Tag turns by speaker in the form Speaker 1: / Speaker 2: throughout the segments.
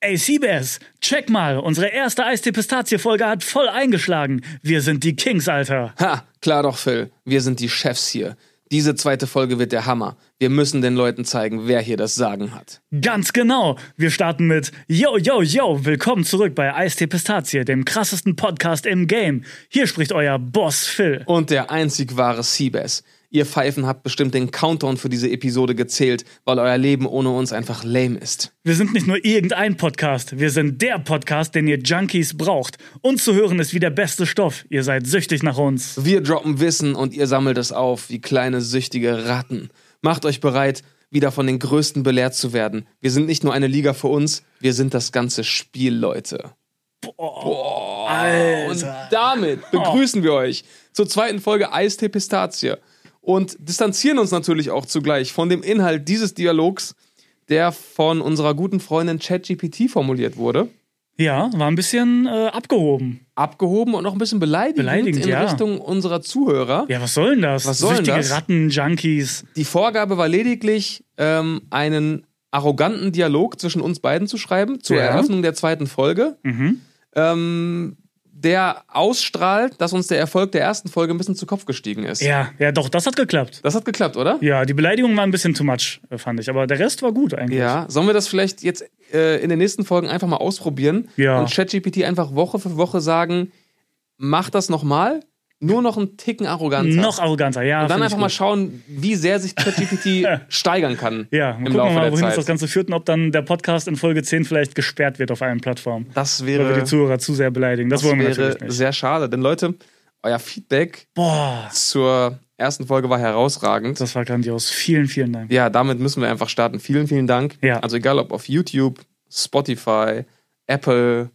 Speaker 1: Ey Siebers, check mal, unsere erste Eistee-Pistazie-Folge hat voll eingeschlagen. Wir sind die Kings, Alter.
Speaker 2: Ha, klar doch, Phil. Wir sind die Chefs hier. Diese zweite Folge wird der Hammer. Wir müssen den Leuten zeigen, wer hier das Sagen hat.
Speaker 1: Ganz genau. Wir starten mit Yo, yo, yo. Willkommen zurück bei Eistee Pistazie, dem krassesten Podcast im Game. Hier spricht euer Boss Phil.
Speaker 2: Und der einzig wahre Seabass. Ihr Pfeifen habt bestimmt den Countdown für diese Episode gezählt, weil euer Leben ohne uns einfach lame ist.
Speaker 1: Wir sind nicht nur irgendein Podcast. Wir sind der Podcast, den ihr Junkies braucht. Uns zu hören ist wie der beste Stoff. Ihr seid süchtig nach uns.
Speaker 2: Wir droppen Wissen und ihr sammelt es auf wie kleine süchtige Ratten. Macht euch bereit, wieder von den Größten belehrt zu werden. Wir sind nicht nur eine Liga für uns, wir sind das ganze Spiel, Leute.
Speaker 1: Boah,
Speaker 2: Und
Speaker 1: Alter.
Speaker 2: damit begrüßen wir euch zur zweiten Folge Eistee Pistazie und distanzieren uns natürlich auch zugleich von dem Inhalt dieses Dialogs, der von unserer guten Freundin ChatGPT formuliert wurde.
Speaker 1: Ja, war ein bisschen äh, abgehoben.
Speaker 2: Abgehoben und auch ein bisschen beleidigend,
Speaker 1: Beleidigend,
Speaker 2: in
Speaker 1: ja.
Speaker 2: Richtung unserer Zuhörer.
Speaker 1: Ja, was soll denn das?
Speaker 2: Was soll denn
Speaker 1: Süchtige
Speaker 2: das?
Speaker 1: Ratten, Junkies.
Speaker 2: Die Vorgabe war lediglich, ähm, einen arroganten Dialog zwischen uns beiden zu schreiben, zur
Speaker 1: Ja.
Speaker 2: Eröffnung der zweiten Folge,
Speaker 1: Mhm.
Speaker 2: ähm, der ausstrahlt, dass uns der Erfolg der ersten Folge ein bisschen zu Kopf gestiegen ist.
Speaker 1: Ja, ja, doch, das hat geklappt.
Speaker 2: Das hat geklappt, oder?
Speaker 1: Ja, die Beleidigung war ein bisschen too much, äh, fand ich. Aber der Rest war gut eigentlich.
Speaker 2: Ja, sollen wir das vielleicht jetzt äh, in den nächsten Folgen einfach mal ausprobieren
Speaker 1: Ja.
Speaker 2: und ChatGPT einfach Woche für Woche sagen, mach das nochmal, nur noch einen Ticken arroganter.
Speaker 1: Noch arroganter, ja.
Speaker 2: und dann
Speaker 1: find ich
Speaker 2: einfach mal
Speaker 1: gut.
Speaker 2: schauen, wie sehr sich ChatGPT steigern kann
Speaker 1: Ja,
Speaker 2: im
Speaker 1: mal gucken wir
Speaker 2: Laufe
Speaker 1: mal,
Speaker 2: der
Speaker 1: wohin uns
Speaker 2: Zeit.
Speaker 1: das Ganze führt und ob dann der Podcast in Folge 10 vielleicht gesperrt wird auf allen Plattformen.
Speaker 2: das
Speaker 1: Weil wir die
Speaker 2: wäre,
Speaker 1: Zuhörer zu sehr beleidigen. Das,
Speaker 2: Äh, das
Speaker 1: wollen wir natürlich
Speaker 2: wäre
Speaker 1: nicht.
Speaker 2: sehr schade. Denn Leute, euer Feedback
Speaker 1: Boah,
Speaker 2: zur ersten Folge war herausragend.
Speaker 1: das war grandios. Vielen, vielen Dank.
Speaker 2: Ja, damit müssen wir einfach starten. Vielen, vielen Dank.
Speaker 1: Ja.
Speaker 2: Also egal ob auf YouTube, Spotify, Apple,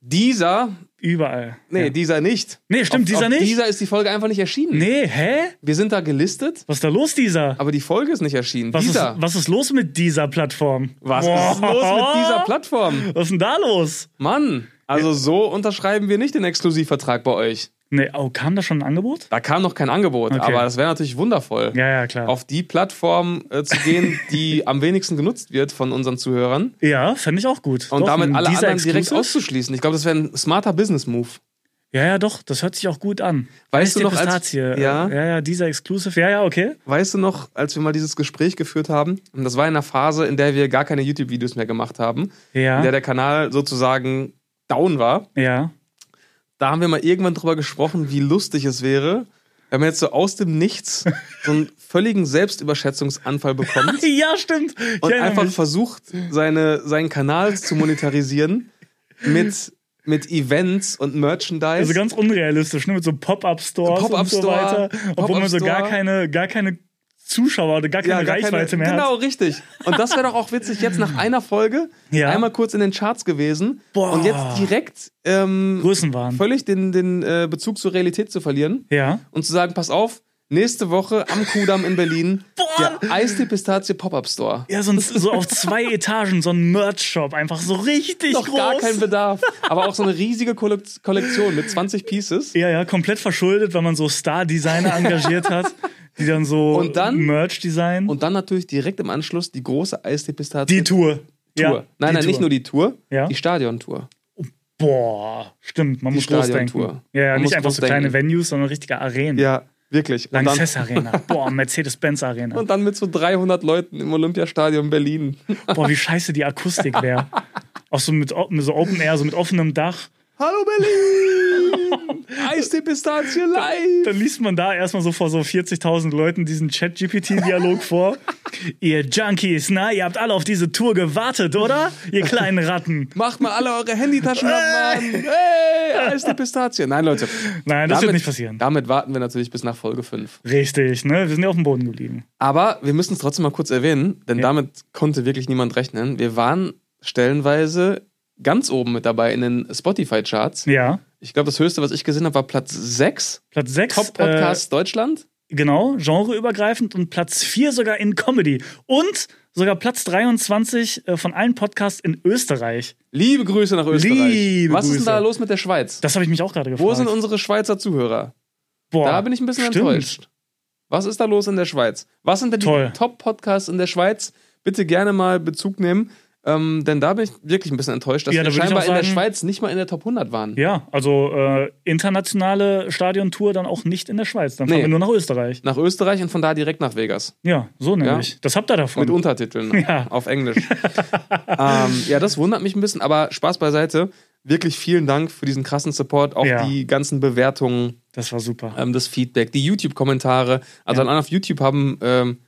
Speaker 2: dieser
Speaker 1: Überall.
Speaker 2: Nee,
Speaker 1: ja.
Speaker 2: dieser nicht.
Speaker 1: Nee, stimmt,
Speaker 2: auf,
Speaker 1: dieser
Speaker 2: auf
Speaker 1: nicht.
Speaker 2: Dieser ist die Folge einfach nicht erschienen.
Speaker 1: nee, hä?
Speaker 2: Wir sind da gelistet,
Speaker 1: Was ist da los, dieser?
Speaker 2: aber die Folge ist nicht erschienen.
Speaker 1: Was ist,
Speaker 2: dieser.
Speaker 1: was ist los mit dieser Plattform?
Speaker 2: was ist los mit dieser Plattform?
Speaker 1: Was ist denn da los?
Speaker 2: Mann, also so unterschreiben wir nicht den Exklusivvertrag bei euch.
Speaker 1: Nee, oh, kam da schon ein Angebot?
Speaker 2: Da kam noch kein Angebot,
Speaker 1: Okay.
Speaker 2: aber das wäre natürlich wundervoll.
Speaker 1: Ja, ja, klar.
Speaker 2: Auf die Plattform äh, zu gehen, die am wenigsten genutzt wird von unseren Zuhörern
Speaker 1: ja, fände ich auch gut.
Speaker 2: und
Speaker 1: Doch,
Speaker 2: damit
Speaker 1: ein
Speaker 2: alle
Speaker 1: dieser
Speaker 2: anderen direkt
Speaker 1: Exclusive?
Speaker 2: auszuschließen. Ich glaube, das wäre ein smarter Business-Move.
Speaker 1: Ja, ja, doch, das hört sich auch gut an.
Speaker 2: Weißt du
Speaker 1: Die
Speaker 2: noch, als-
Speaker 1: Pistazie. äh,
Speaker 2: Ja?
Speaker 1: ja, ja, dieser Exclusive. Ja, ja, okay.
Speaker 2: Weißt du noch, als wir mal dieses Gespräch geführt haben, und das war in einer Phase, in der wir gar keine YouTube-Videos mehr gemacht haben, in der
Speaker 1: Ja,
Speaker 2: der Kanal sozusagen down war,
Speaker 1: ja.
Speaker 2: da haben wir mal irgendwann drüber gesprochen, wie lustig es wäre, wenn man jetzt so aus dem Nichts so einen völligen Selbstüberschätzungsanfall bekommt
Speaker 1: Ja, also stimmt. Ich
Speaker 2: und
Speaker 1: erinnere
Speaker 2: einfach
Speaker 1: mich.
Speaker 2: versucht, seine, seinen Kanal zu monetarisieren mit, mit Events und Merchandise.
Speaker 1: Also ganz unrealistisch, ne? Mit so Pop-Up-Stores und so
Speaker 2: Pop-Up-Store,
Speaker 1: weiter. Obwohl man so gar
Speaker 2: Pop-Up-Store.
Speaker 1: keine, gar keine Zuschauer oder gar keine
Speaker 2: gar keine-
Speaker 1: Reichweite mehr
Speaker 2: Genau,
Speaker 1: hat.
Speaker 2: richtig. Und das wäre doch auch witzig, jetzt nach einer Folge
Speaker 1: Ja.
Speaker 2: einmal kurz in den Charts gewesen
Speaker 1: Boah.
Speaker 2: und jetzt direkt ähm,
Speaker 1: Größenwahn.
Speaker 2: völlig den, den äh, Bezug zur Realität zu verlieren.
Speaker 1: Ja.
Speaker 2: und zu sagen, pass auf, nächste Woche am Kudamm in Berlin
Speaker 1: Boah!
Speaker 2: der Eistee Pistazie Pop-Up Store.
Speaker 1: Ja, so, ein, so auf zwei Etagen, so ein Merch-Shop, einfach so richtig
Speaker 2: Noch
Speaker 1: groß.
Speaker 2: gar kein Bedarf, aber auch so eine riesige Kollekt- Kollektion mit 20 Pieces.
Speaker 1: ja, ja, komplett verschuldet, weil man so Star-Designer engagiert hat, die dann so
Speaker 2: Und dann-
Speaker 1: Merch-Design.
Speaker 2: Und dann natürlich direkt im Anschluss die große Eistee Pistazie
Speaker 1: die Tour.
Speaker 2: Tour.
Speaker 1: Ja,
Speaker 2: nein,
Speaker 1: die
Speaker 2: nein, nicht
Speaker 1: Tour.
Speaker 2: nur die Tour,
Speaker 1: Ja.
Speaker 2: die Stadiontour.
Speaker 1: Boah, stimmt, man muss groß
Speaker 2: Stadiontour.
Speaker 1: denken. Ja, ja
Speaker 2: Man muss
Speaker 1: nicht einfach
Speaker 2: groß
Speaker 1: so kleine
Speaker 2: denken.
Speaker 1: Venues, sondern richtige Arenen.
Speaker 2: Ja, wirklich. Und dann,
Speaker 1: Lanxess Arena. Boah, Mercedes-Benz Arena.
Speaker 2: und dann mit so 300 Leuten im Olympiastadion Berlin.
Speaker 1: Boah, wie scheiße die Akustik wäre. Auch so mit, o- mit so Open Air, so mit offenem Dach.
Speaker 2: Hallo Berlin! Eistee Pistazie live!
Speaker 1: Dann liest man da erstmal so vor so 40.000 Leuten diesen Chat-GPT-Dialog vor. ihr Junkies, na, ihr habt alle auf diese Tour gewartet, oder? Ihr kleinen Ratten.
Speaker 2: Macht mal alle eure Handytaschen ab, Mann. Hey, alles die Pistazie. Nein, Leute.
Speaker 1: Nein, das wird nicht passieren.
Speaker 2: Damit warten wir natürlich bis nach Folge 5.
Speaker 1: Richtig, ne? Wir sind ja auf dem Boden geblieben.
Speaker 2: Aber wir müssen es trotzdem mal kurz erwähnen, denn damit konnte wirklich niemand rechnen. Wir waren stellenweise ganz oben mit dabei in den Spotify-Charts.
Speaker 1: Ja.
Speaker 2: Ich glaube, das höchste, was ich gesehen habe, war Platz 6,
Speaker 1: Platz äh, 6.
Speaker 2: Top-Podcast Deutschland.
Speaker 1: Genau, genreübergreifend und Platz 4 sogar in Comedy und sogar Platz 23 äh, von allen Podcasts in Österreich.
Speaker 2: Liebe Grüße nach Österreich.
Speaker 1: Liebe
Speaker 2: was ist denn
Speaker 1: Grüße.
Speaker 2: da los mit der Schweiz?
Speaker 1: Das habe ich mich auch gerade gefragt.
Speaker 2: Wo sind unsere Schweizer Zuhörer?
Speaker 1: Boah,
Speaker 2: Da bin ich ein bisschen
Speaker 1: stimmt.
Speaker 2: enttäuscht. Was ist da los in der Schweiz? Was sind denn
Speaker 1: Toll.
Speaker 2: die Top-Podcasts in der Schweiz? Bitte gerne mal Bezug nehmen. Ähm, denn da bin ich wirklich ein bisschen enttäuscht, dass
Speaker 1: Ja, da
Speaker 2: wir
Speaker 1: würde ich
Speaker 2: scheinbar
Speaker 1: auch
Speaker 2: in der
Speaker 1: sagen-
Speaker 2: Schweiz nicht mal in der Top 100 waren.
Speaker 1: Ja, also äh, internationale Stadiontour dann auch nicht in der Schweiz. Dann fahren
Speaker 2: Nee.
Speaker 1: wir nur nach Österreich.
Speaker 2: Nach Österreich und von da direkt nach Vegas.
Speaker 1: Ja, so nämlich. Das habt ihr davon.
Speaker 2: Mit Untertiteln
Speaker 1: Ja.
Speaker 2: auf Englisch. ähm, ja, das wundert mich ein bisschen, aber Spaß beiseite. Wirklich vielen Dank für diesen krassen Support, auch
Speaker 1: Ja.
Speaker 2: die ganzen Bewertungen,
Speaker 1: das war super.
Speaker 2: ähm, das Feedback, die YouTube-Kommentare. Also
Speaker 1: Ja.
Speaker 2: allein auf YouTube haben ähm,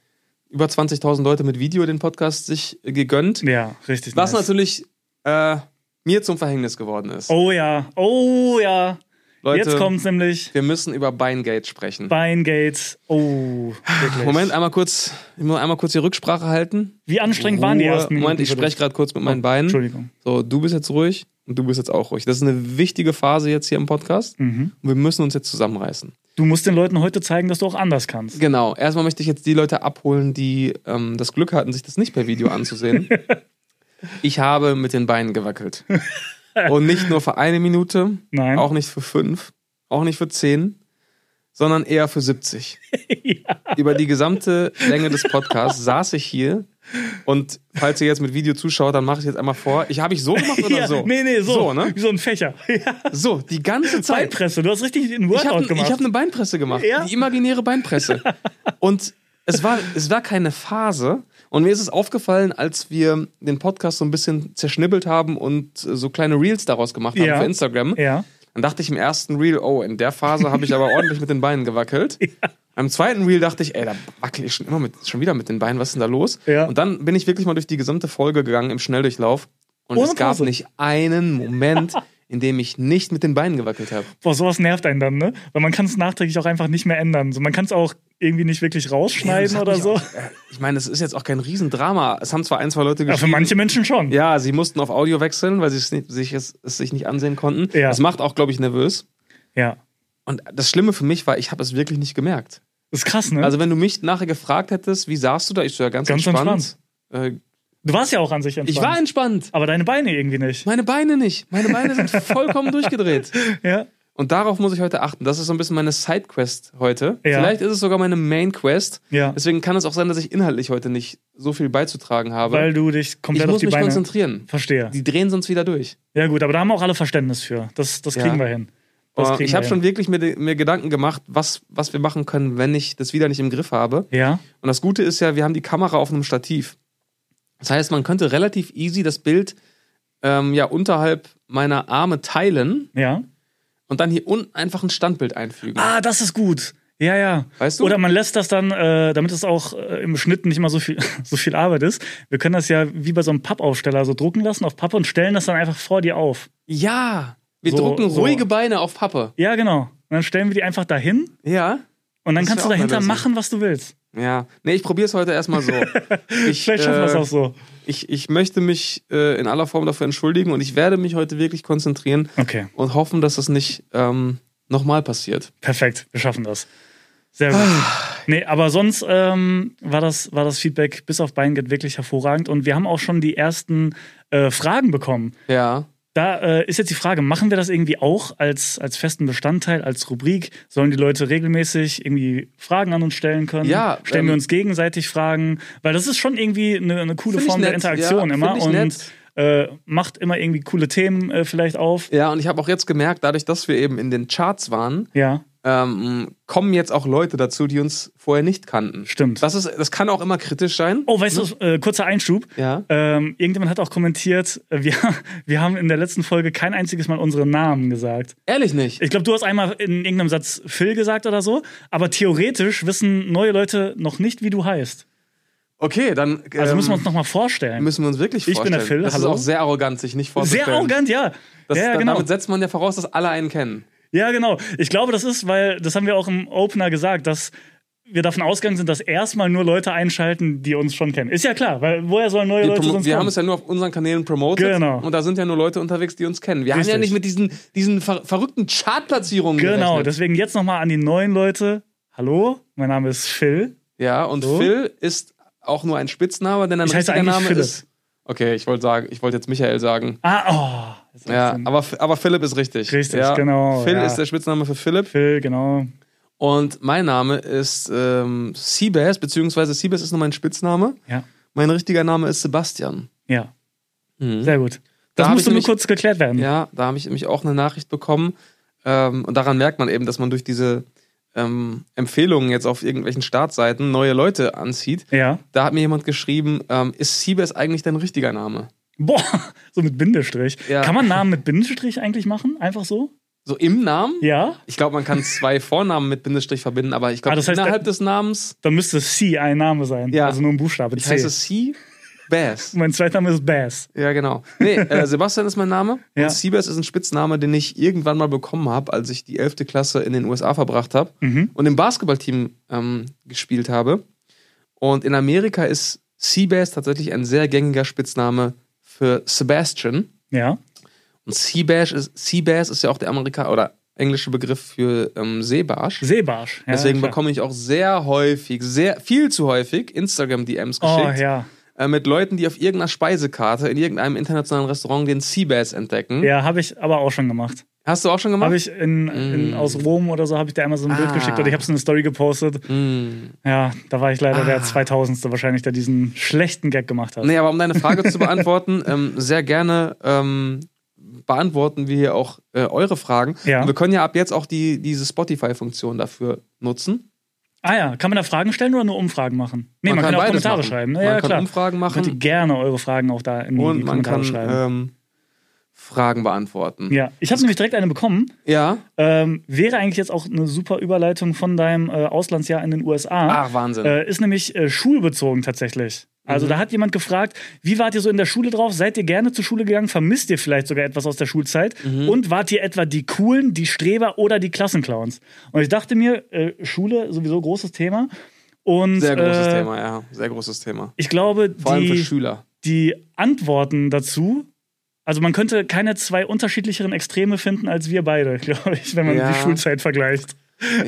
Speaker 2: über 20.000 Leute mit Video den Podcast sich äh, gegönnt.
Speaker 1: Ja, richtig.
Speaker 2: Was
Speaker 1: nice.
Speaker 2: natürlich äh, mir zum Verhängnis geworden ist.
Speaker 1: Oh ja, oh ja.
Speaker 2: Leute,
Speaker 1: Jetzt kommt's nämlich.
Speaker 2: wir müssen über Beingate sprechen.
Speaker 1: Beingates. Oh, wirklich.
Speaker 2: Moment, einmal kurz, ich muss einmal kurz die Rücksprache halten.
Speaker 1: Wie anstrengend waren die
Speaker 2: Ruhe.
Speaker 1: ersten Minuten?
Speaker 2: Moment, ich
Speaker 1: für dich? Oh,
Speaker 2: spreche gerade kurz mit meinen Beinen.
Speaker 1: Entschuldigung.
Speaker 2: So, du bist jetzt ruhig und du bist jetzt auch ruhig. Das ist eine wichtige Phase jetzt hier im Podcast.
Speaker 1: Mhm.
Speaker 2: Und wir müssen uns jetzt zusammenreißen.
Speaker 1: Du musst den Leuten heute zeigen, dass du auch anders kannst.
Speaker 2: Genau. Erstmal möchte ich jetzt die Leute abholen, die ähm, das Glück hatten, sich das nicht per Video anzusehen. Ich habe mit den Beinen gewackelt. Und nicht nur für eine Minute,
Speaker 1: Nein.
Speaker 2: auch nicht für fünf, auch nicht für zehn, sondern eher für 70. Über die gesamte Länge des Podcasts saß ich hier. Und falls ihr jetzt mit Video zuschaut, dann mache ich jetzt einmal vor. Ich habe ich so gemacht oder
Speaker 1: ja,
Speaker 2: Genau so?
Speaker 1: Nee, nee, so.
Speaker 2: So, ne?
Speaker 1: Wie so ein Fächer. Ja.
Speaker 2: So, die ganze Zeit.
Speaker 1: Beinpresse. Du hast richtig einen
Speaker 2: Ich
Speaker 1: Workout
Speaker 2: habe
Speaker 1: gemacht.
Speaker 2: hab ne eine Beinpresse gemacht.
Speaker 1: Ja.
Speaker 2: Die imaginäre Beinpresse. Und es war, es war keine Phase. Und mir ist es aufgefallen, als wir den Podcast so ein bisschen zerschnibbelt haben und äh, so kleine Reels daraus gemacht haben
Speaker 1: Ja.
Speaker 2: für Instagram.
Speaker 1: ja.
Speaker 2: Dann dachte ich im ersten Reel, oh, in der Phase habe ich aber ordentlich mit den Beinen gewackelt. Am zweiten Reel dachte ich, ey, da wackel ich schon immer mit, schon wieder mit den Beinen, was ist denn da los?
Speaker 1: Ja.
Speaker 2: Und dann bin ich wirklich mal durch die gesamte Folge gegangen im Schnelldurchlauf. Und
Speaker 1: Ohne
Speaker 2: es gab
Speaker 1: Pause.
Speaker 2: nicht einen Moment, in dem ich nicht mit den Beinen gewackelt habe.
Speaker 1: Boah, sowas nervt einen dann, ne? Weil man kann es nachträglich auch einfach nicht mehr ändern. So, man kann es auch irgendwie nicht wirklich rausschneiden
Speaker 2: Ja,
Speaker 1: oder
Speaker 2: das hat
Speaker 1: so.
Speaker 2: mich Auch, ich meine, es ist jetzt auch kein Riesendrama. Es haben zwar ein, zwei Leute
Speaker 1: Ja, für
Speaker 2: geschrieben.
Speaker 1: manche Menschen schon.
Speaker 2: Ja, sie mussten auf Audio wechseln, weil sie es, nicht, sich, es, es sich nicht ansehen konnten.
Speaker 1: Ja.
Speaker 2: Das macht auch, glaube ich, nervös.
Speaker 1: Ja.
Speaker 2: Und das Schlimme für mich war, ich habe es wirklich nicht gemerkt.
Speaker 1: Das ist krass, ne?
Speaker 2: Also, wenn du mich nachher gefragt hättest, wie saßt du da? Ich so, ja, ganz,
Speaker 1: Ganz
Speaker 2: entspannt. Äh,
Speaker 1: du warst ja auch an sich entspannt.
Speaker 2: ich war entspannt.
Speaker 1: aber deine Beine irgendwie nicht.
Speaker 2: Meine Beine nicht. Meine Beine sind vollkommen durchgedreht.
Speaker 1: Ja.
Speaker 2: Und darauf muss ich heute achten. Das ist so ein bisschen meine Sidequest heute.
Speaker 1: Ja.
Speaker 2: Vielleicht ist es sogar meine Mainquest.
Speaker 1: Ja.
Speaker 2: Deswegen kann es auch sein, dass ich inhaltlich heute nicht so viel beizutragen habe.
Speaker 1: Weil du dich
Speaker 2: ich
Speaker 1: komplett auf
Speaker 2: muss
Speaker 1: die
Speaker 2: mich
Speaker 1: Beine.
Speaker 2: konzentrieren.
Speaker 1: Verstehe.
Speaker 2: Die drehen sonst wieder durch.
Speaker 1: Ja, gut, aber da haben auch alle Verständnis für. Das, das
Speaker 2: Ja.
Speaker 1: kriegen wir hin. Das
Speaker 2: Aber
Speaker 1: kriegen
Speaker 2: ich
Speaker 1: wir
Speaker 2: habe schon
Speaker 1: hin.
Speaker 2: wirklich mir, mir Gedanken gemacht, was, was wir machen können, wenn ich das wieder nicht im Griff habe.
Speaker 1: Ja.
Speaker 2: Und das Gute ist ja, wir haben die Kamera auf einem Stativ. Das heißt, man könnte relativ easy das Bild ähm, ja unterhalb meiner Arme teilen
Speaker 1: Ja.
Speaker 2: und dann hier unten einfach ein Standbild einfügen.
Speaker 1: Ah, das ist gut. Ja, ja.
Speaker 2: Weißt du?
Speaker 1: Oder man lässt das dann, äh, damit es auch äh, im Schnitt nicht immer so viel, so viel Arbeit ist. Wir können das ja wie bei so einem Pappaufsteller so drucken lassen auf Pappe und stellen das dann einfach vor dir auf.
Speaker 2: Ja, wir
Speaker 1: So,
Speaker 2: drucken
Speaker 1: so.
Speaker 2: ruhige Beine auf Pappe.
Speaker 1: Ja, genau. Und dann stellen wir die einfach dahin
Speaker 2: Ja.
Speaker 1: und dann
Speaker 2: Das
Speaker 1: kannst
Speaker 2: wär
Speaker 1: du
Speaker 2: auch eine
Speaker 1: dahinter
Speaker 2: Lösung.
Speaker 1: machen, was du willst.
Speaker 2: Ja. Nee, ich probiere es heute erstmal so. ich,
Speaker 1: Vielleicht schaffen wir es
Speaker 2: äh,
Speaker 1: auch so.
Speaker 2: Ich, ich möchte mich äh, in aller Form dafür entschuldigen und ich werde mich heute wirklich konzentrieren
Speaker 1: Okay,
Speaker 2: und hoffen, dass das nicht ähm, nochmal passiert.
Speaker 1: perfekt. Wir schaffen das. Sehr gut.
Speaker 2: Ah.
Speaker 1: Nee, aber sonst ähm, war, das, war das Feedback bis auf Beinget wirklich hervorragend. Und wir haben auch schon die ersten äh, Fragen bekommen.
Speaker 2: Ja.
Speaker 1: Da äh, ist jetzt die Frage, machen wir das irgendwie auch als, als festen Bestandteil, als Rubrik? Sollen die Leute regelmäßig irgendwie Fragen an uns stellen können?
Speaker 2: Ja,
Speaker 1: Stellen
Speaker 2: ähm,
Speaker 1: wir uns gegenseitig Fragen? Weil das ist schon irgendwie eine, eine coole
Speaker 2: Find ich
Speaker 1: Form der
Speaker 2: nett,
Speaker 1: Interaktion
Speaker 2: ja,
Speaker 1: immer
Speaker 2: find ich
Speaker 1: und
Speaker 2: nett.
Speaker 1: äh, macht immer irgendwie coole Themen äh, vielleicht auf.
Speaker 2: Ja, und ich habe auch jetzt gemerkt, dadurch, dass wir eben in den Charts waren,
Speaker 1: Ja,
Speaker 2: ähm, kommen jetzt auch Leute dazu, die uns vorher nicht kannten.
Speaker 1: stimmt.
Speaker 2: Das, ist, das kann auch immer kritisch sein.
Speaker 1: Oh, weißt du, äh, kurzer Einschub.
Speaker 2: Ja.
Speaker 1: Ähm, irgendjemand hat auch kommentiert, äh, wir, wir haben in der letzten Folge kein einziges Mal unseren Namen gesagt.
Speaker 2: Ehrlich nicht.
Speaker 1: Ich glaube, du hast einmal in irgendeinem Satz Phil gesagt oder so, aber theoretisch wissen neue Leute noch nicht, wie du heißt.
Speaker 2: Okay, dann ähm,
Speaker 1: Also müssen wir uns nochmal vorstellen.
Speaker 2: müssen wir uns wirklich
Speaker 1: Ich bin
Speaker 2: vorstellen.
Speaker 1: der Phil,
Speaker 2: das
Speaker 1: hallo.
Speaker 2: ist auch sehr arrogant, sich nicht vorzustellen.
Speaker 1: Sehr arrogant, ja.
Speaker 2: Das,
Speaker 1: ja, ja, genau.
Speaker 2: Damit setzt man ja voraus, dass alle einen kennen.
Speaker 1: ja, genau. Ich glaube, das ist, weil das haben wir auch im Opener gesagt, dass wir davon ausgegangen sind, dass erstmal nur Leute einschalten, die uns schon kennen. Ist ja klar, weil woher sollen neue
Speaker 2: Wir,
Speaker 1: Leute
Speaker 2: promo-
Speaker 1: sonst
Speaker 2: wir haben
Speaker 1: kommen?
Speaker 2: es ja nur auf unseren Kanälen promotet
Speaker 1: Genau.
Speaker 2: und da sind ja nur Leute unterwegs, die uns kennen. Wir
Speaker 1: Richtig.
Speaker 2: haben ja nicht mit diesen, diesen ver verrückten Chartplatzierungen
Speaker 1: Genau,
Speaker 2: gerechnet.
Speaker 1: deswegen jetzt nochmal an die neuen Leute. Hallo, mein Name ist Phil.
Speaker 2: Ja, und
Speaker 1: So.
Speaker 2: Phil ist auch nur ein Spitzname, denn ein
Speaker 1: Ich heiße
Speaker 2: richtiger
Speaker 1: eigentlich
Speaker 2: Name
Speaker 1: Philipp.
Speaker 2: ist. Okay, ich wollte sagen, ich wollte jetzt Michael sagen.
Speaker 1: Ah, oh. jetzt hab
Speaker 2: Ja,
Speaker 1: ich's.
Speaker 2: aber, F- aber Philipp ist richtig.
Speaker 1: Richtig,
Speaker 2: ja.
Speaker 1: genau,
Speaker 2: Phil
Speaker 1: ja.
Speaker 2: ist der Spitzname für Philipp.
Speaker 1: Phil, genau.
Speaker 2: Und mein Name ist ähm, Seabass, beziehungsweise Seabass ist nur mein Spitzname.
Speaker 1: Ja,
Speaker 2: Mein richtiger Name ist Sebastian.
Speaker 1: ja. Sehr gut.
Speaker 2: Mhm. Da
Speaker 1: Das
Speaker 2: hab ich
Speaker 1: musste nur
Speaker 2: nämlich-
Speaker 1: kurz geklärt werden.
Speaker 2: Ja, da habe ich nämlich auch eine Nachricht bekommen. Ähm, und daran merkt man eben, dass man durch diese ähm, Empfehlungen jetzt auf irgendwelchen Startseiten neue Leute anzieht.
Speaker 1: Ja.
Speaker 2: Da hat mir jemand geschrieben, ähm, ist Siebes eigentlich dein richtiger Name?
Speaker 1: Boah, so mit Bindestrich.
Speaker 2: Ja.
Speaker 1: Kann man Namen mit Bindestrich eigentlich machen? Einfach so?
Speaker 2: So im Namen?
Speaker 1: Ja?
Speaker 2: Ich glaube, man kann zwei Vornamen mit Bindestrich verbinden, aber ich
Speaker 1: Ah,
Speaker 2: glaube,
Speaker 1: das heißt,
Speaker 2: innerhalb
Speaker 1: äh,
Speaker 2: des Namens
Speaker 1: Dann müsste C ein Name sein.
Speaker 2: Ja.
Speaker 1: Also nur ein Buchstabe. C.
Speaker 2: heißt es Siebes.
Speaker 1: mein zweiter Name ist Bass.
Speaker 2: Ja, genau. Nee, äh, Sebastian ist mein Name
Speaker 1: Ja.
Speaker 2: und Siebes ist ein Spitzname, den ich irgendwann mal bekommen habe, als ich die 11. Klasse in den USA verbracht habe.
Speaker 1: Mhm.
Speaker 2: und im Basketballteam ähm, gespielt habe. Und in Amerika ist Seabass tatsächlich ein sehr gängiger Spitzname für Sebastian.
Speaker 1: Ja.
Speaker 2: Und Seabass ist, Seabass ist ja auch der Amerika oder englische Begriff für ähm, Seebarsch.
Speaker 1: Seebarsch. Ja,
Speaker 2: Deswegen
Speaker 1: klar.
Speaker 2: bekomme ich auch sehr häufig, sehr viel zu häufig Instagram-DMs
Speaker 1: Oh
Speaker 2: geschickt
Speaker 1: ja.
Speaker 2: äh, mit Leuten, die auf irgendeiner Speisekarte in irgendeinem internationalen Restaurant den Seabass entdecken.
Speaker 1: Ja, habe ich aber auch schon gemacht.
Speaker 2: Hast du auch schon gemacht?
Speaker 1: Habe ich in, in, aus Rom oder so, habe ich dir einmal so ein Bild
Speaker 2: Hm. Ah.
Speaker 1: geschickt oder ich habe so eine Story gepostet.
Speaker 2: Mm.
Speaker 1: Ja, da war ich leider der
Speaker 2: Ah.
Speaker 1: 2000. wahrscheinlich, der diesen schlechten Gag gemacht hat.
Speaker 2: Nee, aber um deine Frage zu beantworten, ähm, sehr gerne ähm, beantworten wir hier auch äh, eure Fragen.
Speaker 1: Ja.
Speaker 2: Und wir können ja ab jetzt auch die, diese Spotify-Funktion dafür nutzen.
Speaker 1: Ah ja, kann man da Fragen stellen oder nur Umfragen machen? Nee, man, kann, auch
Speaker 2: beides
Speaker 1: Kommentare
Speaker 2: machen.
Speaker 1: schreiben. ne?
Speaker 2: Man
Speaker 1: Ja,
Speaker 2: kann
Speaker 1: klar.
Speaker 2: Umfragen
Speaker 1: Könnt ihr
Speaker 2: machen
Speaker 1: gerne eure Fragen auch da in die
Speaker 2: und man
Speaker 1: Kommentare
Speaker 2: kann
Speaker 1: schreiben.
Speaker 2: ähm, Fragen beantworten.
Speaker 1: ja, ich habe nämlich direkt eine bekommen.
Speaker 2: Ja?
Speaker 1: Ähm, wäre eigentlich jetzt auch eine super Überleitung von deinem äh, Auslandsjahr in den USA.
Speaker 2: Ach, Wahnsinn.
Speaker 1: Äh, ist nämlich äh, schulbezogen tatsächlich.
Speaker 2: Mhm.
Speaker 1: Also da hat jemand gefragt, wie wart ihr so in der Schule drauf? Seid ihr gerne zur Schule gegangen? Vermisst ihr vielleicht sogar etwas aus der Schulzeit?
Speaker 2: Mhm.
Speaker 1: Und wart ihr etwa die Coolen, die Streber oder die Klassenclowns? Und ich dachte mir, äh, Schule sowieso großes Thema. Und
Speaker 2: sehr großes
Speaker 1: äh,
Speaker 2: Thema, ja. Sehr großes Thema.
Speaker 1: ich glaube,
Speaker 2: Vor allem für
Speaker 1: die,
Speaker 2: Schüler.
Speaker 1: die Antworten dazu, also man könnte keine zwei unterschiedlicheren Extreme finden als wir beide, glaube ich, wenn man
Speaker 2: Ja.
Speaker 1: die Schulzeit vergleicht.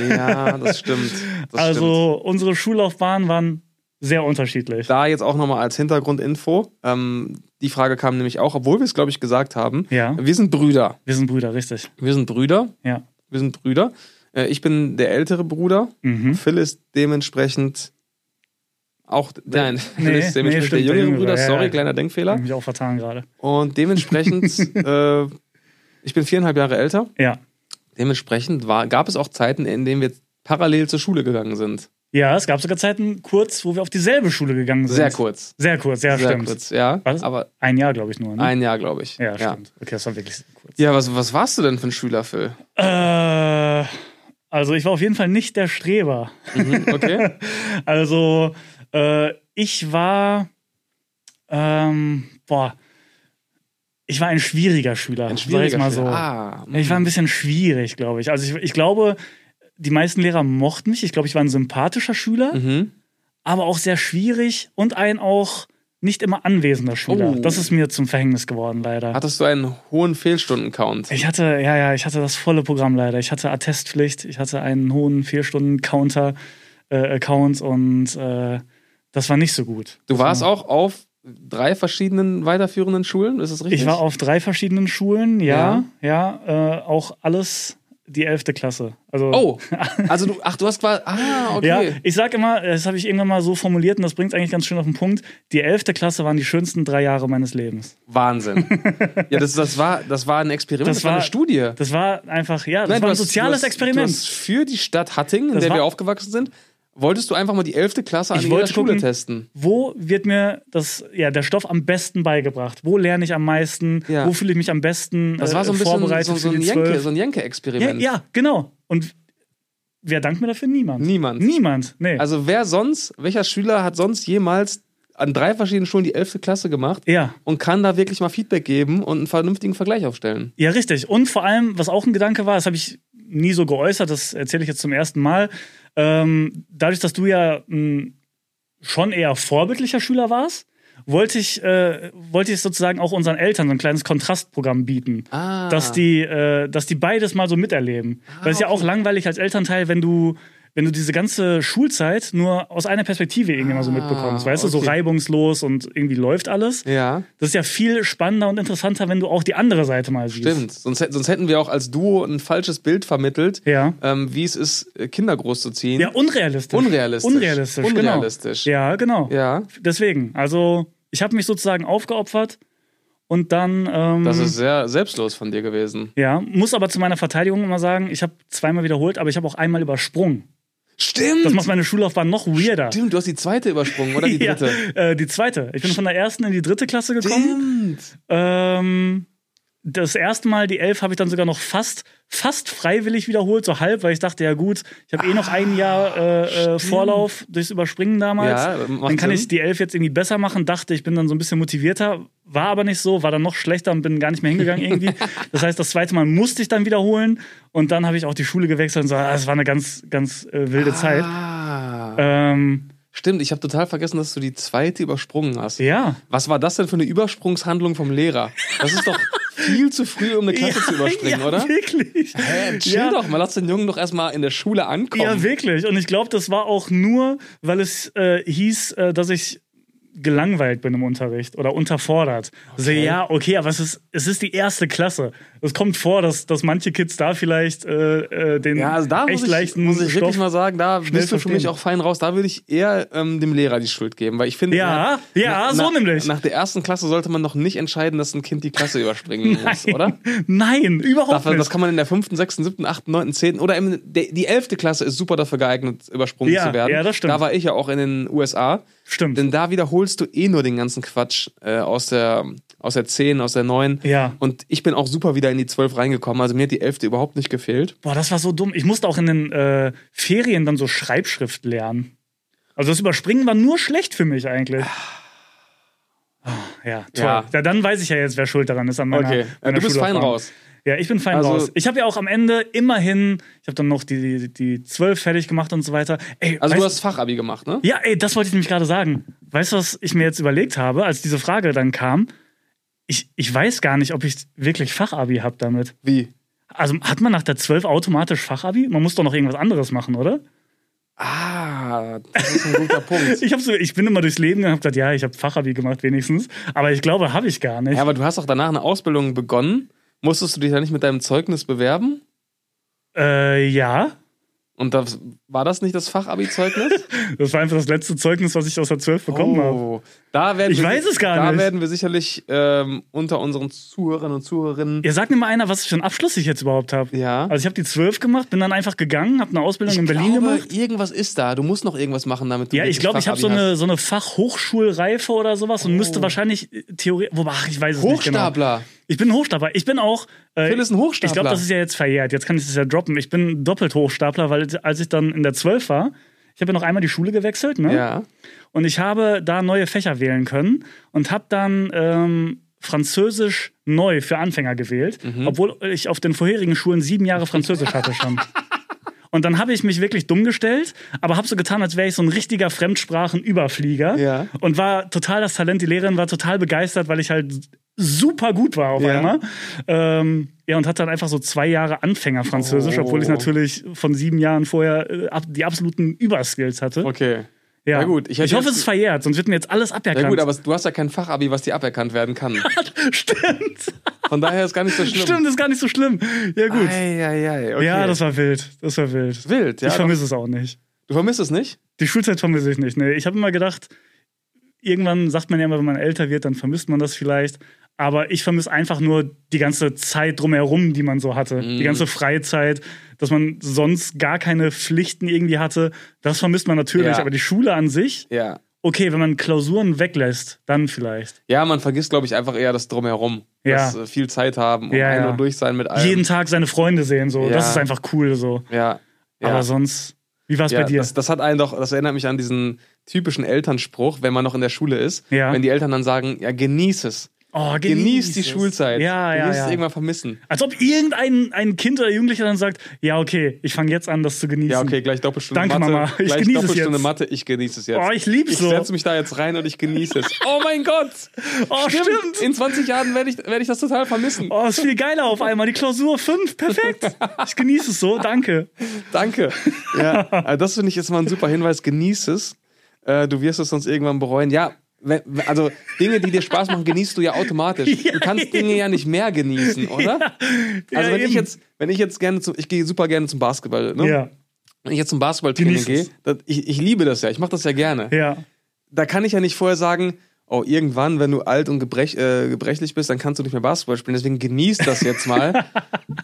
Speaker 2: Ja, das stimmt. Das stimmt.
Speaker 1: also unsere Schullaufbahnen waren sehr unterschiedlich.
Speaker 2: Da jetzt auch nochmal als Hintergrundinfo. Ähm, die Frage kam nämlich auch, obwohl wir es, glaube ich, gesagt haben.
Speaker 1: Ja.
Speaker 2: Wir sind Brüder.
Speaker 1: Wir sind Brüder, richtig.
Speaker 2: Wir sind Brüder.
Speaker 1: Ja.
Speaker 2: Wir sind Brüder. Äh, Ich bin der ältere Bruder.
Speaker 1: Mhm.
Speaker 2: Phil ist dementsprechend auch. Nein, Phil
Speaker 1: nee,
Speaker 2: ist dementsprechend
Speaker 1: stimmt,
Speaker 2: der
Speaker 1: der
Speaker 2: jüngere
Speaker 1: jüngere,
Speaker 2: Bruder.
Speaker 1: ja,
Speaker 2: Sorry,
Speaker 1: ja.
Speaker 2: kleiner
Speaker 1: Ich
Speaker 2: Denkfehler.
Speaker 1: hab mich auch vertan gerade.
Speaker 2: Und dementsprechend, äh, ich bin viereinhalb Jahre älter.
Speaker 1: Ja.
Speaker 2: Dementsprechend war, gab es auch Zeiten, in denen wir parallel zur Schule gegangen sind.
Speaker 1: Ja, es gab sogar Zeiten kurz, wo wir auf dieselbe Schule gegangen sind.
Speaker 2: Sehr kurz.
Speaker 1: Sehr kurz, ja,
Speaker 2: Sehr
Speaker 1: stimmt.
Speaker 2: kurz, ja.
Speaker 1: Was?
Speaker 2: Aber
Speaker 1: Ein Jahr, glaube ich, nur. Ne?
Speaker 2: ein Jahr, glaube ich.
Speaker 1: ja, stimmt. Okay, das war wirklich kurz.
Speaker 2: Ja, was, was warst du denn für ein Schüler, Phil?
Speaker 1: Äh, also ich war auf jeden Fall nicht der Streber.
Speaker 2: Mhm, okay.
Speaker 1: Also, äh, ich war, ähm, boah, ich war ein schwieriger Schüler.
Speaker 2: Ein
Speaker 1: sag ich
Speaker 2: schwieriger
Speaker 1: mal
Speaker 2: Schüler.
Speaker 1: so.
Speaker 2: Ah,
Speaker 1: Ja, Ich war ein bisschen schwierig, glaube ich. Also ich, ich glaube, die meisten Lehrer mochten mich. Ich glaube, ich war ein sympathischer Schüler,
Speaker 2: mhm.
Speaker 1: aber auch sehr schwierig und ein auch nicht immer anwesender Schüler.
Speaker 2: Oh.
Speaker 1: Das ist mir zum Verhängnis geworden, leider.
Speaker 2: Hattest du einen hohen Fehlstunden-Count?
Speaker 1: ich hatte, ja, ja, ich hatte das volle Programm leider. Ich hatte Attestpflicht, ich hatte einen hohen Vier-Stunden-Counter-Account äh, und äh, das war nicht so gut.
Speaker 2: Du warst auch auf drei verschiedenen weiterführenden Schulen, ist das richtig?
Speaker 1: Ich war auf drei verschiedenen Schulen, ja, ja, äh, auch alles die 11. Klasse. Also,
Speaker 2: Oh, also du, ach, du hast quasi. Ah, okay.
Speaker 1: Ja, ich sag immer, das habe ich irgendwann mal so formuliert und das bringt eigentlich ganz schön auf den Punkt. Die 11. Klasse waren die schönsten drei Jahre meines Lebens.
Speaker 2: Wahnsinn. Ja, das, das, war, das war ein Experiment, das,
Speaker 1: Das
Speaker 2: war eine
Speaker 1: war-
Speaker 2: Studie.
Speaker 1: Das war einfach, ja, das
Speaker 2: Nein, du
Speaker 1: war ein
Speaker 2: hast-
Speaker 1: soziales
Speaker 2: du hast,
Speaker 1: Experiment.
Speaker 2: Du hast für die Stadt Hattingen, in
Speaker 1: Das
Speaker 2: der wir
Speaker 1: war-
Speaker 2: aufgewachsen sind, wolltest du einfach mal die 11. Klasse an
Speaker 1: Ich
Speaker 2: jeder
Speaker 1: wollte
Speaker 2: Schule
Speaker 1: gucken-
Speaker 2: testen.
Speaker 1: wo wird mir das, ja, der Stoff am besten beigebracht? Wo lerne ich am meisten?
Speaker 2: Ja.
Speaker 1: Wo fühle ich mich am besten
Speaker 2: Das
Speaker 1: äh,
Speaker 2: war so ein bisschen
Speaker 1: vorbereitet
Speaker 2: so, so
Speaker 1: für
Speaker 2: ein
Speaker 1: die Zwölf?
Speaker 2: Jenke, so ein
Speaker 1: ja,
Speaker 2: Jenke-Experiment.
Speaker 1: ja, genau. Und wer dankt mir dafür? Niemand.
Speaker 2: Niemand.
Speaker 1: Niemand, nee.
Speaker 2: Also wer sonst, welcher Schüler hat sonst jemals an drei verschiedenen Schulen die 11. Klasse gemacht
Speaker 1: ja.
Speaker 2: und kann da wirklich mal Feedback geben und einen vernünftigen Vergleich aufstellen?
Speaker 1: Ja, richtig. Und vor allem, was auch ein Gedanke war, das habe ich nie so geäußert, das erzähle ich jetzt zum ersten Mal. Ähm, dadurch, dass du ja mh, schon eher vorbildlicher Schüler warst, wollte ich, äh, wollte ich sozusagen auch unseren Eltern so ein kleines Kontrastprogramm bieten.
Speaker 2: Ah.
Speaker 1: Dass die, äh, dass die beides mal so miterleben. Weil es ist ja auch langweilig als Elternteil, wenn du, wenn du diese ganze Schulzeit nur aus einer Perspektive irgendwie mal so
Speaker 2: Ah,
Speaker 1: mitbekommst. Weißt du, so
Speaker 2: okay.
Speaker 1: reibungslos und irgendwie läuft alles.
Speaker 2: Ja.
Speaker 1: Das ist ja viel spannender und interessanter, wenn du auch die andere Seite mal siehst.
Speaker 2: Stimmt, sonst, hä- sonst hätten wir auch als Duo ein falsches Bild vermittelt,
Speaker 1: Ja.
Speaker 2: ähm, wie es ist, äh, Kinder großzuziehen.
Speaker 1: Ja, unrealistisch.
Speaker 2: Unrealistisch.
Speaker 1: Unrealistisch,
Speaker 2: Unrealistisch.
Speaker 1: genau. Ja, genau.
Speaker 2: Ja.
Speaker 1: Deswegen, also ich habe mich sozusagen aufgeopfert Und dann. Ähm,
Speaker 2: Das ist sehr selbstlos von dir gewesen.
Speaker 1: ja, muss aber zu meiner Verteidigung immer sagen, ich habe zweimal wiederholt, aber ich habe auch einmal übersprungen. Das
Speaker 2: Stimmt!
Speaker 1: macht meine Schullaufbahn noch weirder.
Speaker 2: Stimmt, du hast die zweite übersprungen, oder die dritte?
Speaker 1: Ja, äh, die zweite. Ich bin von der ersten in die dritte Klasse gekommen.
Speaker 2: Stimmt!
Speaker 1: Ähm, das erste Mal, die elf, habe ich dann sogar noch fast, fast freiwillig wiederholt, so halb, weil ich dachte, ja gut, ich habe eh noch ein Jahr äh, äh, Vorlauf durchs Überspringen damals.
Speaker 2: Ah, Ja, macht
Speaker 1: dann kann
Speaker 2: Sinn.
Speaker 1: ich die elf jetzt irgendwie besser machen. Dachte, ich bin dann so ein bisschen motivierter, war aber nicht so, war dann noch schlechter und bin gar nicht mehr hingegangen irgendwie. das heißt, das zweite Mal musste ich dann wiederholen und dann habe ich auch die Schule gewechselt und so, ah, das war eine ganz, ganz äh, wilde Zeit.
Speaker 2: Ah.
Speaker 1: Ähm,
Speaker 2: Stimmt, ich habe total vergessen, dass du die zweite übersprungen hast.
Speaker 1: ja.
Speaker 2: Was war das denn für eine Übersprungshandlung vom Lehrer? Das ist doch viel zu früh, um eine Klasse zu überspringen,
Speaker 1: ja,
Speaker 2: oder?
Speaker 1: Wirklich.
Speaker 2: Hä, chill
Speaker 1: ja,
Speaker 2: doch mal, lass den Jungen doch erstmal in der Schule ankommen.
Speaker 1: ja, wirklich. Und ich glaube, das war auch nur, weil es äh, hieß, äh, dass ich gelangweilt bin im Unterricht oder unterfordert. Also, ja, okay, aber es ist, es ist die erste Klasse. Es kommt vor, dass, dass manche Kids da vielleicht äh, äh, den
Speaker 2: Ja, also da
Speaker 1: echt
Speaker 2: muss ich,
Speaker 1: leichten
Speaker 2: muss ich
Speaker 1: Stoff
Speaker 2: wirklich mal sagen, da bist du für
Speaker 1: verstehen.
Speaker 2: mich auch fein raus. Da würde ich eher ähm, dem Lehrer die Schuld geben, weil ich finde.
Speaker 1: Ja, ja, so nämlich.
Speaker 2: Nach der ersten Klasse sollte man noch nicht entscheiden, dass ein Kind die Klasse überspringen muss, oder?
Speaker 1: Nein, überhaupt
Speaker 2: Dafür, das
Speaker 1: nicht.
Speaker 2: kann man in der fünften, sechsten, siebten, achten, neunten, zehnten oder im, de, die elfte Klasse ist super dafür geeignet, übersprungen
Speaker 1: Ja,
Speaker 2: zu werden.
Speaker 1: ja, das stimmt.
Speaker 2: Da war ich ja auch in den USA.
Speaker 1: Stimmt.
Speaker 2: Denn da wiederholst du eh nur den ganzen Quatsch äh, aus, der, aus der 10, aus der 9.
Speaker 1: Ja.
Speaker 2: Und ich bin auch super wieder in die 12 reingekommen. Also mir hat die 11. überhaupt nicht gefehlt.
Speaker 1: Boah, das war so dumm. Ich musste auch in den äh, Ferien dann so Schreibschrift lernen. Also das Überspringen war nur schlecht für mich eigentlich. Ah, Ja, toll.
Speaker 2: Ja.
Speaker 1: Ja. dann weiß ich ja jetzt, wer schuld daran ist an meiner,
Speaker 2: Okay, äh,
Speaker 1: meiner
Speaker 2: du bist fein
Speaker 1: Schullaufbahn.
Speaker 2: raus.
Speaker 1: Ja, ich bin fein
Speaker 2: Also-
Speaker 1: raus. Ich habe ja auch am Ende immerhin, ich habe dann noch die, die, die 12 fertig gemacht und so weiter. Ey,
Speaker 2: Also
Speaker 1: weißt,
Speaker 2: du hast Fachabi gemacht, ne?
Speaker 1: ja, ey, das wollte ich nämlich gerade sagen. Weißt du, was ich mir jetzt überlegt habe, als diese Frage dann kam? Ich, ich weiß gar nicht, ob ich wirklich Fachabi habe damit.
Speaker 2: Wie?
Speaker 1: Also hat man nach der 12 automatisch Fachabi? Man muss doch noch irgendwas anderes machen, oder?
Speaker 2: Ah, das ist ein guter Punkt.
Speaker 1: Ich, hab so, ich bin immer durchs Leben gegangen und hab gedacht, ja, ich habe Fachabi gemacht wenigstens. Aber ich glaube, habe ich gar nicht.
Speaker 2: Ja, aber du hast auch danach eine Ausbildung begonnen. Musstest du dich da nicht mit deinem Zeugnis bewerben?
Speaker 1: äh, ja,
Speaker 2: Und das, war das nicht das Fachabi-Zeugnis?
Speaker 1: das war einfach das letzte Zeugnis, was ich aus der 12 bekommen habe.
Speaker 2: oh, da werden
Speaker 1: Ich
Speaker 2: wir,
Speaker 1: weiß es gar
Speaker 2: da
Speaker 1: nicht.
Speaker 2: Da werden wir sicherlich ähm, unter unseren Zuhörerinnen und Zuhörerinnen.
Speaker 1: Ja, sag mir mal einer, was für einen Abschluss ich jetzt überhaupt habe.
Speaker 2: Ja.
Speaker 1: Also ich habe die 12 gemacht, bin dann einfach gegangen, habe eine Ausbildung in Berlin
Speaker 2: glaube,
Speaker 1: gemacht.
Speaker 2: irgendwas ist da. Du musst noch irgendwas machen, damit du
Speaker 1: Ja, ich
Speaker 2: wirklich
Speaker 1: glaube, ich habe
Speaker 2: Fachabi
Speaker 1: so
Speaker 2: hast. Oh.
Speaker 1: eine, so eine Fachhochschulreife oder sowas und müsste wahrscheinlich äh, Theorie. Wobei, ach, ich weiß es nicht genau.
Speaker 2: Hochstapler.
Speaker 1: Ich bin ein Hochstapler. Ich bin auch. Äh,
Speaker 2: Phil ist ein Hochstapler.
Speaker 1: Ich glaube, das ist ja jetzt verjährt. Jetzt kann ich das ja droppen. Ich bin doppelt Hochstapler, weil als ich dann in der 12 war, ich habe ja noch einmal die Schule gewechselt, ne?
Speaker 2: Ja.
Speaker 1: Und ich habe da neue Fächer wählen können und habe dann ähm, Französisch neu für Anfänger gewählt,
Speaker 2: Mhm.
Speaker 1: obwohl ich auf den vorherigen Schulen sieben Jahre Französisch hatte schon. Und dann habe ich mich wirklich dumm gestellt, aber habe so getan, als wäre ich so ein richtiger Fremdsprachenüberflieger
Speaker 2: Ja.
Speaker 1: und war total das Talent. Die Lehrerin war total begeistert, weil ich halt super gut war auf
Speaker 2: Ja.
Speaker 1: einmal. Ähm, ja, und hatte dann einfach so zwei Jahre Anfängerfranzösisch,
Speaker 2: Oh.
Speaker 1: obwohl ich natürlich von sieben Jahren vorher äh, ab- die absoluten Überskills hatte.
Speaker 2: Okay.
Speaker 1: Ja,
Speaker 2: Ja, gut, ich
Speaker 1: Ich,
Speaker 2: hätte
Speaker 1: hoffe,
Speaker 2: jetzt-
Speaker 1: es ist verjährt, sonst wird mir jetzt alles aberkannt.
Speaker 2: Ja gut, aber du hast ja kein Fachabi, was dir aberkannt werden kann.
Speaker 1: stimmt.
Speaker 2: Von daher ist gar nicht so schlimm.
Speaker 1: Stimmt, ist gar nicht so schlimm. Ja, gut.
Speaker 2: Ei, ei, ei, okay.
Speaker 1: Ja, das war wild. Das war wild.
Speaker 2: wild, ja.
Speaker 1: ich vermisse es auch nicht.
Speaker 2: du vermisst es nicht?
Speaker 1: Die Schulzeit vermisse ich nicht. Nee, ich habe immer gedacht, irgendwann sagt man ja immer, wenn man älter wird, dann vermisst man das vielleicht. Aber ich vermisse einfach nur die ganze Zeit drumherum, die man so hatte.
Speaker 2: Mhm.
Speaker 1: Die ganze Freizeit, dass man sonst gar keine Pflichten irgendwie hatte. Das vermisst man natürlich.
Speaker 2: Ja.
Speaker 1: Aber die Schule an sich,
Speaker 2: Ja.
Speaker 1: okay, wenn man Klausuren weglässt, dann vielleicht.
Speaker 2: Ja, man vergisst, glaube ich, einfach eher das Drumherum.
Speaker 1: Ja.
Speaker 2: Das, äh, viel Zeit haben und
Speaker 1: Ja,
Speaker 2: ein
Speaker 1: ja.
Speaker 2: und durch sein mit allem.
Speaker 1: jeden Tag seine Freunde sehen, so.
Speaker 2: Ja.
Speaker 1: Das ist einfach cool, so.
Speaker 2: ja. ja.
Speaker 1: Aber sonst, wie war es
Speaker 2: ja,
Speaker 1: bei dir?
Speaker 2: Das, das hat einen doch, das erinnert mich an diesen typischen Elternspruch, wenn man noch in der Schule ist,
Speaker 1: Ja.
Speaker 2: wenn die Eltern dann sagen, ja, genieß es.
Speaker 1: oh,
Speaker 2: Genieß, die
Speaker 1: es.
Speaker 2: Schulzeit.
Speaker 1: Ja, ja,
Speaker 2: genieß es
Speaker 1: ja.
Speaker 2: irgendwann vermissen.
Speaker 1: Als ob irgendein ein Kind oder Jugendlicher dann sagt, ja, okay, ich fange jetzt an, das zu genießen.
Speaker 2: Ja, okay, gleich Doppelstunde
Speaker 1: Danke,
Speaker 2: Mathe.
Speaker 1: Mama. Ich
Speaker 2: gleich
Speaker 1: genieße es
Speaker 2: Doppelstunde
Speaker 1: jetzt.
Speaker 2: Mathe, ich genieße es jetzt.
Speaker 1: Oh, ich lieb's
Speaker 2: Ich
Speaker 1: so.
Speaker 2: setze mich da jetzt rein und ich genieße es. Oh mein Gott!
Speaker 1: Oh, stimmt.
Speaker 2: In 20 Jahren werde ich, werde ich das total vermissen.
Speaker 1: Oh, ist viel geiler auf einmal. Die Klausur 5, perfekt. Ich genieße es so, danke.
Speaker 2: Also Danke. Ja, also das finde ich jetzt mal ein super Hinweis. Genieß es. Äh, du wirst es sonst irgendwann bereuen. Ja, wenn, also Dinge, die dir Spaß machen, genießt du ja automatisch. Du kannst Dinge ja nicht mehr genießen, oder? Also
Speaker 1: Ja,
Speaker 2: wenn ich
Speaker 1: eben.
Speaker 2: jetzt, wenn ich jetzt gerne zum, ich gehe super gerne zum Basketball, ne?
Speaker 1: Ja,
Speaker 2: Wenn ich jetzt zum Basketballtraining
Speaker 1: Genieß
Speaker 2: gehe,
Speaker 1: es.
Speaker 2: das- ich, ich liebe das ja, ich mache das ja gerne.
Speaker 1: ja.
Speaker 2: Da kann ich ja nicht vorher sagen, oh, irgendwann, wenn du alt und gebrech, äh, gebrechlich bist, dann kannst du nicht mehr Basketball spielen. Deswegen genieß das jetzt mal.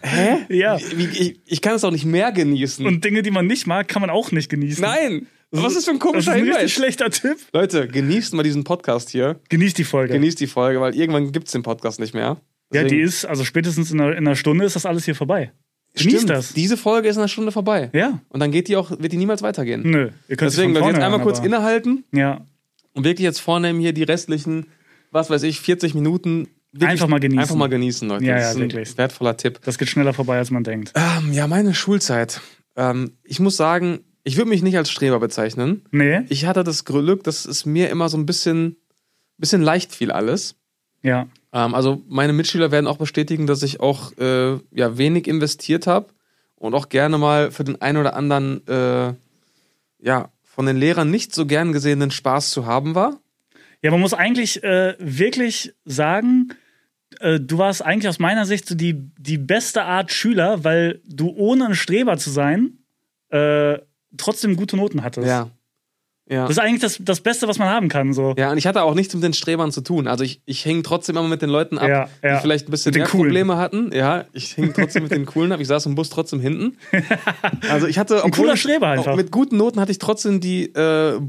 Speaker 2: Hä?
Speaker 1: Ja.
Speaker 2: Wie, ich, ich kann es auch nicht mehr genießen.
Speaker 1: Und Dinge, die man nicht mag, kann man auch nicht genießen.
Speaker 2: Nein! Was ist für ein
Speaker 1: das ist
Speaker 2: komischer
Speaker 1: ein richtig
Speaker 2: Hinweis?
Speaker 1: schlechter Tipp.
Speaker 2: Leute, genießt mal diesen Podcast hier.
Speaker 1: Genießt die Folge.
Speaker 2: Genießt die Folge, weil irgendwann gibt es den Podcast nicht mehr.
Speaker 1: ja, die
Speaker 2: Deswegen-
Speaker 1: ist, also spätestens in einer, in einer Stunde ist das alles hier vorbei. Genießt
Speaker 2: Stimmt,
Speaker 1: das.
Speaker 2: Diese Folge ist in einer Stunde vorbei.
Speaker 1: Ja.
Speaker 2: Und dann geht die auch, wird die niemals weitergehen.
Speaker 1: Nö. Ihr könnt sie von
Speaker 2: Deswegen, wenn wir
Speaker 1: vorne
Speaker 2: jetzt einmal
Speaker 1: hören,
Speaker 2: kurz
Speaker 1: aber-
Speaker 2: innehalten
Speaker 1: Ja.
Speaker 2: und wirklich jetzt vornehmen hier die restlichen, was weiß ich, 40 Minuten. Wirklich
Speaker 1: Einfach mal genießen.
Speaker 2: Einfach mal genießen, Leute.
Speaker 1: Ja,
Speaker 2: das
Speaker 1: ja,
Speaker 2: ist ein
Speaker 1: wirklich.
Speaker 2: wertvoller Tipp.
Speaker 1: Das geht schneller vorbei, als man denkt.
Speaker 2: Ähm, ja, meine Schulzeit. Ähm, ich muss sagen, ich würde mich nicht als Streber bezeichnen.
Speaker 1: Nee?
Speaker 2: Ich hatte das Glück, dass es mir immer so ein bisschen, bisschen leicht fiel alles.
Speaker 1: Ja.
Speaker 2: Ähm, also meine Mitschüler werden auch bestätigen, dass ich auch äh, ja, wenig investiert habe und auch gerne mal für den einen oder anderen äh, ja, von den Lehrern nicht so gern gesehenen Spaß zu haben war.
Speaker 1: Ja, man muss eigentlich äh, wirklich sagen, äh, du warst eigentlich aus meiner Sicht so die, die beste Art Schüler, weil du ohne ein Streber zu sein, äh, trotzdem gute Noten hattest.
Speaker 2: Ja.
Speaker 1: Das ist eigentlich das, das Beste, was man haben kann. So.
Speaker 2: Ja, und ich hatte auch nichts mit den Strebern zu tun. Also ich, ich hing trotzdem immer mit den Leuten ab,
Speaker 1: Ja, ja.
Speaker 2: die vielleicht ein bisschen
Speaker 1: Mit den
Speaker 2: mehr
Speaker 1: Coolen.
Speaker 2: Probleme hatten. Ja, ich hing trotzdem mit den Coolen ab. Ich saß im Bus trotzdem hinten. Also ich hatte, ein
Speaker 1: cooler Streber einfach.
Speaker 2: Mit guten Noten hatte ich trotzdem die äh,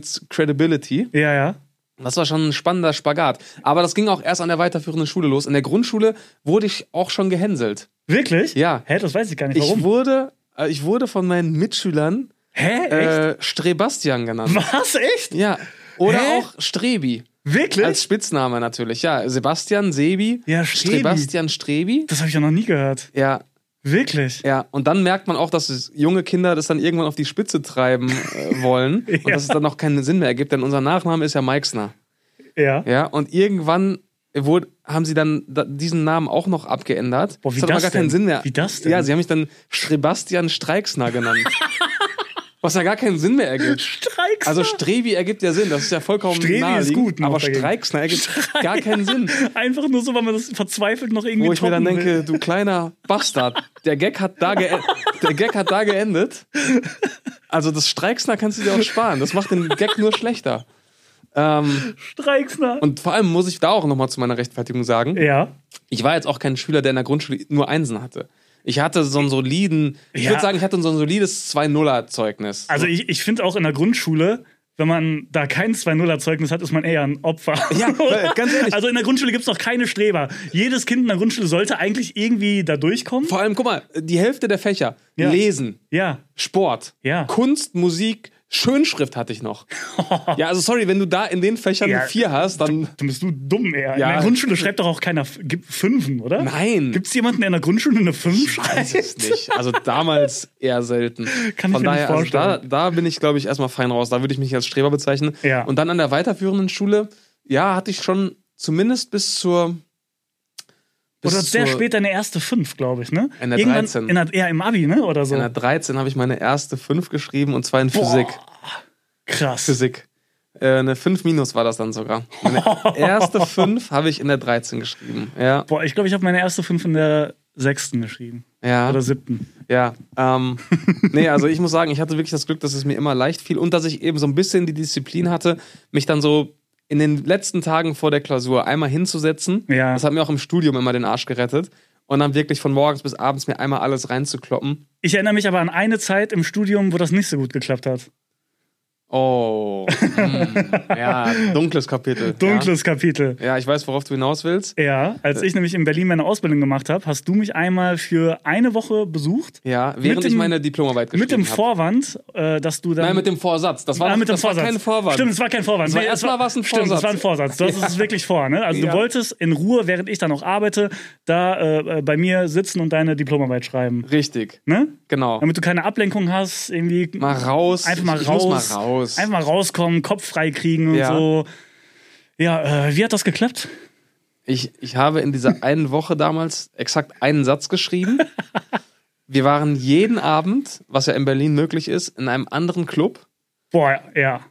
Speaker 2: Bus-Hintensitz-Credibility.
Speaker 1: Ja, ja.
Speaker 2: Das war schon ein spannender Spagat. Aber das ging auch erst an der weiterführenden Schule los. In der Grundschule wurde ich auch schon gehänselt.
Speaker 1: Wirklich?
Speaker 2: Ja.
Speaker 1: Hä, das weiß ich gar nicht.
Speaker 2: Ich
Speaker 1: Warum?
Speaker 2: wurde, äh, ich wurde von meinen Mitschülern
Speaker 1: Hä? Echt?
Speaker 2: äh, Strebastian genannt.
Speaker 1: was? Echt?
Speaker 2: Ja. Oder
Speaker 1: Hä?
Speaker 2: auch Strebi.
Speaker 1: Wirklich?
Speaker 2: Als Spitzname natürlich, ja. Sebastian, Sebi,
Speaker 1: Ja, Strebi.
Speaker 2: Sebastian Strebi.
Speaker 1: das habe ich ja noch nie gehört.
Speaker 2: Ja,
Speaker 1: Wirklich?
Speaker 2: ja. Und dann merkt man auch, dass es junge Kinder das dann irgendwann auf die Spitze treiben äh, wollen und
Speaker 1: Ja.
Speaker 2: dass es dann auch keinen Sinn mehr ergibt, denn unser Nachname ist ja Meixner.
Speaker 1: Ja.
Speaker 2: Ja, und irgendwann wurde, haben sie dann da, diesen Namen auch noch abgeändert.
Speaker 1: Boah, wie
Speaker 2: das hat aber
Speaker 1: das
Speaker 2: gar keinen
Speaker 1: denn?
Speaker 2: Sinn mehr.
Speaker 1: Wie das denn?
Speaker 2: Ja, sie haben mich dann Sebastian Streiksner genannt. was ja gar keinen Sinn mehr ergibt.
Speaker 1: Streiks.
Speaker 2: Also Strebi ergibt ja Sinn, das ist ja vollkommen
Speaker 1: Strebi ist
Speaker 2: naheliegend,
Speaker 1: gut noch
Speaker 2: aber
Speaker 1: dagegen.
Speaker 2: Streiksner ergibt gar keinen Sinn.
Speaker 1: Einfach nur so, weil man das verzweifelt noch irgendwie
Speaker 2: wo ich mir dann
Speaker 1: toppen will.
Speaker 2: denke, du kleiner Bastard, der Gag hat da, ge der Gag hat da geendet. Also das Streiksner kannst du dir auch sparen. Das macht den Gag nur schlechter. Ähm,
Speaker 1: Streiksner.
Speaker 2: und vor allem muss ich da auch nochmal zu meiner Rechtfertigung sagen,
Speaker 1: Ja.
Speaker 2: ich war jetzt auch kein Schüler, der in der Grundschule nur Einsen hatte. Ich hatte so einen soliden, ich
Speaker 1: Ja.
Speaker 2: würde sagen, ich hatte so ein solides 2-0er-Zeugnis.
Speaker 1: Also ich, ich finde auch in der Grundschule, wenn man da kein 2-0er-Zeugnis hat, ist man eher ein Opfer.
Speaker 2: Ja,
Speaker 1: Oder?
Speaker 2: ganz ehrlich.
Speaker 1: Also in der Grundschule gibt es doch keine Streber. Jedes Kind in der Grundschule sollte eigentlich irgendwie da durchkommen.
Speaker 2: vor allem, guck mal, die Hälfte der Fächer,
Speaker 1: Ja.
Speaker 2: Lesen,
Speaker 1: Ja.
Speaker 2: Sport,
Speaker 1: Ja.
Speaker 2: Kunst, Musik, Schönschrift hatte ich noch. ja, also sorry, wenn du da in den Fächern
Speaker 1: Ja.
Speaker 2: eine vier hast, dann
Speaker 1: Dann bist du dumm eher.
Speaker 2: Ja.
Speaker 1: In der Grundschule schreibt doch auch keiner F- gibt Fünfen, oder?
Speaker 2: Nein.
Speaker 1: Gibt es jemanden, der in der Grundschule eine Fünf
Speaker 2: weiß
Speaker 1: schreibt?
Speaker 2: es nicht. Also damals eher selten.
Speaker 1: Kann ich
Speaker 2: Von
Speaker 1: mir
Speaker 2: daher,
Speaker 1: nicht
Speaker 2: Also
Speaker 1: vorstellen.
Speaker 2: da, da bin ich, glaube ich, erstmal fein raus. Da würde ich mich als Streber bezeichnen.
Speaker 1: Ja.
Speaker 2: Und dann an der weiterführenden Schule, ja, hatte ich schon zumindest bis zur. Bis
Speaker 1: Oder sehr
Speaker 2: zur-
Speaker 1: spät deine erste Fünf, glaube ich, ne?
Speaker 2: In der
Speaker 1: Irgendwann
Speaker 2: 13.
Speaker 1: In der, ja, im Abi, ne? Oder so.
Speaker 2: In der 13 habe ich meine erste 5 geschrieben und zwar in Physik.
Speaker 1: Krass.
Speaker 2: Physik. Äh, eine 5 minus war das dann sogar. Meine erste 5 habe ich in der 13 geschrieben. Ja.
Speaker 1: Boah, ich glaube, ich habe meine erste Fünf in der sechsten geschrieben.
Speaker 2: ja.
Speaker 1: Oder siebten.
Speaker 2: Ja, ähm, nee, also ich muss sagen, ich hatte wirklich das Glück, dass es mir immer leicht fiel und dass ich eben so ein bisschen die Disziplin hatte, mich dann so in den letzten Tagen vor der Klausur einmal hinzusetzen.
Speaker 1: Ja.
Speaker 2: Das hat mir auch im Studium immer den Arsch gerettet. Und dann wirklich von morgens bis abends mir einmal alles reinzukloppen.
Speaker 1: Ich erinnere mich aber an eine Zeit im Studium, wo das nicht so gut geklappt hat.
Speaker 2: Oh, hm, ja, dunkles Kapitel.
Speaker 1: Dunkles Kapitel.
Speaker 2: Ja. ja, ich weiß, worauf du hinaus willst.
Speaker 1: Ja, als ich nämlich in Berlin meine Ausbildung gemacht habe, hast du mich einmal für eine Woche besucht.
Speaker 2: Ja, während
Speaker 1: dem-
Speaker 2: ich meine Diplomarbeit geschrieben
Speaker 1: Mit dem
Speaker 2: habe.
Speaker 1: Vorwand, äh, dass du dann.
Speaker 2: Nein, mit dem Vorsatz. Das war,
Speaker 1: Ah,
Speaker 2: noch-
Speaker 1: mit dem
Speaker 2: das
Speaker 1: Vorsatz.
Speaker 2: war kein Vorwand.
Speaker 1: Stimmt, es war kein Vorwand.
Speaker 2: war- erstmal war es ein
Speaker 1: Stimmt,
Speaker 2: Vorsatz.
Speaker 1: es war ein Vorsatz. Du hast es wirklich vor, ne? Also
Speaker 2: Ja.
Speaker 1: du wolltest in Ruhe, während ich dann noch arbeite, da äh, äh, bei mir sitzen und deine Diplomarbeit schreiben.
Speaker 2: Richtig,
Speaker 1: Ne?
Speaker 2: genau.
Speaker 1: Damit du keine Ablenkung hast, irgendwie
Speaker 2: Mal raus.
Speaker 1: einfach mal
Speaker 2: ich, ich
Speaker 1: raus.
Speaker 2: Muss mal raus.
Speaker 1: Einfach mal rauskommen, Kopf frei kriegen und
Speaker 2: Ja.
Speaker 1: so. Ja, äh, wie hat das geklappt?
Speaker 2: Ich, ich habe in dieser einen Woche damals exakt einen Satz geschrieben. Wir waren jeden Abend, was ja in Berlin möglich ist, in einem anderen Club.
Speaker 1: Boah, ja.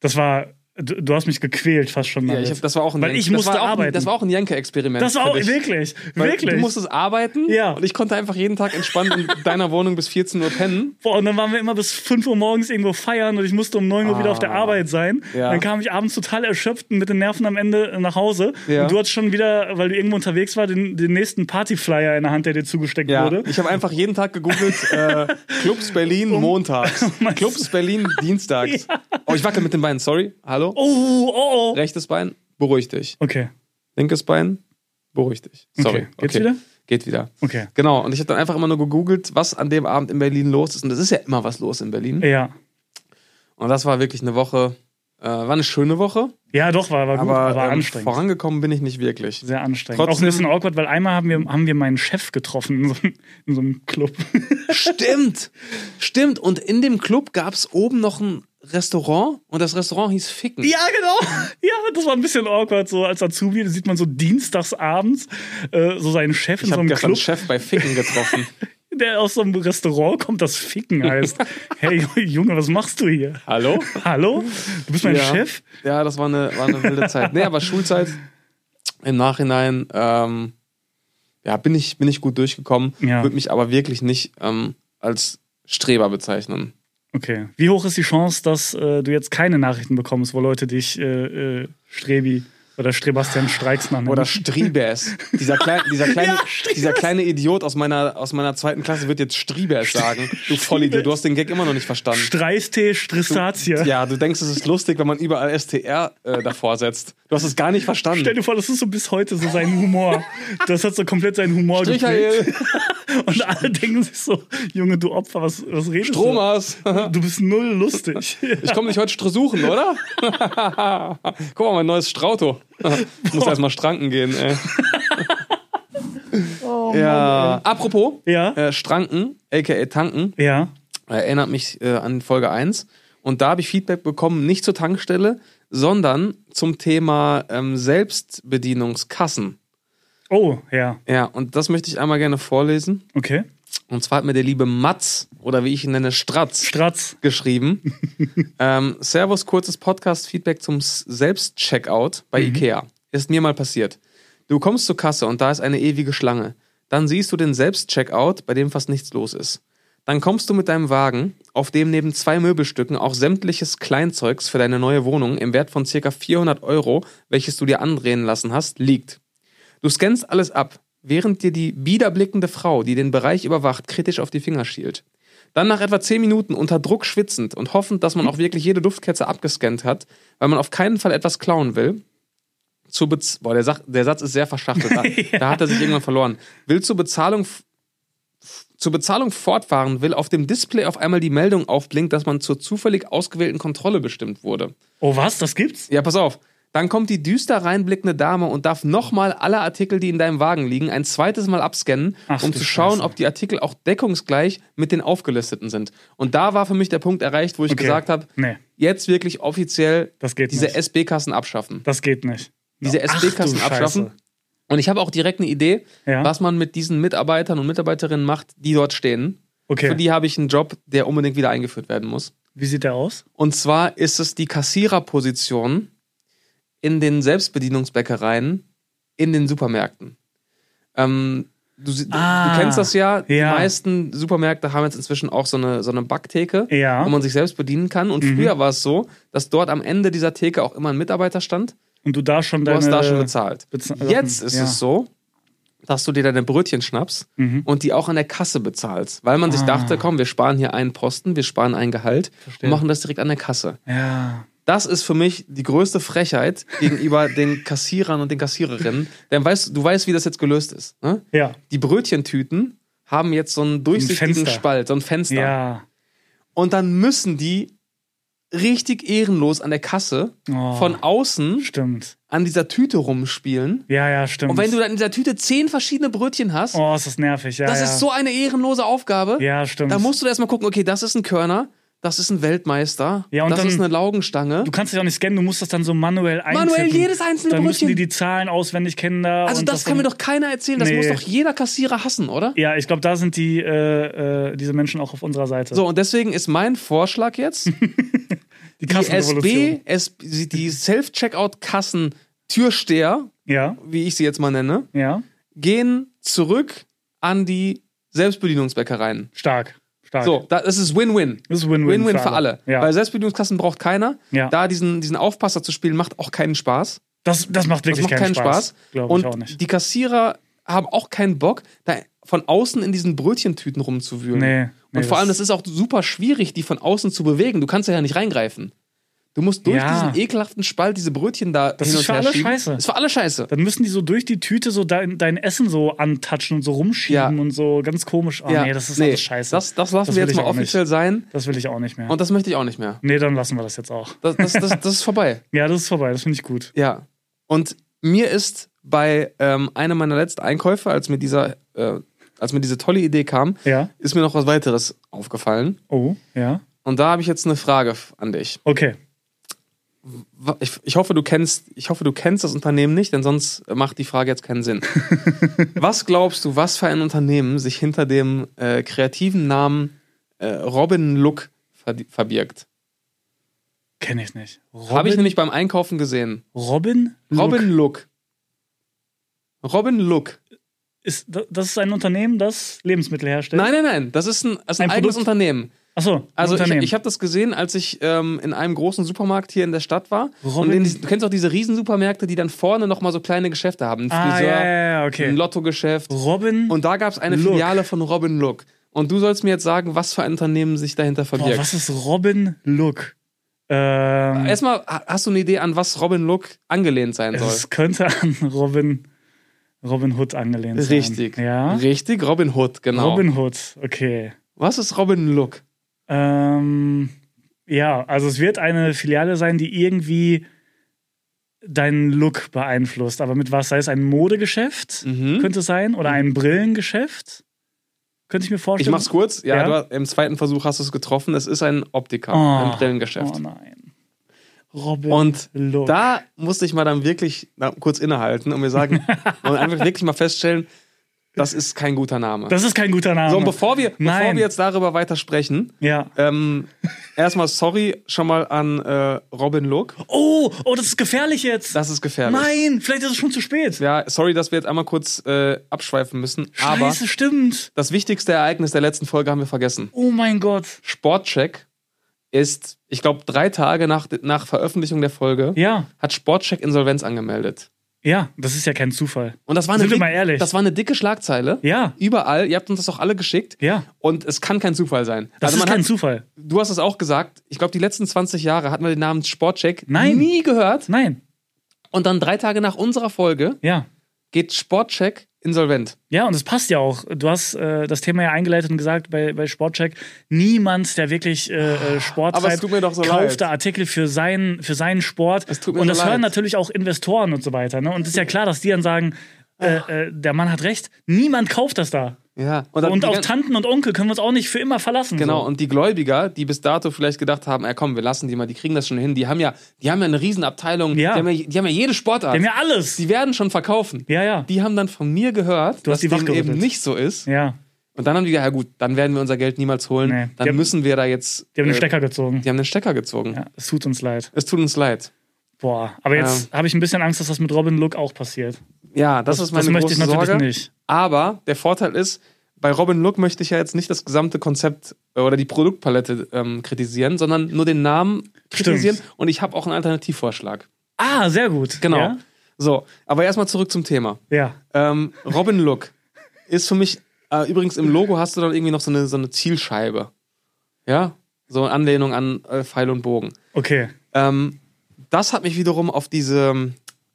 Speaker 1: Das war Du, du hast mich gequält fast schon mal.
Speaker 2: Ja, ich hab, das war auch ein
Speaker 1: Weil
Speaker 2: Jan-
Speaker 1: ich
Speaker 2: das
Speaker 1: musste
Speaker 2: war auch Ein,
Speaker 1: arbeiten.
Speaker 2: das war auch ein Janke-Experiment.
Speaker 1: das war auch
Speaker 2: für dich.
Speaker 1: wirklich,
Speaker 2: Weil Du
Speaker 1: wirklich.
Speaker 2: musstest arbeiten
Speaker 1: Ja.
Speaker 2: und ich konnte einfach jeden Tag entspannt in deiner Wohnung bis 14 Uhr pennen.
Speaker 1: Boah, und dann waren wir immer bis 5 Uhr morgens irgendwo feiern und ich musste um 9 Uhr wieder auf der Arbeit sein.
Speaker 2: Ah, Ja.
Speaker 1: Dann kam ich abends total erschöpft und mit den Nerven am Ende nach Hause.
Speaker 2: Ja.
Speaker 1: Und du hattest schon wieder, weil du irgendwo unterwegs war, den, den nächsten Partyflyer in der Hand, der dir zugesteckt wurde.
Speaker 2: Ich habe einfach jeden Tag gegoogelt, äh, Clubs Berlin
Speaker 1: Um-
Speaker 2: montags, Clubs Berlin dienstags. Oh, ich wackel mit den Beinen, sorry. Hallo?
Speaker 1: Oh, oh, oh.
Speaker 2: Rechtes Bein, beruhig dich.
Speaker 1: Okay,
Speaker 2: Linkes Bein, beruhig dich. Sorry.
Speaker 1: Okay. Geht's wieder?
Speaker 2: Geht wieder.
Speaker 1: okay.
Speaker 2: Genau, und ich habe dann einfach immer nur gegoogelt, was an dem Abend in Berlin los ist. Und es ist ja immer was los in Berlin.
Speaker 1: Ja.
Speaker 2: Und das war wirklich eine Woche, äh, war eine schöne Woche,
Speaker 1: Ja, doch, war, war gut,
Speaker 2: aber,
Speaker 1: aber, war
Speaker 2: ähm,
Speaker 1: anstrengend.
Speaker 2: vorangekommen bin ich nicht wirklich.
Speaker 1: Sehr anstrengend.
Speaker 2: Trotzdem-
Speaker 1: Auch ein bisschen awkward, weil einmal haben wir, haben wir meinen Chef getroffen in so, einem- in so einem Club.
Speaker 2: Stimmt, stimmt. Und in dem Club gab es oben noch ein Restaurant und das Restaurant hieß Ficken.
Speaker 1: Ja, genau. Ja, das war ein bisschen awkward. So als Azubi da sieht man so dienstagsabends äh, so seinen Chef in
Speaker 2: Ich
Speaker 1: so
Speaker 2: habe
Speaker 1: einem
Speaker 2: gestern
Speaker 1: Club,
Speaker 2: Chef bei Ficken getroffen.
Speaker 1: der aus so einem Restaurant kommt, das Ficken heißt. hey, Junge, was machst du hier?
Speaker 2: Hallo?
Speaker 1: Hallo? Du bist mein
Speaker 2: ja.
Speaker 1: Chef?
Speaker 2: Ja, das war eine, war eine wilde Zeit. Nee, aber Schulzeit im Nachhinein, ähm, ja, bin ich, bin ich gut durchgekommen,
Speaker 1: Ja.
Speaker 2: würde mich aber wirklich nicht ähm, als Streber bezeichnen.
Speaker 1: Okay. Wie hoch ist die Chance, dass äh, du jetzt keine Nachrichten bekommst, wo Leute dich äh, äh, Strebi oder Strebastian Streiks nennen?
Speaker 2: Oder Striebers. dieser, klein, dieser, kleine,
Speaker 1: Mhm. Ja, Striebers.
Speaker 2: dieser kleine Idiot aus meiner, aus meiner zweiten Klasse wird jetzt Striebers sagen. Du Vollidiot, du hast den Gag immer noch nicht verstanden.
Speaker 1: Streistee, Stristatie.
Speaker 2: Ja, du denkst, es ist lustig, wenn man überall STR äh, davor setzt. Du hast es gar nicht verstanden.
Speaker 1: Stell dir vor, das ist so bis heute so sein Humor. Das hat so komplett seinen Humor geprägt.
Speaker 2: Michael,
Speaker 1: Und alle denken sich so, Junge, du Opfer, was, was redest
Speaker 2: Thomas,
Speaker 1: du? Du bist null lustig.
Speaker 2: ich komme dich heute versuchen, oder? Guck mal, mein neues Strauto. Ich muss erstmal stranken gehen, ey. ja. Apropos,
Speaker 1: Ja.
Speaker 2: äh, Stranken, aka Tanken,
Speaker 1: ja.
Speaker 2: erinnert mich äh, an Folge 1. Und da habe ich Feedback bekommen, nicht zur Tankstelle, sondern zum Thema ähm, Selbstbedienungskassen.
Speaker 1: Oh, ja.
Speaker 2: Ja, und das möchte ich einmal gerne vorlesen.
Speaker 1: Okay.
Speaker 2: Und zwar hat mir der liebe Matz, oder wie ich ihn nenne, Stratz,
Speaker 1: Stratz.
Speaker 2: geschrieben. ähm, Servus, kurzes Podcast-Feedback zum S- Selbstcheckout bei Ikea. Ist mir mal passiert. Du kommst zur Kasse und da ist eine ewige Schlange. Dann siehst du den Selbstcheckout, bei dem fast nichts los ist. Dann kommst du mit deinem Wagen, auf dem neben zwei Möbelstücken auch sämtliches Kleinzeugs für deine neue Wohnung im Wert von ca. 400 Euro, welches du dir andrehen lassen hast, liegt. Du scannst alles ab, während dir die wiederblickende Frau, die den Bereich überwacht, kritisch auf die Finger schielt. Dann nach etwa 10 Minuten unter Druck schwitzend und hoffend, dass man auch wirklich jede Duftkerze abgescannt hat, weil man auf keinen Fall etwas klauen will. Zu Bez Boah, der, Sach der Satz ist sehr verschachtelt. Da, da hat er sich irgendwann verloren. Will zur Bezahlung f- f- zur Bezahlung fortfahren, will auf dem Display auf einmal die Meldung aufblinkt, dass man zur zufällig ausgewählten Kontrolle bestimmt wurde.
Speaker 1: Oh, was? Das gibt's?
Speaker 2: Ja, pass auf. Dann kommt die düster reinblickende Dame und darf nochmal alle Artikel, die in deinem Wagen liegen, ein zweites Mal abscannen,
Speaker 1: Ach
Speaker 2: um
Speaker 1: du
Speaker 2: zu schauen,
Speaker 1: Scheiße.
Speaker 2: ob die Artikel auch deckungsgleich mit den aufgelisteten sind. Und da war für mich der Punkt erreicht, wo ich
Speaker 1: Okay.
Speaker 2: gesagt habe,
Speaker 1: Nee,
Speaker 2: jetzt wirklich offiziell
Speaker 1: das geht
Speaker 2: diese
Speaker 1: nicht.
Speaker 2: SB-Kassen abschaffen.
Speaker 1: Das geht nicht.
Speaker 2: Diese
Speaker 1: Ach, du
Speaker 2: SB-Kassen
Speaker 1: Scheiße.
Speaker 2: abschaffen. Und ich habe auch direkt eine Idee,
Speaker 1: Ja.
Speaker 2: was man mit diesen Mitarbeitern und Mitarbeiterinnen macht, die dort stehen.
Speaker 1: Okay.
Speaker 2: Für die habe ich einen Job, der unbedingt wieder eingeführt werden muss.
Speaker 1: Wie sieht der aus?
Speaker 2: Und zwar ist es die Kassiererposition in den Selbstbedienungsbäckereien in den Supermärkten. Ähm, du, sie-
Speaker 1: Ah,
Speaker 2: du kennst das ja, die
Speaker 1: ja.
Speaker 2: meisten Supermärkte haben jetzt inzwischen auch so eine, so eine Backtheke,
Speaker 1: Ja. Mhm.
Speaker 2: wo man sich selbst bedienen kann. Und früher war es so, dass dort am Ende dieser Theke auch immer ein Mitarbeiter stand.
Speaker 1: Und du da schon
Speaker 2: Du
Speaker 1: deine...
Speaker 2: hast da schon bezahlt.
Speaker 1: Beza-
Speaker 2: jetzt ist
Speaker 1: ja. Mhm.
Speaker 2: es so, dass du dir deine Brötchen schnappst und die auch an der Kasse bezahlst. Weil man sich
Speaker 1: Ah.
Speaker 2: dachte, komm, wir sparen hier einen Posten, wir sparen ein Gehalt
Speaker 1: Verstehe.
Speaker 2: und machen das direkt an der Kasse.
Speaker 1: Ja.
Speaker 2: Das ist für mich die größte Frechheit gegenüber den Kassierern und den Kassiererinnen. Denn weißt, du weißt, wie das jetzt gelöst ist. Ne?
Speaker 1: Ja.
Speaker 2: Die Brötchentüten haben jetzt so einen durchsichtigen
Speaker 1: Fenster.
Speaker 2: Spalt, so ein Fenster.
Speaker 1: Ja.
Speaker 2: Und dann müssen die richtig ehrenlos an der Kasse
Speaker 1: Oh.
Speaker 2: von außen
Speaker 1: Stimmt.
Speaker 2: an dieser Tüte rumspielen.
Speaker 1: Ja, ja, stimmt.
Speaker 2: Und wenn du dann in dieser Tüte zehn verschiedene Brötchen hast,
Speaker 1: oh, ist das nervig. Ja,
Speaker 2: das
Speaker 1: ja.
Speaker 2: ist so eine ehrenlose Aufgabe.
Speaker 1: Ja, stimmt.
Speaker 2: Da musst du erstmal gucken, okay, das ist ein Körner, das ist ein Weltmeister,
Speaker 1: Ja, und
Speaker 2: das
Speaker 1: dann-
Speaker 2: ist eine Laugenstange.
Speaker 1: Du kannst dich auch nicht scannen, du musst das dann so manuell eintippen.
Speaker 2: Manuell jedes einzelne
Speaker 1: Dann müssen die die
Speaker 2: Brötchen.
Speaker 1: Zahlen auswendig kennen da.
Speaker 2: Also
Speaker 1: und
Speaker 2: das kann mir
Speaker 1: dann-
Speaker 2: doch keiner erzählen. Das
Speaker 1: Nee.
Speaker 2: muss doch jeder Kassierer hassen, oder?
Speaker 1: Ja, ich glaube, da sind die, äh, äh, diese Menschen auch auf unserer Seite.
Speaker 2: So, und deswegen ist mein Vorschlag jetzt,
Speaker 1: die Die
Speaker 2: Die SB,
Speaker 1: Kassenrevolution.
Speaker 2: S, die Self-Checkout-Kassen-Türsteher,
Speaker 1: Ja,
Speaker 2: wie ich sie jetzt mal nenne,
Speaker 1: ja.
Speaker 2: gehen zurück an die Selbstbedienungsbäckereien.
Speaker 1: Stark. Stark.
Speaker 2: So, da- das ist Win-Win.
Speaker 1: Das ist Win-Win.
Speaker 2: Win-Win für alle. Also
Speaker 1: Ja.
Speaker 2: Weil Selbstbedienungskassen braucht keiner.
Speaker 1: Ja.
Speaker 2: Da diesen, diesen Aufpasser zu spielen, macht auch keinen Spaß.
Speaker 1: das, das macht
Speaker 2: Das
Speaker 1: wirklich
Speaker 2: macht keinen Spaß.
Speaker 1: Glaube ich auch
Speaker 2: Und
Speaker 1: nicht.
Speaker 2: die Kassierer haben auch keinen Bock, da von außen in diesen Brötchentüten rumzuwühlen.
Speaker 1: Nee, nee,
Speaker 2: Und vor allem, das ist auch super schwierig, die von außen zu bewegen. Du kannst ja nicht reingreifen. Du musst durch
Speaker 1: Ja.
Speaker 2: diesen ekelhaften Spalt diese Brötchen da
Speaker 1: Das
Speaker 2: hin
Speaker 1: ist
Speaker 2: und
Speaker 1: für
Speaker 2: her
Speaker 1: alle
Speaker 2: schieben.
Speaker 1: scheiße.
Speaker 2: Das ist für alle scheiße.
Speaker 1: Dann müssen die so durch die Tüte so dein, dein Essen so antatschen und so rumschieben
Speaker 2: Ja.
Speaker 1: und so ganz komisch. Ah, nee, das ist alles scheiße.
Speaker 2: Das, das
Speaker 1: Das
Speaker 2: lassen wir
Speaker 1: will
Speaker 2: jetzt
Speaker 1: ich
Speaker 2: mal
Speaker 1: auch nicht.
Speaker 2: offiziell sein.
Speaker 1: Das will ich auch nicht mehr.
Speaker 2: Und das möchte ich auch nicht mehr.
Speaker 1: nee, dann lassen wir das jetzt auch.
Speaker 2: Das, das, das, das ist vorbei.
Speaker 1: Ja, das ist vorbei. Das finde ich gut.
Speaker 2: Ja. Und mir ist bei ähm, einem meiner letzten Einkäufe, als mir, dieser, äh, als mir diese tolle Idee kam,
Speaker 1: Ja.
Speaker 2: ist mir noch was weiteres aufgefallen.
Speaker 1: Oh, ja.
Speaker 2: Und da habe ich jetzt eine Frage f- an dich.
Speaker 1: Okay.
Speaker 2: Wa- Ich, ich, hoffe, du kennst, ich hoffe, du kennst das Unternehmen nicht, denn sonst macht die Frage jetzt keinen Sinn. was glaubst du, was für ein Unternehmen sich hinter dem äh, kreativen Namen äh, Robin Look verdi- verbirgt?
Speaker 1: Kenne ich nicht. Robin,
Speaker 2: Habe ich nämlich beim Einkaufen gesehen.
Speaker 1: Robin?
Speaker 2: Robin Look. Robin Look.
Speaker 1: Ist, da- das ist ein Unternehmen, das Lebensmittel herstellt.
Speaker 2: Nein, nein, nein. Das ist ein, das ist ein,
Speaker 1: Äh? Ein
Speaker 2: eigenes
Speaker 1: Produkt?
Speaker 2: Unternehmen.
Speaker 1: Achso,
Speaker 2: Also ich,
Speaker 1: Unternehmen.
Speaker 2: ich habe das gesehen, als ich ähm, in einem großen Supermarkt hier in der Stadt war.
Speaker 1: Robin-
Speaker 2: Und in diesen, du kennst auch diese Riesensupermärkte, die dann vorne nochmal so kleine Geschäfte haben. Ein
Speaker 1: ah,
Speaker 2: Friseur,
Speaker 1: ja, ja, ja,
Speaker 2: ein
Speaker 1: okay.
Speaker 2: Lottogeschäft.
Speaker 1: Robin.
Speaker 2: Und da gab es eine
Speaker 1: Look.
Speaker 2: Filiale von Robin Look. Und du sollst mir jetzt sagen, was für ein Unternehmen sich dahinter
Speaker 1: Boah,
Speaker 2: verbirgt.
Speaker 1: Oh, was ist Robin Look? Ähm, es,
Speaker 2: Erstmal, ha- hast du eine Idee, an was Robin Look angelehnt sein soll?
Speaker 1: könnte an Robin, Robin Hood angelehnt sein.
Speaker 2: Richtig.
Speaker 1: Ja.
Speaker 2: Richtig, Robin Hood, genau.
Speaker 1: Robin Hood, okay.
Speaker 2: Was ist Robin Look?
Speaker 1: Ähm, ja, also es wird eine Filiale sein, die irgendwie deinen Look beeinflusst. Aber mit was? Sei es ein Modegeschäft,
Speaker 2: Mhm.
Speaker 1: könnte es sein, oder ein Brillengeschäft? Könnte ich mir
Speaker 2: Ich
Speaker 1: vorstellen.
Speaker 2: mach's kurz. Ja,
Speaker 1: Ja.
Speaker 2: Du, hast- im zweiten Versuch hast du es getroffen. Es ist ein Optiker,
Speaker 1: Oh.
Speaker 2: ein Brillengeschäft.
Speaker 1: Oh nein. Robin
Speaker 2: Und
Speaker 1: Look.
Speaker 2: Da musste ich mal dann wirklich na, kurz innehalten und mir sagen und einfach wirklich mal feststellen, das ist kein guter Name.
Speaker 1: das ist kein guter Name.
Speaker 2: so, und bevor wir, bevor
Speaker 1: Nein.
Speaker 2: wir jetzt darüber weiter sprechen,
Speaker 1: ja.
Speaker 2: ähm, erstmal sorry schon mal an äh, Robin Look.
Speaker 1: Oh, oh, das ist gefährlich jetzt.
Speaker 2: Das ist gefährlich.
Speaker 1: Nein, vielleicht ist es schon zu spät.
Speaker 2: Ja, sorry, dass wir jetzt einmal kurz äh, abschweifen müssen, aber
Speaker 1: Scheiße, stimmt.
Speaker 2: das wichtigste Ereignis der letzten Folge haben wir vergessen.
Speaker 1: Oh mein Gott.
Speaker 2: Sportcheck ist, ich glaube, drei Tage nach, nach Veröffentlichung der Folge
Speaker 1: Ja,
Speaker 2: hat Sportcheck Insolvenz angemeldet.
Speaker 1: ja, das ist ja kein Zufall.
Speaker 2: Und das war eine,
Speaker 1: Sind wir
Speaker 2: dick-
Speaker 1: mal ehrlich.
Speaker 2: Das war eine dicke Schlagzeile.
Speaker 1: Ja,
Speaker 2: Überall, ihr habt uns das auch alle geschickt.
Speaker 1: ja.
Speaker 2: Und es kann kein Zufall sein.
Speaker 1: Das
Speaker 2: also
Speaker 1: ist
Speaker 2: man
Speaker 1: kein
Speaker 2: hat,
Speaker 1: Zufall.
Speaker 2: du hast es auch gesagt, ich glaube, die letzten 20 Jahre hat man den Namen Sportcheck
Speaker 1: Nein.
Speaker 2: nie gehört.
Speaker 1: Nein,
Speaker 2: Und dann drei Tage nach unserer Folge
Speaker 1: ja.
Speaker 2: geht Sportcheck insolvent.
Speaker 1: Ja, und es passt ja auch. Du hast äh, das Thema ja eingeleitet und gesagt bei, bei Sportcheck, niemand, der wirklich äh, äh, Sport
Speaker 2: Ah, Aber es
Speaker 1: treibt,
Speaker 2: tut mir doch so
Speaker 1: kauft
Speaker 2: leid.
Speaker 1: da Artikel für, sein, für seinen Sport.
Speaker 2: Es tut mir
Speaker 1: und
Speaker 2: so
Speaker 1: das
Speaker 2: leid.
Speaker 1: hören natürlich auch Investoren und so weiter. Ne? Und es ist ja klar, dass die dann sagen,
Speaker 2: Ah.
Speaker 1: äh, äh, der Mann hat recht, niemand kauft das da.
Speaker 2: Ja. dann
Speaker 1: Und
Speaker 2: die
Speaker 1: auf
Speaker 2: gan-
Speaker 1: Tanten und Onkel können wir uns auch nicht für immer verlassen.
Speaker 2: Genau,
Speaker 1: So.
Speaker 2: und die Gläubiger, die bis dato vielleicht gedacht haben, ja komm, wir lassen die mal, die kriegen das schon hin, die haben ja, die haben ja eine Riesenabteilung,
Speaker 1: Ja.
Speaker 2: die, haben ja, die haben ja jede Sportart,
Speaker 1: Wir haben ja alles.
Speaker 2: die werden schon verkaufen.
Speaker 1: ja, ja.
Speaker 2: Die haben dann von mir gehört,
Speaker 1: Du
Speaker 2: dass
Speaker 1: hast die
Speaker 2: dem
Speaker 1: wachgerüttelt.
Speaker 2: eben nicht so ist.
Speaker 1: ja,
Speaker 2: Und dann haben die gesagt, ja gut, dann werden wir unser Geld niemals holen,
Speaker 1: Nee.
Speaker 2: dann
Speaker 1: Die haben-
Speaker 2: müssen wir da jetzt...
Speaker 1: die haben den
Speaker 2: äh,
Speaker 1: Stecker gezogen.
Speaker 2: Die haben den Stecker gezogen.
Speaker 1: Ja, es tut uns leid.
Speaker 2: Es tut uns leid.
Speaker 1: Boah, aber jetzt habe ich ein bisschen Angst, dass das mit Robin Look auch passiert.
Speaker 2: Ja, das, ist meine
Speaker 1: das möchte
Speaker 2: große
Speaker 1: ich natürlich
Speaker 2: Sorge.
Speaker 1: nicht.
Speaker 2: Aber der Vorteil ist, bei Robin Look möchte ich ja jetzt nicht das gesamte Konzept äh, oder die Produktpalette ähm, kritisieren, sondern nur den Namen kritisieren. Und ich habe auch einen Alternativvorschlag.
Speaker 1: Ah, sehr gut.
Speaker 2: Genau.
Speaker 1: Ja,
Speaker 2: So, aber erstmal zurück zum Thema.
Speaker 1: ja.
Speaker 2: Ähm, Robin Look ist für mich, äh, übrigens im Logo hast du dann irgendwie noch so eine, so eine Zielscheibe. Ja? So eine Anlehnung an äh, Pfeil und Bogen.
Speaker 1: okay.
Speaker 2: Ähm, das hat mich wiederum auf diese ähm,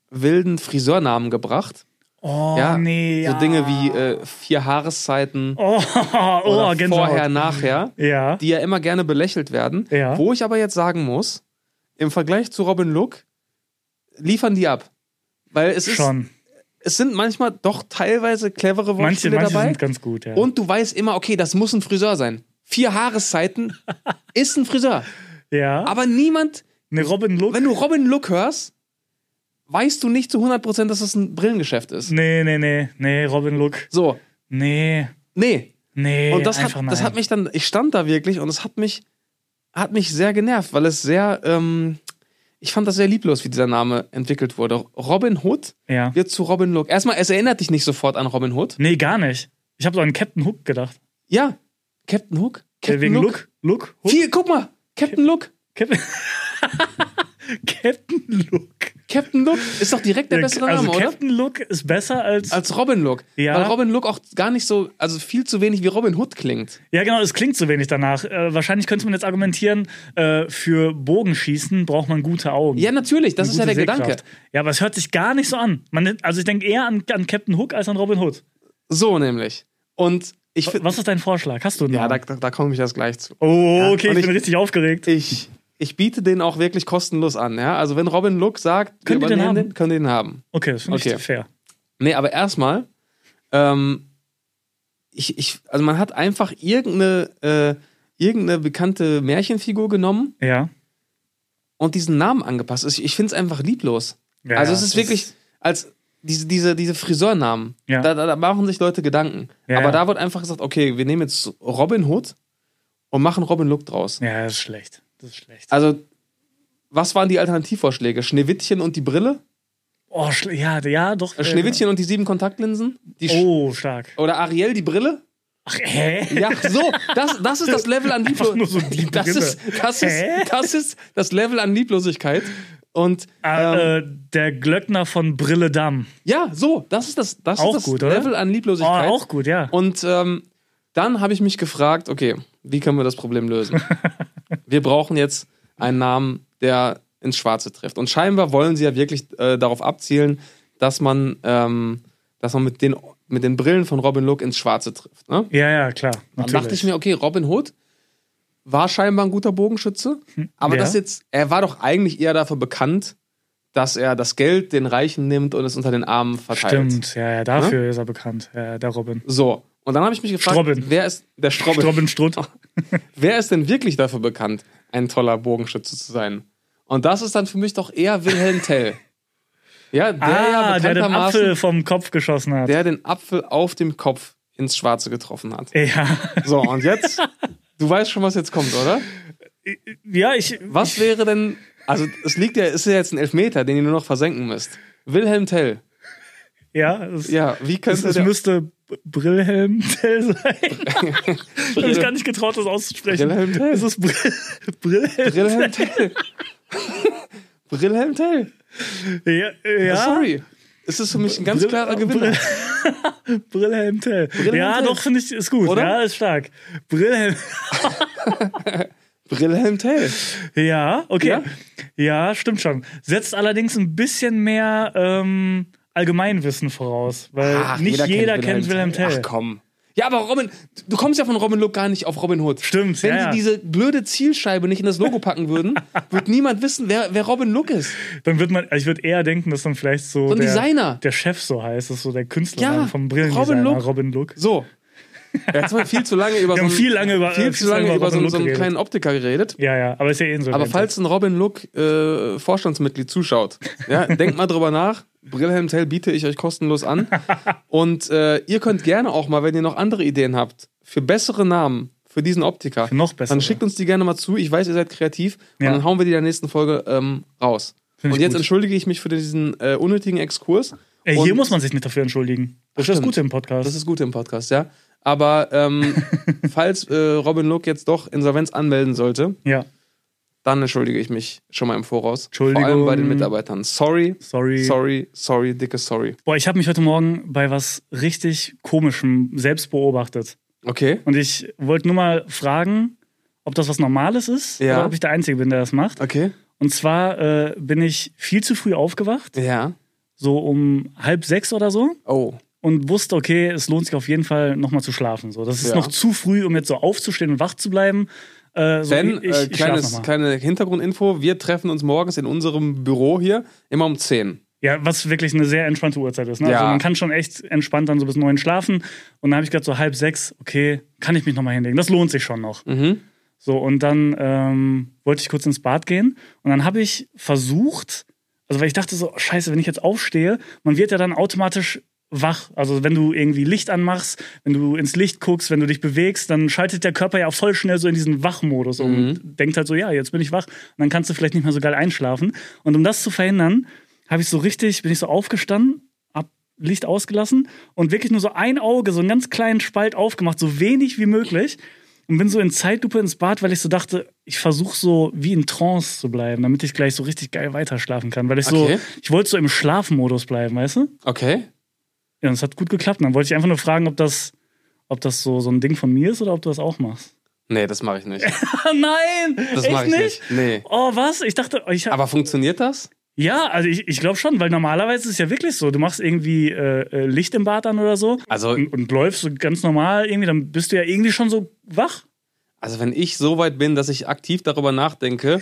Speaker 2: wilden Friseurnamen gebracht.
Speaker 1: Oh,
Speaker 2: Ja,
Speaker 1: nee.
Speaker 2: So
Speaker 1: ja.
Speaker 2: Dinge wie äh, vier Haareszeiten
Speaker 1: Oh, oh,
Speaker 2: oder
Speaker 1: oh Gänsehaut.
Speaker 2: vorher, nachher,
Speaker 1: Ja.
Speaker 2: die ja immer gerne belächelt werden.
Speaker 1: Ja.
Speaker 2: Wo ich aber jetzt sagen muss, im Vergleich zu Robin Look liefern die ab. Weil es ist,
Speaker 1: Schon.
Speaker 2: es sind manchmal doch teilweise clevere
Speaker 1: Manche,
Speaker 2: Wortspiele
Speaker 1: manche
Speaker 2: dabei.
Speaker 1: sind ganz gut, ja.
Speaker 2: Und du weißt immer, okay, das muss ein Friseur sein. Vier Haareszeiten ist ein Friseur.
Speaker 1: ja.
Speaker 2: Aber niemand,
Speaker 1: Eine Robin Look.
Speaker 2: wenn du Robin Look hörst, weißt du nicht zu 100%, dass es ein Brillengeschäft ist.
Speaker 1: Nee, nee, nee. Nee, Robin Look.
Speaker 2: So,
Speaker 1: Nee.
Speaker 2: nee,
Speaker 1: Nee.
Speaker 2: Und das hat,
Speaker 1: einfach nein.
Speaker 2: das hat mich dann, ich stand da wirklich und es hat mich hat mich sehr genervt, weil es sehr, ähm, ich fand das sehr lieblos, wie dieser Name entwickelt wurde. Robin Hood
Speaker 1: Ja.
Speaker 2: wird zu Robin Look. Erstmal, es erinnert dich nicht sofort an Robin Hood.
Speaker 1: Nee, gar nicht. Ich habe so an Captain Hook gedacht.
Speaker 2: Ja, Captain Hook. Captain
Speaker 1: Äh, Wegen Look. Look. Hook.
Speaker 2: Hier, guck mal, Captain Look.
Speaker 1: Captain, Captain Look.
Speaker 2: Captain Look ist doch direkt der bessere
Speaker 1: also
Speaker 2: Name, oder? Also-
Speaker 1: Captain Look ist besser als.
Speaker 2: Als Robin Look.
Speaker 1: Ja.
Speaker 2: Weil Robin Look auch gar nicht so, also viel zu wenig wie Robin Hood klingt.
Speaker 1: Ja, genau, es klingt zu wenig danach. Äh, wahrscheinlich könnte man jetzt argumentieren, äh, für Bogenschießen braucht man gute Augen.
Speaker 2: Ja, natürlich, das
Speaker 1: Eine
Speaker 2: ist ja
Speaker 1: gute
Speaker 2: der Gedanke.
Speaker 1: Sehkraft. Ja, aber es hört sich gar nicht so an. Man, also ich denke eher an, an Captain Hook als an Robin Hood.
Speaker 2: So nämlich. Und ich finde.
Speaker 1: Was ist dein Vorschlag? Hast du einen
Speaker 2: Ja, da,
Speaker 1: Namen?
Speaker 2: da, da komme ich das gleich zu.
Speaker 1: Oh, okay,
Speaker 2: Ja, und
Speaker 1: ich, bin
Speaker 2: ich-
Speaker 1: richtig aufgeregt.
Speaker 2: Ich, ich biete den auch wirklich kostenlos an. Ja? Also, wenn Robin Look sagt,
Speaker 1: Könnt ihr den
Speaker 2: übernehmen
Speaker 1: haben?
Speaker 2: den, könnt ihr den haben.
Speaker 1: Okay, das finde
Speaker 2: Okay.
Speaker 1: ich fair.
Speaker 2: Nee, aber erstmal, ähm, ich, ich, also man hat einfach irgendeine, äh, irgendeine bekannte Märchenfigur genommen
Speaker 1: Ja.
Speaker 2: und diesen Namen angepasst. Ich, ich finde es einfach lieblos.
Speaker 1: ja
Speaker 2: also es ist
Speaker 1: das
Speaker 2: wirklich, als diese, diese, diese Friseurnamen,
Speaker 1: Ja.
Speaker 2: da, da, da machen sich Leute Gedanken.
Speaker 1: Ja,
Speaker 2: aber
Speaker 1: ja.
Speaker 2: da wird einfach gesagt, okay, wir nehmen jetzt Robin Hood und machen Robin Look draus.
Speaker 1: Ja, das ist schlecht. Das ist schlecht.
Speaker 2: Also, was waren die Alternativvorschläge? Schneewittchen und die Brille?
Speaker 1: Oh, schl- ja, ja, doch.
Speaker 2: Äh,
Speaker 1: äh,
Speaker 2: Schneewittchen und die sieben Kontaktlinsen? Die Sch-
Speaker 1: Oh, stark.
Speaker 2: Oder Ariel, die Brille?
Speaker 1: Ach, hä?
Speaker 2: Ja, so, das, das ist das Level an
Speaker 1: Einfach nur
Speaker 2: Lieblosigkeit.
Speaker 1: so die
Speaker 2: Das
Speaker 1: Brille.
Speaker 2: ist, das, ist,
Speaker 1: Hä?
Speaker 2: das ist das Level an Lieblosigkeit. Und ähm,
Speaker 1: Ah, äh, der Glöckner von Brille Damm.
Speaker 2: ja, so, das ist das, das,
Speaker 1: Auch
Speaker 2: ist das
Speaker 1: gut, oder?
Speaker 2: Level an
Speaker 1: Oh,
Speaker 2: Lieblosigkeit.
Speaker 1: auch gut, ja.
Speaker 2: Und ähm, dann habe ich mich gefragt, okay, wie können wir das Problem lösen? wir brauchen jetzt einen Namen, der ins Schwarze trifft. Und scheinbar wollen sie ja wirklich äh, darauf abzielen, dass man, ähm, dass man mit den, mit den Brillen von Robin Look ins Schwarze trifft. Ne?
Speaker 1: Ja, ja, klar.
Speaker 2: Dann
Speaker 1: Natürlich.
Speaker 2: dachte ich mir, okay, Robin Hood war scheinbar ein guter Bogenschütze, aber
Speaker 1: Hm, ja.
Speaker 2: das jetzt, er war doch eigentlich eher dafür bekannt, dass er das Geld den Reichen nimmt und es unter den Armen verteilt.
Speaker 1: Stimmt, ja, ja,
Speaker 2: Ne?
Speaker 1: dafür ist er bekannt, ja, der Robin.
Speaker 2: So, und dann habe ich mich gefragt,
Speaker 1: Strobin.
Speaker 2: wer ist der Strobin,
Speaker 1: Robin Strutt.
Speaker 2: wer ist denn wirklich dafür bekannt, ein toller Bogenschütze zu sein? Und das ist dann für mich doch eher Wilhelm Tell. Ja, der ja
Speaker 1: ah, der den
Speaker 2: bekanntermaßen,
Speaker 1: Apfel vom Kopf geschossen hat.
Speaker 2: der den Apfel auf dem Kopf ins Schwarze getroffen hat.
Speaker 1: ja.
Speaker 2: So, und jetzt, du weißt schon, was jetzt kommt, oder?
Speaker 1: ja, ich.
Speaker 2: Was wäre denn, also es liegt ja, ist ja jetzt ein Elfmeter, den ihr nur noch versenken müsst. Wilhelm Tell.
Speaker 1: Ja, es,
Speaker 2: Ja, wie
Speaker 1: es,
Speaker 2: könnte
Speaker 1: es
Speaker 2: der
Speaker 1: müsste Brillhelm Tell sein. ich habe mich gar nicht getraut, das auszusprechen.
Speaker 2: Brillhelm Tell.
Speaker 1: Es ist Brill Brillhelm.
Speaker 2: Wilhelm Tell. Wilhelm Tell.
Speaker 1: Ja, ja
Speaker 2: Sorry. Es ist für mich ein ganz
Speaker 1: Brill-
Speaker 2: klarer Gewinner.
Speaker 1: Brillhelm Tell. ja,
Speaker 2: Tell.
Speaker 1: doch, finde ich, ist gut.
Speaker 2: Oder?
Speaker 1: Ja, ist stark. Brillhelm.
Speaker 2: Wilhelm Tell.
Speaker 1: Ja, okay.
Speaker 2: Ja?
Speaker 1: Ja? stimmt schon. Setzt allerdings ein bisschen mehr ähm, Allgemeinwissen voraus, weil Äh, nicht jeder, kennt Wilhelm Tell.
Speaker 2: Ach komm. Ja, aber Robin, du kommst ja von Robin Look gar nicht auf Robin Hood.
Speaker 1: Stimmt,
Speaker 2: Wenn
Speaker 1: ja, ja.
Speaker 2: sie diese blöde Zielscheibe nicht in das Logo packen würden, wird niemand wissen, wer, wer Robin Look ist.
Speaker 1: Dann wird man, ich würde eher denken, dass dann vielleicht so,
Speaker 2: So ein
Speaker 1: der,
Speaker 2: Designer.
Speaker 1: der Chef so heißt, ist so der Künstler
Speaker 2: Ja,
Speaker 1: vom Brillendesigner,
Speaker 2: Robin Look.
Speaker 1: Robin Look.
Speaker 2: So. Jetzt haben wir viel zu lange über
Speaker 1: Wir
Speaker 2: so
Speaker 1: haben
Speaker 2: einen-
Speaker 1: viel lange über,
Speaker 2: viel
Speaker 1: äh,
Speaker 2: zu lange über so,
Speaker 1: Robin
Speaker 2: einen-
Speaker 1: Look
Speaker 2: so einen
Speaker 1: geredet.
Speaker 2: kleinen Optiker geredet.
Speaker 1: Ja, ja, aber ist ja eh ein so
Speaker 2: Aber
Speaker 1: ein-
Speaker 2: falls ein Robin Look äh, Vorstandsmitglied zuschaut, ja, denkt mal drüber nach. Brillhelm Tell biete ich euch kostenlos an. Und äh, ihr könnt gerne auch mal, wenn ihr noch andere Ideen habt, für bessere Namen für diesen Optiker,
Speaker 1: noch besser.
Speaker 2: dann schickt uns die gerne mal zu. Ich weiß, ihr seid kreativ.
Speaker 1: Ja.
Speaker 2: Und dann hauen wir die in der nächsten Folge ähm, raus.
Speaker 1: Find ich
Speaker 2: und jetzt
Speaker 1: gut.
Speaker 2: entschuldige ich mich für diesen äh, unnötigen Exkurs.
Speaker 1: Ey,
Speaker 2: Und
Speaker 1: hier muss man sich nicht dafür entschuldigen. Das ist das
Speaker 2: Stimmt.
Speaker 1: Gute im Podcast.
Speaker 2: das ist gut im Podcast, ja. Aber ähm, falls äh, Robin Look jetzt doch Insolvenz anmelden sollte,
Speaker 1: ja,
Speaker 2: dann entschuldige ich mich schon mal im Voraus.
Speaker 1: Entschuldigung.
Speaker 2: Vor allem bei den Mitarbeitern. Sorry,
Speaker 1: sorry.
Speaker 2: sorry, sorry, dicke Sorry.
Speaker 1: Boah, ich habe mich heute Morgen bei was richtig Komischem selbst beobachtet.
Speaker 2: Okay,
Speaker 1: Und ich wollte nur mal fragen, ob das was Normales ist
Speaker 2: Ja.
Speaker 1: oder ob ich der Einzige bin, der das macht.
Speaker 2: okay.
Speaker 1: Und zwar äh, bin ich viel zu früh aufgewacht,
Speaker 2: Ja.
Speaker 1: so um halb sechs oder so,
Speaker 2: Oh,
Speaker 1: und wusste, okay, es lohnt sich auf jeden Fall nochmal zu schlafen. So, das ist
Speaker 2: Ja.
Speaker 1: noch zu früh, um jetzt so aufzustehen und wach zu bleiben. Äh, so,
Speaker 2: denn,
Speaker 1: ich, ich,
Speaker 2: äh,
Speaker 1: ich schlaf
Speaker 2: kleines,
Speaker 1: noch mal.
Speaker 2: kleine Hintergrundinfo, wir treffen uns morgens in unserem Büro hier immer um 10.
Speaker 1: Ja, was wirklich eine sehr entspannte Uhrzeit ist. Ne?
Speaker 2: Ja.
Speaker 1: Also man kann schon echt entspannt dann so bis neun schlafen. Und dann habe ich gedacht, so halb sechs, okay, kann ich mich nochmal hinlegen. Das lohnt sich schon noch.
Speaker 2: Mhm.
Speaker 1: So, und dann ähm, wollte ich kurz ins Bad gehen. Und dann habe oh, ich versucht, also weil ich dachte so, scheiße, wenn ich jetzt aufstehe, man wird ja dann automatisch wach. Also wenn du irgendwie Licht anmachst, wenn du ins Licht guckst, wenn du dich bewegst, dann schaltet der Körper ja voll schnell so in diesen Wachmodus um und denkt halt so, ja, jetzt bin ich wach. Und dann kannst du vielleicht nicht mehr so geil einschlafen. Und um das zu verhindern, habe ich so richtig, bin ich so aufgestanden, hab Licht ausgelassen und wirklich nur so ein Auge, so einen ganz kleinen Spalt aufgemacht, so wenig wie möglich. Und bin so in Zeitlupe ins Bad, weil ich so dachte, ich versuche so wie in Trance zu bleiben, damit ich gleich so richtig geil weiterschlafen kann. Weil ich
Speaker 2: Okay.
Speaker 1: so, ich wollte so im Schlafmodus bleiben, weißt du?
Speaker 2: Okay.
Speaker 1: Ja, das hat gut geklappt. Und Dann wollte ich einfach nur fragen, ob das, ob das so, so ein Ding von mir ist oder ob du das auch machst.
Speaker 2: Nee, das mache ich nicht.
Speaker 1: Ah, nein!
Speaker 2: Das mache ich nicht. Nee.
Speaker 1: Oh, was? Ich dachte, ich hab,
Speaker 2: Aber funktioniert das?
Speaker 1: ja, also ich, ich glaube schon, weil normalerweise ist es ja wirklich so, du machst irgendwie äh, äh, Licht im Bad an oder so
Speaker 2: Also,
Speaker 1: und, und läufst so ganz normal irgendwie, dann bist du ja irgendwie schon so wach.
Speaker 2: also wenn ich so weit bin, dass ich aktiv darüber nachdenke,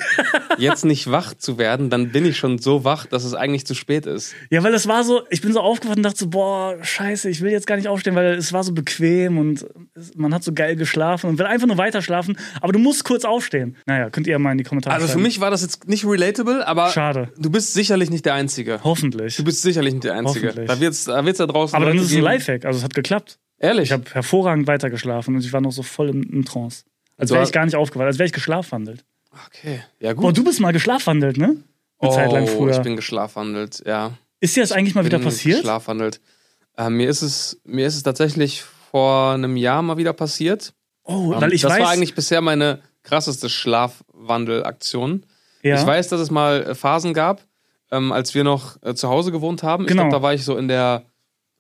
Speaker 2: jetzt nicht wach zu werden, dann bin ich schon so wach, dass es eigentlich zu spät ist.
Speaker 1: Ja, weil das war so, ich bin so aufgewacht und dachte so, boah, scheiße, ich will jetzt gar nicht aufstehen, weil es war so bequem und es- man hat so geil geschlafen und will einfach nur weiter schlafen, aber du musst kurz aufstehen. Naja, könnt ihr ja mal in die Kommentare
Speaker 2: Also für
Speaker 1: schreiben.
Speaker 2: mich war das jetzt nicht relatable, aber
Speaker 1: Schade.
Speaker 2: du bist sicherlich nicht der Einzige.
Speaker 1: Hoffentlich.
Speaker 2: Du bist sicherlich nicht der Einzige.
Speaker 1: Hoffentlich.
Speaker 2: Da wird's, da, wird's da draußen.
Speaker 1: Aber dann
Speaker 2: Leute
Speaker 1: ist es ein
Speaker 2: geben-
Speaker 1: Lifehack. Also es hat geklappt.
Speaker 2: Ehrlich.
Speaker 1: Ich habe hervorragend weitergeschlafen und ich war noch so voll in, in Trance. Als
Speaker 2: Du
Speaker 1: wäre
Speaker 2: hast-
Speaker 1: ich gar nicht aufgewacht, als wäre ich geschlafwandelt.
Speaker 2: okay. Ja, gut.
Speaker 1: Boah, du bist mal geschlafwandelt, ne? Eine Zeit lang
Speaker 2: Oh, Ich
Speaker 1: früher.
Speaker 2: bin geschlafwandelt, ja.
Speaker 1: Ist dir das eigentlich mal wieder
Speaker 2: bin
Speaker 1: passiert?
Speaker 2: Geschlafwandelt. Äh, mir, ist es, mir ist es tatsächlich vor einem Jahr mal wieder passiert.
Speaker 1: Oh,
Speaker 2: Ähm,
Speaker 1: weil ich
Speaker 2: das
Speaker 1: weiß.
Speaker 2: war eigentlich bisher meine krasseste Schlafwandelaktion.
Speaker 1: ja,
Speaker 2: Ich weiß, dass es mal äh, Phasen gab, ähm, als wir noch äh, zu Hause gewohnt haben. Ich
Speaker 1: Genau.
Speaker 2: glaube, da war ich so in der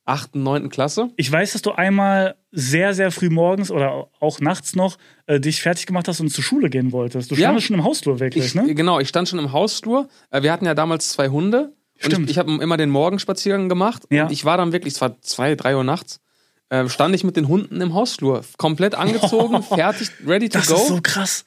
Speaker 2: 8., 9. Klasse.
Speaker 1: ich weiß, dass du einmal sehr, sehr früh morgens oder auch nachts noch äh, dich fertig gemacht hast und zur Schule gehen wolltest. Du
Speaker 2: Ja.
Speaker 1: standest schon im Hausflur wirklich,
Speaker 2: Ich,
Speaker 1: ne?
Speaker 2: Genau, ich stand schon im Hausflur. Äh, Wir hatten ja damals zwei Hunde. Und
Speaker 1: Stimmt.
Speaker 2: ich, ich habe immer den Morgenspaziergang gemacht.
Speaker 1: Ja.
Speaker 2: Und ich war dann wirklich, es war zwei, drei Uhr nachts, äh, stand ich mit den Hunden im Hausflur. Komplett angezogen, fertig, ready to
Speaker 1: Das
Speaker 2: go.
Speaker 1: ist so krass.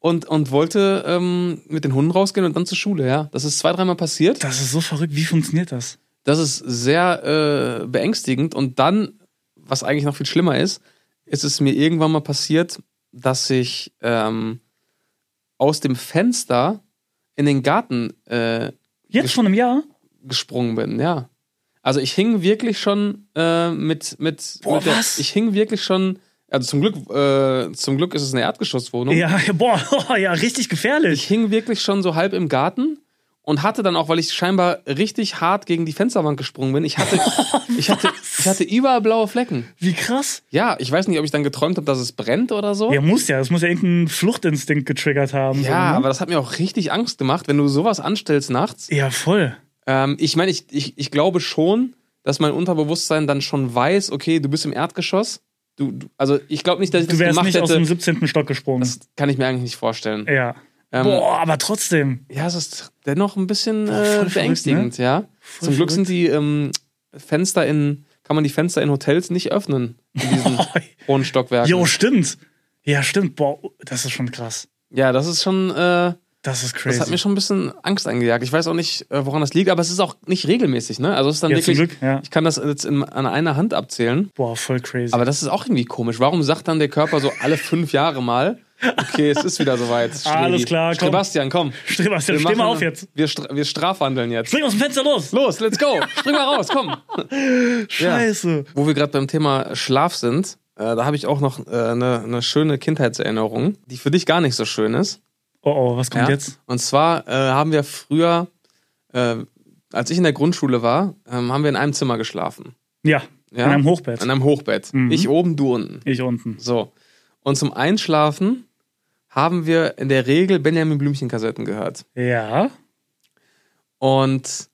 Speaker 2: und, und wollte ähm, mit den Hunden rausgehen und dann zur Schule, ja. Das ist zwei, dreimal passiert.
Speaker 1: Das ist so verrückt. Wie funktioniert das?
Speaker 2: Das ist sehr äh, beängstigend. Und dann, was eigentlich noch viel schlimmer ist, ist es mir irgendwann mal passiert, dass ich ähm, aus dem Fenster in den Garten äh,
Speaker 1: Jetzt von einem Jahr?
Speaker 2: gesprungen bin, ja. Also ich hing wirklich schon äh, mit, mit,
Speaker 1: Boah,
Speaker 2: mit der,
Speaker 1: was?
Speaker 2: ich hing wirklich schon, also zum Glück, äh, zum Glück ist es eine Erdgeschosswohnung.
Speaker 1: Ja, ja, boah, oh, ja, richtig gefährlich.
Speaker 2: Ich hing wirklich schon so halb im Garten und hatte dann auch, weil ich scheinbar richtig hart gegen die Fensterwand gesprungen bin, ich hatte,
Speaker 1: Oh,
Speaker 2: ich hatte, ich hatte überall blaue Flecken.
Speaker 1: Wie krass.
Speaker 2: Ja, ich weiß nicht, ob ich dann geträumt habe, dass es brennt oder so.
Speaker 1: Ja, muss ja. Das muss ja irgendeinen Fluchtinstinkt getriggert haben. so, ne?
Speaker 2: Ja, aber das hat mir auch richtig Angst gemacht, wenn du sowas anstellst nachts.
Speaker 1: Ja, voll.
Speaker 2: Ähm, ich meine, ich, ich, ich glaube schon, dass mein Unterbewusstsein dann schon weiß, okay, du bist im Erdgeschoss. Du, du, also ich glaube nicht, dass ich
Speaker 1: Du
Speaker 2: das
Speaker 1: wärst
Speaker 2: gemacht
Speaker 1: nicht aus
Speaker 2: hätte.
Speaker 1: dem 17. Stock gesprungen.
Speaker 2: Das kann ich mir eigentlich nicht vorstellen.
Speaker 1: ja.
Speaker 2: Ähm,
Speaker 1: Boah, aber trotzdem.
Speaker 2: Ja, es ist dennoch ein bisschen
Speaker 1: voll
Speaker 2: äh,
Speaker 1: verrückt, ne?
Speaker 2: beängstigend, ja. Zum Glück sind die ähm, Fenster in, kann man die Fenster in Hotels nicht öffnen, in diesen hohen Stockwerken.
Speaker 1: Jo, stimmt. Ja, stimmt. Boah, das ist schon krass.
Speaker 2: Ja, das ist schon, äh,
Speaker 1: Das ist crazy.
Speaker 2: das hat mir schon ein bisschen Angst eingejagt. Ich weiß auch nicht, äh, woran das liegt, aber es ist auch nicht regelmäßig, ne? Also es ist dann
Speaker 1: ja, zum
Speaker 2: wirklich,
Speaker 1: Glück, ja.
Speaker 2: ich kann das jetzt in, an einer Hand abzählen,
Speaker 1: Boah, voll crazy.
Speaker 2: aber das ist auch irgendwie komisch. Warum sagt dann der Körper so alle fünf Jahre mal, okay, es ist wieder soweit.
Speaker 1: Alles klar, komm.
Speaker 2: Sebastian, komm.
Speaker 1: Sebastian, steh mal
Speaker 2: machen-
Speaker 1: auf jetzt.
Speaker 2: Wir, stra wir strafwandeln jetzt.
Speaker 1: Spring aus dem Fenster los.
Speaker 2: Los, let's go. Spring mal raus, komm.
Speaker 1: Scheiße.
Speaker 2: Wo wir gerade beim Thema Schlaf sind, äh, da habe ich auch noch äh, eine eine schöne Kindheitserinnerung, die für dich gar nicht so schön ist.
Speaker 1: Oh, oh, was kommt
Speaker 2: Ja?
Speaker 1: jetzt?
Speaker 2: Und zwar äh, haben wir früher, äh, als ich in der Grundschule war, ähm, haben wir in einem Zimmer geschlafen.
Speaker 1: Ja,
Speaker 2: Ja?
Speaker 1: in einem Hochbett. Mhm.
Speaker 2: In einem Hochbett. Ich oben, du unten.
Speaker 1: Ich unten.
Speaker 2: So. Und zum Einschlafen haben wir in der Regel Benjamin Blümchen-Kassetten gehört.
Speaker 1: Ja.
Speaker 2: Und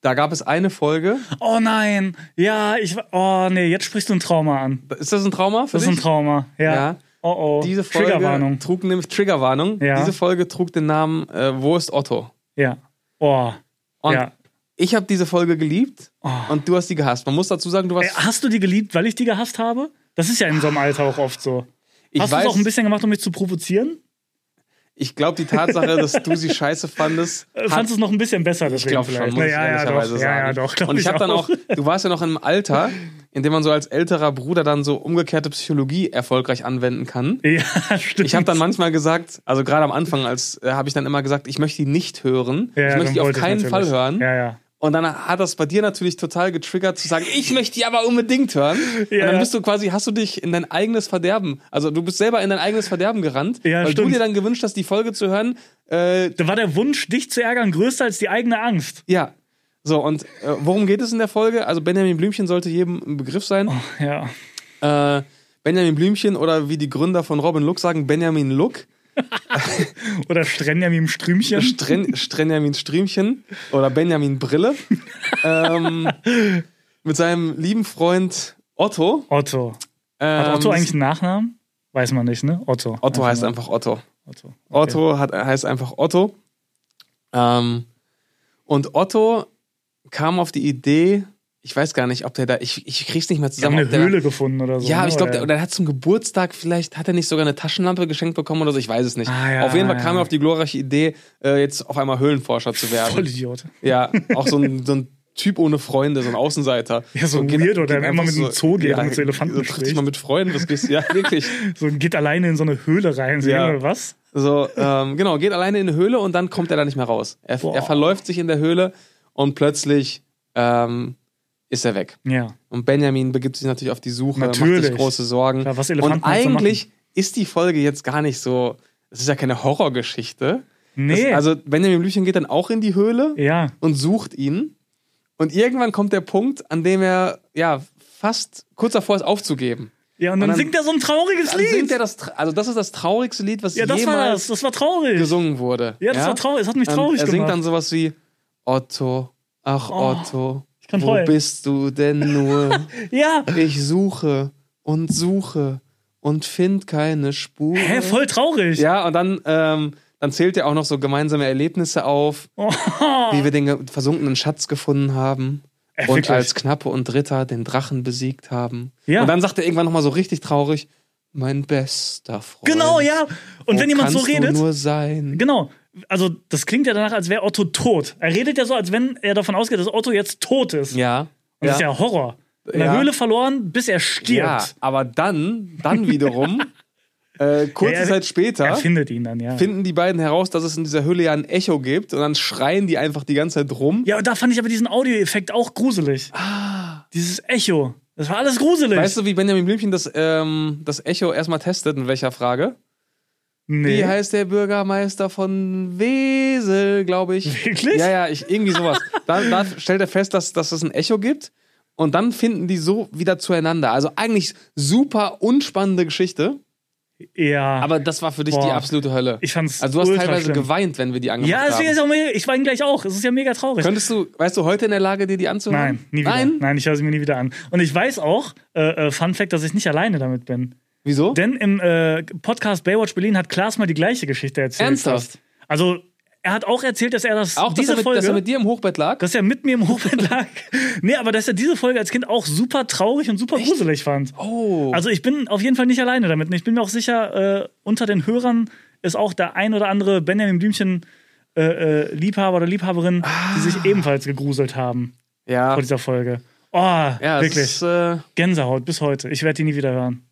Speaker 2: da gab es eine Folge.
Speaker 1: Oh nein. Ja, ich. Oh nee, jetzt sprichst du ein Trauma an.
Speaker 2: Ist das ein Trauma für
Speaker 1: Das ist ein
Speaker 2: dich?
Speaker 1: Trauma. Ja.
Speaker 2: Ja.
Speaker 1: Oh oh.
Speaker 2: Diese Folge
Speaker 1: Triggerwarnung.
Speaker 2: trug nämlich Triggerwarnung.
Speaker 1: Ja.
Speaker 2: Diese Folge trug den Namen äh, Wo ist Otto?
Speaker 1: Ja. Oh.
Speaker 2: Und
Speaker 1: ja.
Speaker 2: ich habe diese Folge geliebt
Speaker 1: Oh.
Speaker 2: und du hast die gehasst. Man muss dazu sagen, du
Speaker 1: Ey,
Speaker 2: warst.
Speaker 1: Hast du die geliebt, weil ich die gehasst habe? Das ist ja in so einem Alter auch oft so.
Speaker 2: Ich
Speaker 1: Hast du es
Speaker 2: weiß,
Speaker 1: auch ein bisschen gemacht, um mich zu provozieren?
Speaker 2: ich glaube, die Tatsache, dass du sie scheiße fandest,
Speaker 1: Äh, Fandst du es noch ein bisschen besser?
Speaker 2: ich glaube schon, muss ich
Speaker 1: ja, ja, doch,
Speaker 2: ehrlicherweise
Speaker 1: ja,
Speaker 2: sagen.
Speaker 1: ja, doch. glaub
Speaker 2: und ich habe dann auch,
Speaker 1: auch.
Speaker 2: du warst ja noch im Alter, in dem man so als älterer Bruder dann so umgekehrte Psychologie erfolgreich anwenden kann.
Speaker 1: Ja, stimmt.
Speaker 2: Ich habe dann manchmal gesagt, also gerade am Anfang, als äh, habe ich dann immer gesagt, ich möchte die nicht hören,
Speaker 1: ja,
Speaker 2: ich
Speaker 1: dann
Speaker 2: möchte die auf
Speaker 1: wollte ich
Speaker 2: keinen Fall
Speaker 1: natürlich.
Speaker 2: hören.
Speaker 1: Ja, ja.
Speaker 2: Und dann hat das bei dir natürlich total getriggert, zu sagen, ich möchte die aber unbedingt hören. Und dann
Speaker 1: Ja.
Speaker 2: bist du quasi, hast du dich in dein eigenes Verderben, also du bist selber in dein eigenes Verderben gerannt,
Speaker 1: Ja,
Speaker 2: weil du
Speaker 1: stimmt.
Speaker 2: dir dann gewünscht hast, die Folge zu hören. Äh,
Speaker 1: Da war der Wunsch, dich zu ärgern, größer als die eigene Angst.
Speaker 2: ja. So, und äh, worum geht es in der Folge? Also Benjamin Blümchen sollte jedem ein Begriff sein.
Speaker 1: Ja.
Speaker 2: Äh, Benjamin Blümchen oder wie die Gründer von Robin Luck sagen, Benjamin Luck.
Speaker 1: Oder Strenjamin im Strümchen.
Speaker 2: Stren Strenjamin Striemchen oder Benjamin Brille. ähm, mit seinem lieben Freund Otto.
Speaker 1: Otto.
Speaker 2: Ähm,
Speaker 1: Hat Otto eigentlich einen Nachnamen? Weiß man nicht, ne? Otto.
Speaker 2: Otto heißt
Speaker 1: nur
Speaker 2: einfach Otto.
Speaker 1: Otto. Okay.
Speaker 2: Otto hat, heißt einfach Otto. Ähm, und Otto kam auf die Idee, ich weiß gar nicht, ob der da, ich, ich krieg's nicht mehr
Speaker 1: Die haben
Speaker 2: zusammen.
Speaker 1: eine
Speaker 2: ob der da-
Speaker 1: Höhle gefunden oder so.
Speaker 2: Ja, aber
Speaker 1: ne?
Speaker 2: ich glaube, der,
Speaker 1: Oder-
Speaker 2: oder er hat zum Geburtstag vielleicht, hat er nicht sogar eine Taschenlampe geschenkt bekommen oder so, ich weiß es nicht.
Speaker 1: Ah, ja,
Speaker 2: auf jeden Fall
Speaker 1: ja,
Speaker 2: kam er
Speaker 1: ja.
Speaker 2: auf die glorreiche Idee, äh, jetzt auf einmal Höhlenforscher zu werden.
Speaker 1: Vollidiot.
Speaker 2: Ja, auch so ein, so ein Typ ohne Freunde, so ein Außenseiter.
Speaker 1: Ja, so ein
Speaker 2: geht-
Speaker 1: Weirdo, der
Speaker 2: geht
Speaker 1: immer
Speaker 2: einfach
Speaker 1: mit einem Zoo geht und mit so Elefanten
Speaker 2: so tritt dich
Speaker 1: spricht.
Speaker 2: mal mit Freunden, was gehst Ja, wirklich.
Speaker 1: So geht alleine in so eine Höhle rein. So,
Speaker 2: Ja.
Speaker 1: Junge, was?
Speaker 2: So, ähm, genau, geht alleine in eine Höhle und dann kommt er da nicht mehr raus. Er,
Speaker 1: Boah.
Speaker 2: er verläuft sich in der Höhle und plötzlich ähm, ist er weg.
Speaker 1: Ja.
Speaker 2: Und Benjamin begibt sich natürlich auf die Suche, macht sich
Speaker 1: Natürlich.
Speaker 2: große Sorgen.
Speaker 1: Klar, was
Speaker 2: und
Speaker 1: Elefanten halt so
Speaker 2: eigentlich ist die Folge jetzt gar nicht so, es ist ja keine Horrorgeschichte.
Speaker 1: Nee.
Speaker 2: Das, also Benjamin Blümchen geht dann auch in die Höhle
Speaker 1: ja.
Speaker 2: und sucht ihn. Und irgendwann kommt der Punkt, an dem er ja fast kurz davor ist aufzugeben.
Speaker 1: Ja, und dann,
Speaker 2: dann-
Speaker 1: singt er so ein trauriges
Speaker 2: Dann
Speaker 1: Lied.
Speaker 2: singt er das, tra- also das ist das traurigste Lied, was
Speaker 1: ja, das war das.
Speaker 2: jemals
Speaker 1: Das war traurig.
Speaker 2: gesungen wurde.
Speaker 1: Ja, das war traurig. Es hat mich
Speaker 2: Und
Speaker 1: traurig
Speaker 2: Er singt
Speaker 1: gemacht. Oh,
Speaker 2: dann sowas wie Otto, ach Otto,
Speaker 1: kann
Speaker 2: wo
Speaker 1: heulen.
Speaker 2: bist du denn nur?
Speaker 1: ja.
Speaker 2: ich suche und suche und find keine Spur.
Speaker 1: Hä, voll traurig.
Speaker 2: Ja, und dann, ähm, dann zählt er auch noch so gemeinsame Erlebnisse auf, wie wir den ge- versunkenen Schatz gefunden haben.
Speaker 1: Äh,
Speaker 2: und
Speaker 1: wirklich?
Speaker 2: als Knappe und Ritter den Drachen besiegt haben.
Speaker 1: Ja.
Speaker 2: Und dann sagt er irgendwann nochmal so richtig traurig: Mein bester Freund.
Speaker 1: Genau, ja. Und
Speaker 2: wo
Speaker 1: wenn jemand so
Speaker 2: kannst
Speaker 1: redet,
Speaker 2: Du nur sein.
Speaker 1: Genau. Also, das klingt ja danach, als wäre Otto tot. Er redet ja so, als wenn er davon ausgeht, dass Otto jetzt tot ist.
Speaker 2: Ja.
Speaker 1: Und das ist ja Horror. In der
Speaker 2: Ja.
Speaker 1: Höhle verloren, bis er
Speaker 2: ja,
Speaker 1: stirbt.
Speaker 2: aber dann, dann wiederum, äh, kurze
Speaker 1: Ja, er-
Speaker 2: Zeit später,
Speaker 1: Er findet ihn dann, ja.
Speaker 2: finden die beiden heraus, dass es in dieser Höhle ja ein Echo gibt und dann schreien die einfach die ganze Zeit rum.
Speaker 1: ja, und da fand ich aber diesen Audioeffekt auch gruselig. Ah. Dieses Echo. Das war alles gruselig.
Speaker 2: Weißt du, wie Benjamin Blümchen das, ähm, das Echo erstmal testet, in welcher Frage?
Speaker 1: nee.
Speaker 2: Wie halt- heißt der Bürgermeister von Wesel, glaube ich?
Speaker 1: Wirklich?
Speaker 2: Ja, ja, ich, irgendwie sowas. dann, dann stellt er fest, dass, dass es ein Echo gibt und dann finden die so wieder zueinander. Also eigentlich super unspannende Geschichte,
Speaker 1: ja.
Speaker 2: aber das war für dich die
Speaker 1: Boah.
Speaker 2: absolute Hölle.
Speaker 1: ich fand's
Speaker 2: Also du hast
Speaker 1: ultra
Speaker 2: teilweise
Speaker 1: schlimm.
Speaker 2: geweint, wenn wir die angemacht
Speaker 1: Ja, deswegen
Speaker 2: haben.
Speaker 1: ist auch mega, ich weine gleich auch. Es ist ja mega traurig.
Speaker 2: Könntest du, weißt du, heute in der Lage, dir die anzuhören?
Speaker 1: Nein, nie wieder.
Speaker 2: Nein?
Speaker 1: Nein, ich höre sie mir nie wieder an. Und ich weiß auch, äh, äh, Fun Fact, dass ich nicht alleine damit bin.
Speaker 2: Wieso?
Speaker 1: Denn im äh, Podcast Baywatch Berlin hat Klaas mal die gleiche Geschichte erzählt.
Speaker 2: Ernsthaft?
Speaker 1: Also, er hat auch erzählt, dass er das
Speaker 2: Auch, dass
Speaker 1: diese
Speaker 2: er, mit,
Speaker 1: Folge,
Speaker 2: dass er mit dir im Hochbett lag?
Speaker 1: dass er mit mir im Hochbett lag. nee, aber dass er diese Folge als Kind auch super traurig und super gruselig fand.
Speaker 2: oh.
Speaker 1: Also ich bin auf jeden Fall nicht alleine damit. Und ich bin mir auch sicher, äh, unter den Hörern ist auch der ein oder andere Benjamin Blümchen äh, äh, Liebhaber oder Liebhaberin,
Speaker 2: Ah.
Speaker 1: die sich ebenfalls gegruselt haben
Speaker 2: ja.
Speaker 1: vor dieser Folge. Oh,
Speaker 2: Ja, es
Speaker 1: wirklich.
Speaker 2: Ist, äh,
Speaker 1: Gänsehaut bis heute. Ich werde die nie wieder hören.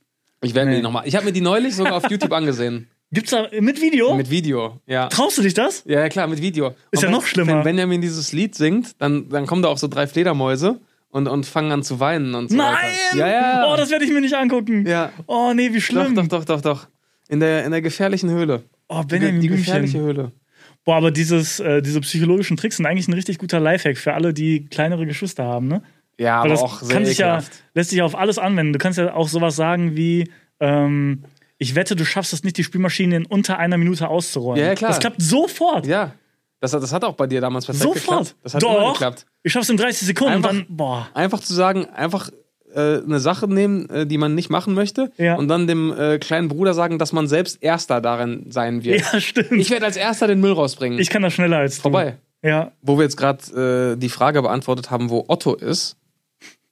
Speaker 2: ich werde mir die
Speaker 1: Nee.
Speaker 2: nochmal. Ich habe mir die neulich sogar auf YouTube angesehen.
Speaker 1: Gibt's da mit Video?
Speaker 2: Mit Video. Ja.
Speaker 1: Traust du dich das?
Speaker 2: Ja, ja, klar, mit Video. Ist
Speaker 1: ja noch schlimmer.
Speaker 2: Wenn Benjamin dieses Lied singt, dann, dann kommen da auch so drei Fledermäuse und, und fangen an zu weinen und so.
Speaker 1: Nein!
Speaker 2: Weiter. Ja, ja.
Speaker 1: Oh, das werde ich mir nicht angucken.
Speaker 2: Ja.
Speaker 1: Oh, nee, wie schlimm.
Speaker 2: doch, doch, doch, doch, doch. In der, in der gefährlichen Höhle.
Speaker 1: Oh,
Speaker 2: Die,
Speaker 1: Benjamin
Speaker 2: die gefährliche
Speaker 1: Blümchen.
Speaker 2: Höhle.
Speaker 1: Boah, aber dieses, äh, diese psychologischen Tricks sind eigentlich ein richtig guter Lifehack für alle, die kleinere Geschwister haben, ne?
Speaker 2: Ja,
Speaker 1: Weil
Speaker 2: aber
Speaker 1: das
Speaker 2: auch sehr
Speaker 1: kann sich ja,
Speaker 2: ekelhaft.
Speaker 1: lässt sich ja auf alles anwenden. Du kannst ja auch sowas sagen wie, ähm, ich wette, du schaffst es nicht, die Spülmaschine in unter einer Minute auszuräumen.
Speaker 2: Ja, ja, klar.
Speaker 1: Das klappt sofort.
Speaker 2: Ja, das, hat- das hat auch bei dir damals perfekt
Speaker 1: sofort.
Speaker 2: geklappt. Das hat immer
Speaker 1: Doch.
Speaker 2: geklappt.
Speaker 1: Ich schaff's in 30 Sekunden
Speaker 2: Einfach-
Speaker 1: und dann, boah.
Speaker 2: Einfach zu sagen, einfach äh, eine Sache nehmen, äh, die man nicht machen möchte
Speaker 1: Ja.
Speaker 2: und dann dem äh, kleinen Bruder sagen, dass man selbst Erster darin sein wird.
Speaker 1: Ja, stimmt.
Speaker 2: Ich werde als Erster den Müll rausbringen.
Speaker 1: Ich kann das schneller als du.
Speaker 2: Vorbei.
Speaker 1: Ja.
Speaker 2: Wo wir jetzt gerade äh, die Frage beantwortet haben, wo Otto ist,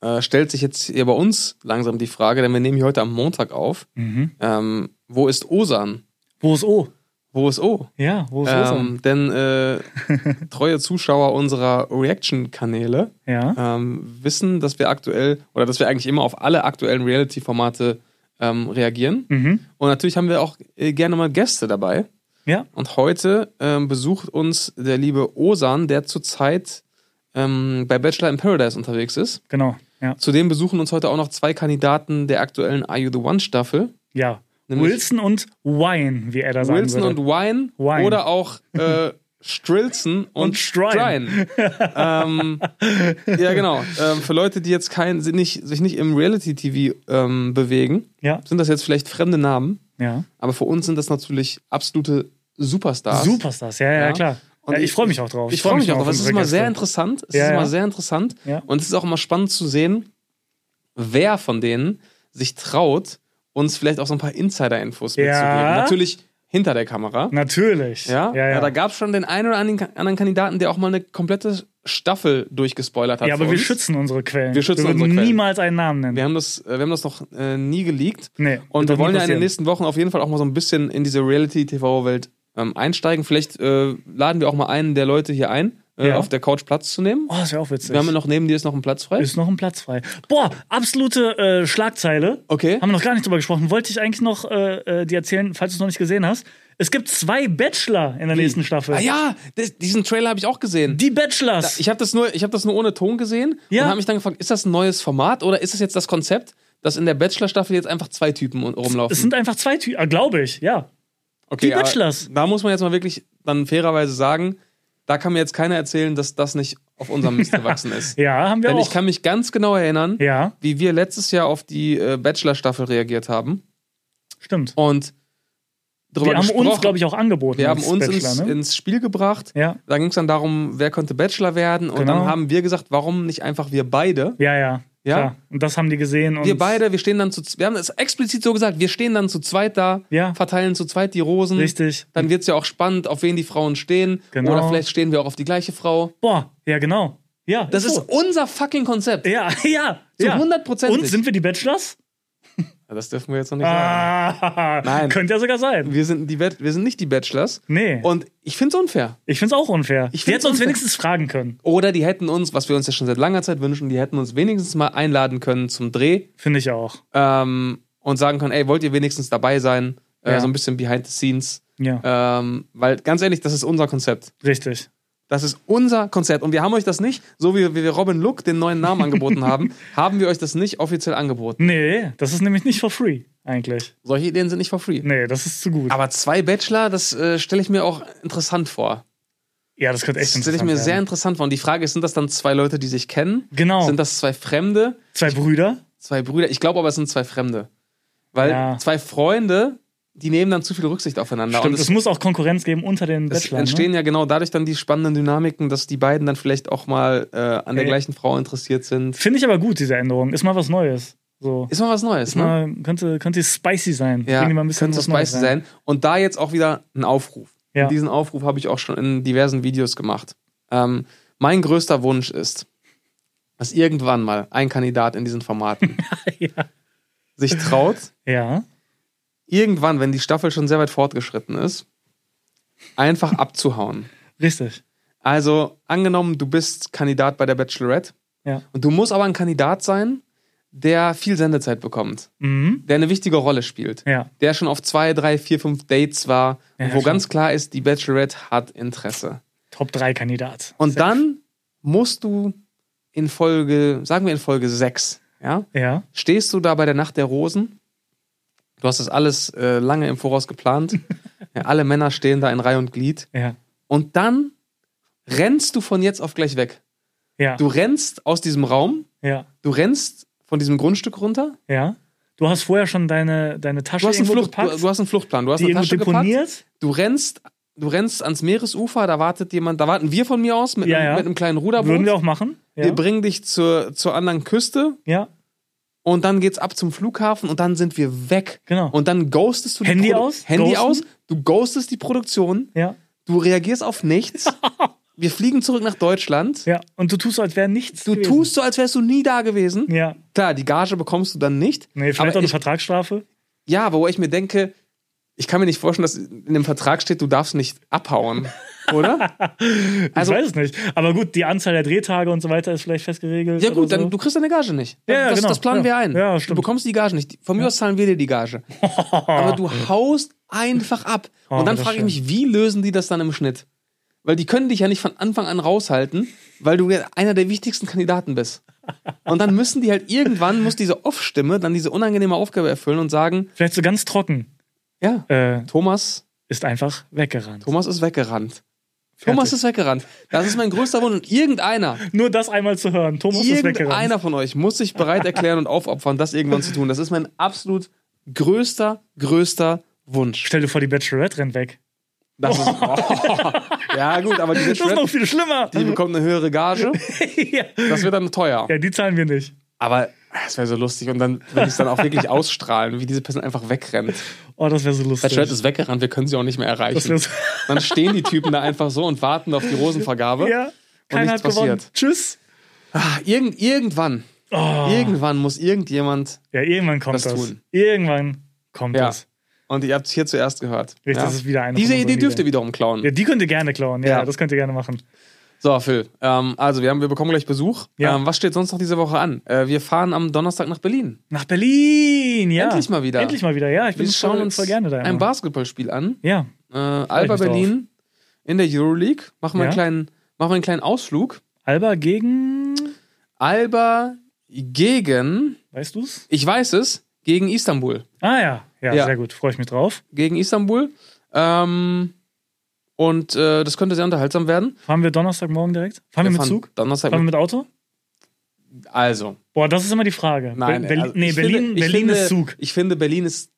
Speaker 2: äh, stellt sich jetzt hier bei uns langsam die Frage, denn wir nehmen hier heute am Montag auf,
Speaker 1: Mhm.
Speaker 2: ähm, wo ist Osan?
Speaker 1: Wo ist O?
Speaker 2: Wo ist O?
Speaker 1: Ja, wo ist O?
Speaker 2: Ähm, denn äh, treue Zuschauer unserer Reaction-Kanäle
Speaker 1: Ja.
Speaker 2: ähm, wissen, dass wir aktuell oder dass wir eigentlich immer auf alle aktuellen Reality-Formate ähm, reagieren.
Speaker 1: Mhm.
Speaker 2: Und natürlich haben wir auch äh, gerne mal Gäste dabei.
Speaker 1: Ja.
Speaker 2: Und heute ähm, besucht uns der liebe Osan, der zurzeit ähm, bei Bachelor in Paradise unterwegs ist.
Speaker 1: Genau. Ja.
Speaker 2: Zudem besuchen uns heute auch noch zwei Kandidaten der aktuellen Are You the One Staffel.
Speaker 1: ja.
Speaker 2: Nämlich-
Speaker 1: Wilson und Wine, wie er da sagen
Speaker 2: Wilson
Speaker 1: würde.
Speaker 2: und Wine,
Speaker 1: Wine.
Speaker 2: oder auch äh, Strilson und,
Speaker 1: Und Strine.
Speaker 2: Strine. ähm, ja, genau. Ähm, für Leute, die jetzt kein, sind nicht, sich nicht im Reality-TV ähm, bewegen,
Speaker 1: ja,
Speaker 2: sind das jetzt vielleicht fremde Namen,
Speaker 1: ja.
Speaker 2: aber für uns sind das natürlich absolute Superstars.
Speaker 1: Superstars, ja, ja,
Speaker 2: Ja.
Speaker 1: klar.
Speaker 2: Und
Speaker 1: ja, ich
Speaker 2: ich-
Speaker 1: freue mich auch drauf.
Speaker 2: Ich freue mich auch drauf.
Speaker 1: auf
Speaker 2: Es ist
Speaker 1: unsere
Speaker 2: immer sehr
Speaker 1: Gäste.
Speaker 2: interessant. Es
Speaker 1: Ja,
Speaker 2: ist immer
Speaker 1: ja.
Speaker 2: sehr interessant.
Speaker 1: Ja.
Speaker 2: Und es ist auch immer spannend zu sehen, wer von denen sich traut, uns vielleicht auch so ein paar Insider-Infos
Speaker 1: Ja.
Speaker 2: mitzugeben. Natürlich hinter der Kamera.
Speaker 1: Natürlich.
Speaker 2: Ja,
Speaker 1: ja,
Speaker 2: ja, da
Speaker 1: ja.
Speaker 2: gab es schon den einen oder anderen anderen Kandidaten, der auch mal eine komplette Staffel durchgespoilert hat.
Speaker 1: ja aber
Speaker 2: für
Speaker 1: wir
Speaker 2: uns.
Speaker 1: schützen unsere Quellen.
Speaker 2: Wir schützen
Speaker 1: wir würden
Speaker 2: unsere Quellen.
Speaker 1: niemals einen Namen nennen.
Speaker 2: Wir haben das, äh, wir haben das noch äh, nie geleakt.
Speaker 1: Nee,
Speaker 2: Und
Speaker 1: wird doch nie
Speaker 2: wir wollen ja in den
Speaker 1: passieren.
Speaker 2: nächsten Wochen auf jeden Fall auch mal so ein bisschen in diese Reality-TV-Welt ähm, einsteigen. Vielleicht äh, laden wir auch mal einen der Leute hier ein, äh,
Speaker 1: Ja.
Speaker 2: auf der Couch Platz zu nehmen.
Speaker 1: Oh, das wäre auch witzig.
Speaker 2: Wir haben ja noch neben dir ist noch ein Platz frei.
Speaker 1: ist noch ein Platz frei. Boah, absolute äh, Schlagzeile.
Speaker 2: Okay.
Speaker 1: Haben wir noch gar nicht drüber gesprochen. Wollte ich eigentlich noch äh, äh, dir erzählen, falls du es noch nicht gesehen hast. Es gibt zwei Bachelor in der nächsten Staffel.
Speaker 2: Ah ja, das, diesen Trailer habe ich auch gesehen.
Speaker 1: Die Bachelors.
Speaker 2: Ich habe das, nur- ich hab das nur ohne Ton gesehen
Speaker 1: Ja.
Speaker 2: und habe mich dann gefragt, ist das ein neues Format oder ist es jetzt das Konzept, dass in der Bachelor-Staffel jetzt einfach zwei Typen un- rumlaufen?
Speaker 1: es sind einfach zwei Typen, glaube ich, ja.
Speaker 2: Okay,
Speaker 1: Die
Speaker 2: aber
Speaker 1: Bachelors.
Speaker 2: Da muss man jetzt mal wirklich dann fairerweise sagen, da kann mir jetzt keiner erzählen, dass das nicht auf unserem Mist gewachsen ist.
Speaker 1: Ja, haben wir
Speaker 2: Denn
Speaker 1: auch.
Speaker 2: ich kann mich ganz genau erinnern,
Speaker 1: ja,
Speaker 2: wie wir letztes Jahr auf die äh, Bachelor-Staffel reagiert haben
Speaker 1: stimmt.
Speaker 2: und darüber
Speaker 1: Wir haben
Speaker 2: gesprochen.
Speaker 1: uns, glaube ich, auch angeboten.
Speaker 2: wir haben
Speaker 1: als
Speaker 2: uns
Speaker 1: Bachelor,
Speaker 2: ins,
Speaker 1: ne?
Speaker 2: ins Spiel gebracht.
Speaker 1: Ja,
Speaker 2: Da ging es dann darum, wer könnte Bachelor werden. Und
Speaker 1: Genau.
Speaker 2: dann haben wir gesagt, warum nicht einfach wir beide?
Speaker 1: ja, ja.
Speaker 2: Ja?
Speaker 1: Klar. Und das haben die gesehen. Und
Speaker 2: Wir beide, wir stehen dann zu, z- wir haben es explizit so gesagt, wir stehen dann zu zweit da,
Speaker 1: Ja.
Speaker 2: verteilen zu zweit die Rosen.
Speaker 1: Richtig.
Speaker 2: Dann wird es ja auch spannend, auf wen die Frauen stehen.
Speaker 1: Genau.
Speaker 2: Oder vielleicht stehen wir auch auf die gleiche Frau.
Speaker 1: Boah, ja, genau. Ja,
Speaker 2: Das ist
Speaker 1: so.
Speaker 2: unser fucking Konzept.
Speaker 1: Ja, ja.
Speaker 2: Zu
Speaker 1: ja.
Speaker 2: 100%.
Speaker 1: Und sind wir die Bachelors?
Speaker 2: Das dürfen wir jetzt noch nicht sagen.
Speaker 1: Ah,
Speaker 2: Nein.
Speaker 1: Könnte ja sogar sein.
Speaker 2: Ah. Wir sind, die, Bat- wir sind nicht die Bachelors.
Speaker 1: Nee.
Speaker 2: Und ich finde es unfair.
Speaker 1: ich find's auch unfair.
Speaker 2: Ich
Speaker 1: die
Speaker 2: find's
Speaker 1: hätten uns
Speaker 2: unfair.
Speaker 1: wenigstens fragen können.
Speaker 2: Oder die hätten uns, was wir uns ja schon seit langer Zeit wünschen, die hätten uns wenigstens mal einladen können zum Dreh
Speaker 1: Finde ich auch.
Speaker 2: ähm, und sagen können, ey, wollt ihr wenigstens dabei sein? Äh,
Speaker 1: Ja.
Speaker 2: So ein bisschen behind the scenes.
Speaker 1: Ja,
Speaker 2: Ähm, weil ganz ehrlich, das ist unser Konzept.
Speaker 1: richtig.
Speaker 2: Das ist unser Konzept. Und wir haben euch das nicht, so wie wir Robin Look den neuen Namen angeboten haben, haben wir euch das nicht offiziell angeboten.
Speaker 1: Nee, das ist nämlich nicht for free, eigentlich.
Speaker 2: Solche Ideen sind nicht for free.
Speaker 1: Nee, das ist zu gut.
Speaker 2: Aber zwei Bachelor, das äh, stelle ich mir auch interessant vor.
Speaker 1: ja, das könnte echt
Speaker 2: Das stelle ich mir sehr
Speaker 1: interessant
Speaker 2: interessant vor. Und die Frage ist, sind das dann zwei Leute, die sich kennen?
Speaker 1: Genau.
Speaker 2: Sind das zwei Fremde?
Speaker 1: Zwei Brüder?
Speaker 2: Zwei Brüder? Ich glaube aber, es sind zwei Fremde. Weil
Speaker 1: Ja.
Speaker 2: zwei Freunde, die nehmen dann zu viel Rücksicht aufeinander.
Speaker 1: Stimmt,
Speaker 2: Und
Speaker 1: es
Speaker 2: es,
Speaker 1: muss auch Konkurrenz geben unter den
Speaker 2: es
Speaker 1: Bachelor. ne?
Speaker 2: entstehen ja genau dadurch dann die spannenden Dynamiken, dass die beiden dann vielleicht auch mal äh, an der
Speaker 1: Ey.
Speaker 2: gleichen Frau interessiert
Speaker 1: Ne?
Speaker 2: sind.
Speaker 1: Finde ich aber gut, diese Änderung. Ist mal was Neues. So.
Speaker 2: Ist mal was Neues, ne?
Speaker 1: Mal, könnte, könnte spicy sein.
Speaker 2: Ja,
Speaker 1: Bring die mal ein bisschen
Speaker 2: könnte
Speaker 1: was
Speaker 2: spicy
Speaker 1: Neues rein.
Speaker 2: sein. Und da jetzt auch wieder ein Aufruf.
Speaker 1: Ja.
Speaker 2: Diesen Aufruf habe ich auch schon in diversen Videos gemacht. Ähm, mein größter Wunsch ist, dass irgendwann mal ein Kandidat in diesen Formaten
Speaker 1: Ja.
Speaker 2: sich traut,
Speaker 1: Ja,
Speaker 2: irgendwann, wenn die Staffel schon sehr weit fortgeschritten ist, einfach abzuhauen.
Speaker 1: richtig.
Speaker 2: Also angenommen, du bist Kandidat bei der Bachelorette
Speaker 1: Ja.
Speaker 2: und du musst aber ein Kandidat sein, der viel Sendezeit bekommt,
Speaker 1: Mhm.
Speaker 2: der eine wichtige Rolle spielt.
Speaker 1: Ja,
Speaker 2: der schon auf zwei, drei, vier, fünf Dates war
Speaker 1: Ja,
Speaker 2: und wo
Speaker 1: schon.
Speaker 2: ganz klar ist, die Bachelorette hat Interesse.
Speaker 1: Top 3 Kandidat.
Speaker 2: Und dann musst du in Folge, sagen wir in Folge 6, ja,
Speaker 1: Ja,
Speaker 2: stehst du da bei der Nacht der Rosen. Du hast das alles äh, lange im Voraus geplant. ja, alle Männer stehen da in Reihe und Glied.
Speaker 1: ja,
Speaker 2: Und dann rennst du von jetzt auf gleich weg.
Speaker 1: ja.
Speaker 2: Du rennst aus diesem Raum,
Speaker 1: Ja,
Speaker 2: du rennst von diesem Grundstück runter.
Speaker 1: ja. Du hast vorher schon deine, deine Tasche
Speaker 2: Du hast, einen
Speaker 1: irgendwo
Speaker 2: Flucht,
Speaker 1: gepackt,
Speaker 2: du, du hast einen Fluchtplan, du hast
Speaker 1: die
Speaker 2: eine
Speaker 1: irgendwo
Speaker 2: Tasche gepackt.
Speaker 1: deponiert.
Speaker 2: du rennst, du rennst ans Meeresufer, da wartet jemand, da warten wir von mir aus mit,
Speaker 1: Ja,
Speaker 2: einem,
Speaker 1: ja.
Speaker 2: mit einem kleinen Ruderboot.
Speaker 1: Würden wir auch machen. Ja.
Speaker 2: Wir bringen dich zur, zur anderen Küste
Speaker 1: ja,
Speaker 2: und dann geht's ab zum Flughafen und dann sind wir weg.
Speaker 1: Genau.
Speaker 2: Und dann ghostest du
Speaker 1: Handy
Speaker 2: die Produ-
Speaker 1: aus?
Speaker 2: Handy
Speaker 1: Ghosten?
Speaker 2: aus, du ghostest die Produktion,
Speaker 1: ja,
Speaker 2: du reagierst auf nichts. wir fliegen zurück nach Deutschland.
Speaker 1: ja. Und du tust so, als wäre nichts.
Speaker 2: Du
Speaker 1: gewesen.
Speaker 2: tust so, als wärst du nie da gewesen.
Speaker 1: Ja.
Speaker 2: Klar, die Gage bekommst du dann nicht.
Speaker 1: Nee, vielleicht
Speaker 2: aber
Speaker 1: auch eine
Speaker 2: ich,
Speaker 1: Vertragsstrafe.
Speaker 2: ja, aber wo ich mir denke, ich kann mir nicht vorstellen, dass in dem Vertrag steht, du darfst nicht abhauen, oder? Also-
Speaker 1: ich weiß es nicht. Aber gut, die Anzahl der Drehtage und so weiter ist vielleicht fest geregelt.
Speaker 2: Ja, gut,
Speaker 1: oder so.
Speaker 2: dann du kriegst deine Gage nicht.
Speaker 1: Ja, ja,
Speaker 2: das,
Speaker 1: genau.
Speaker 2: das planen
Speaker 1: Ja.
Speaker 2: wir ein.
Speaker 1: Ja,
Speaker 2: du
Speaker 1: stimmt.
Speaker 2: bekommst die Gage nicht. Von mir aus zahlen wir dir die Gage. Aber du haust einfach ab.
Speaker 1: Oh,
Speaker 2: Und dann
Speaker 1: das
Speaker 2: frage ich
Speaker 1: stimmt.
Speaker 2: mich, wie lösen die das dann im Schnitt? Weil die können dich ja nicht von Anfang an raushalten, weil du ja einer der wichtigsten Kandidaten bist. Und dann müssen die halt irgendwann, muss diese Off-Stimme dann diese unangenehme Aufgabe erfüllen und sagen,
Speaker 1: Vielleicht so ganz trocken.
Speaker 2: ja,
Speaker 1: Äh,
Speaker 2: Thomas,
Speaker 1: ist einfach weggerannt.
Speaker 2: Thomas ist weggerannt. Thomas ist weggerannt. Das ist mein größter Wunsch. Und irgendeiner,
Speaker 1: Nur das einmal zu hören. Thomas ist weggerannt.
Speaker 2: Irgendeiner von euch muss sich bereit erklären und aufopfern, das irgendwann zu tun. Das ist mein absolut größter, größter Wunsch.
Speaker 1: Stell dir vor, die Bachelorette rennt weg.
Speaker 2: Das ist, oh. Ja, gut, aber die,
Speaker 1: Das ist noch
Speaker 2: Bachelorette,
Speaker 1: viel schlimmer.
Speaker 2: die bekommt eine höhere Gage.
Speaker 1: ja.
Speaker 2: Das wird dann teuer.
Speaker 1: ja, die zahlen wir nicht.
Speaker 2: Aber das wäre so lustig. Und dann würde ich es dann auch wirklich ausstrahlen, wie diese Person einfach wegrennt.
Speaker 1: Oh, das wäre so lustig.
Speaker 2: Bachelorette ist weggerannt, wir können sie auch nicht mehr
Speaker 1: das wär
Speaker 2: erreichen.
Speaker 1: so
Speaker 2: Dann stehen die Typen da einfach so und warten auf die Rosenvergabe.
Speaker 1: ja, keiner hat
Speaker 2: nichts
Speaker 1: gewonnen.
Speaker 2: passiert.
Speaker 1: Tschüss.
Speaker 2: Ach, irgend, irgendwann,
Speaker 1: Oh.
Speaker 2: irgendwann muss irgendjemand
Speaker 1: Ja, irgendwann kommt
Speaker 2: Das
Speaker 1: das.
Speaker 2: tun.
Speaker 1: Irgendwann kommt
Speaker 2: Ja.
Speaker 1: das.
Speaker 2: Und ihr habt es hier zuerst gehört.
Speaker 1: Richtig,
Speaker 2: ja?
Speaker 1: das ist wieder eine
Speaker 2: Diese
Speaker 1: von unseren
Speaker 2: Idee dürft
Speaker 1: Ideen.
Speaker 2: ihr wiederum klauen.
Speaker 1: Ja, die könnt ihr gerne klauen. Ja,
Speaker 2: Ja.
Speaker 1: das könnt ihr gerne machen.
Speaker 2: So, Phil. Ähm, also, wir, haben, wir bekommen gleich Besuch.
Speaker 1: Ja.
Speaker 2: Ähm, was steht sonst noch diese Woche an? Äh, wir fahren am Donnerstag nach Berlin.
Speaker 1: Nach Berlin, ja.
Speaker 2: Endlich mal wieder.
Speaker 1: Endlich mal wieder, ja. Ich bin
Speaker 2: Wir
Speaker 1: schauen uns voll gerne da.
Speaker 2: ein
Speaker 1: immer.
Speaker 2: Basketballspiel an.
Speaker 1: Ja,
Speaker 2: Äh, Alba
Speaker 1: mich drauf.
Speaker 2: Berlin in der Euroleague. Machen wir, einen,
Speaker 1: Ja.
Speaker 2: kleinen, machen wir einen kleinen Ausflug.
Speaker 1: Alba gegen,
Speaker 2: Alba gegen,
Speaker 1: weißt du's?
Speaker 2: ich weiß es, gegen Istanbul.
Speaker 1: Ah ja, ja,
Speaker 2: Ja.
Speaker 1: sehr gut, freue ich mich drauf.
Speaker 2: Gegen Istanbul. Ähm, und äh, das könnte sehr unterhaltsam werden.
Speaker 1: Fahren wir Donnerstagmorgen direkt? Fahren wir, mit
Speaker 2: fahren
Speaker 1: Zug?
Speaker 2: Donnerstag.
Speaker 1: Fahren wir
Speaker 2: Mit,
Speaker 1: mit Auto?
Speaker 2: also,
Speaker 1: Boah, das ist immer die Frage.
Speaker 2: Nein,
Speaker 1: Be Berlin-
Speaker 2: also
Speaker 1: nee,
Speaker 2: ich
Speaker 1: Berlin,
Speaker 2: finde- ich
Speaker 1: Berlin
Speaker 2: finde,
Speaker 1: ist Zug.
Speaker 2: Ich finde, Berlin ist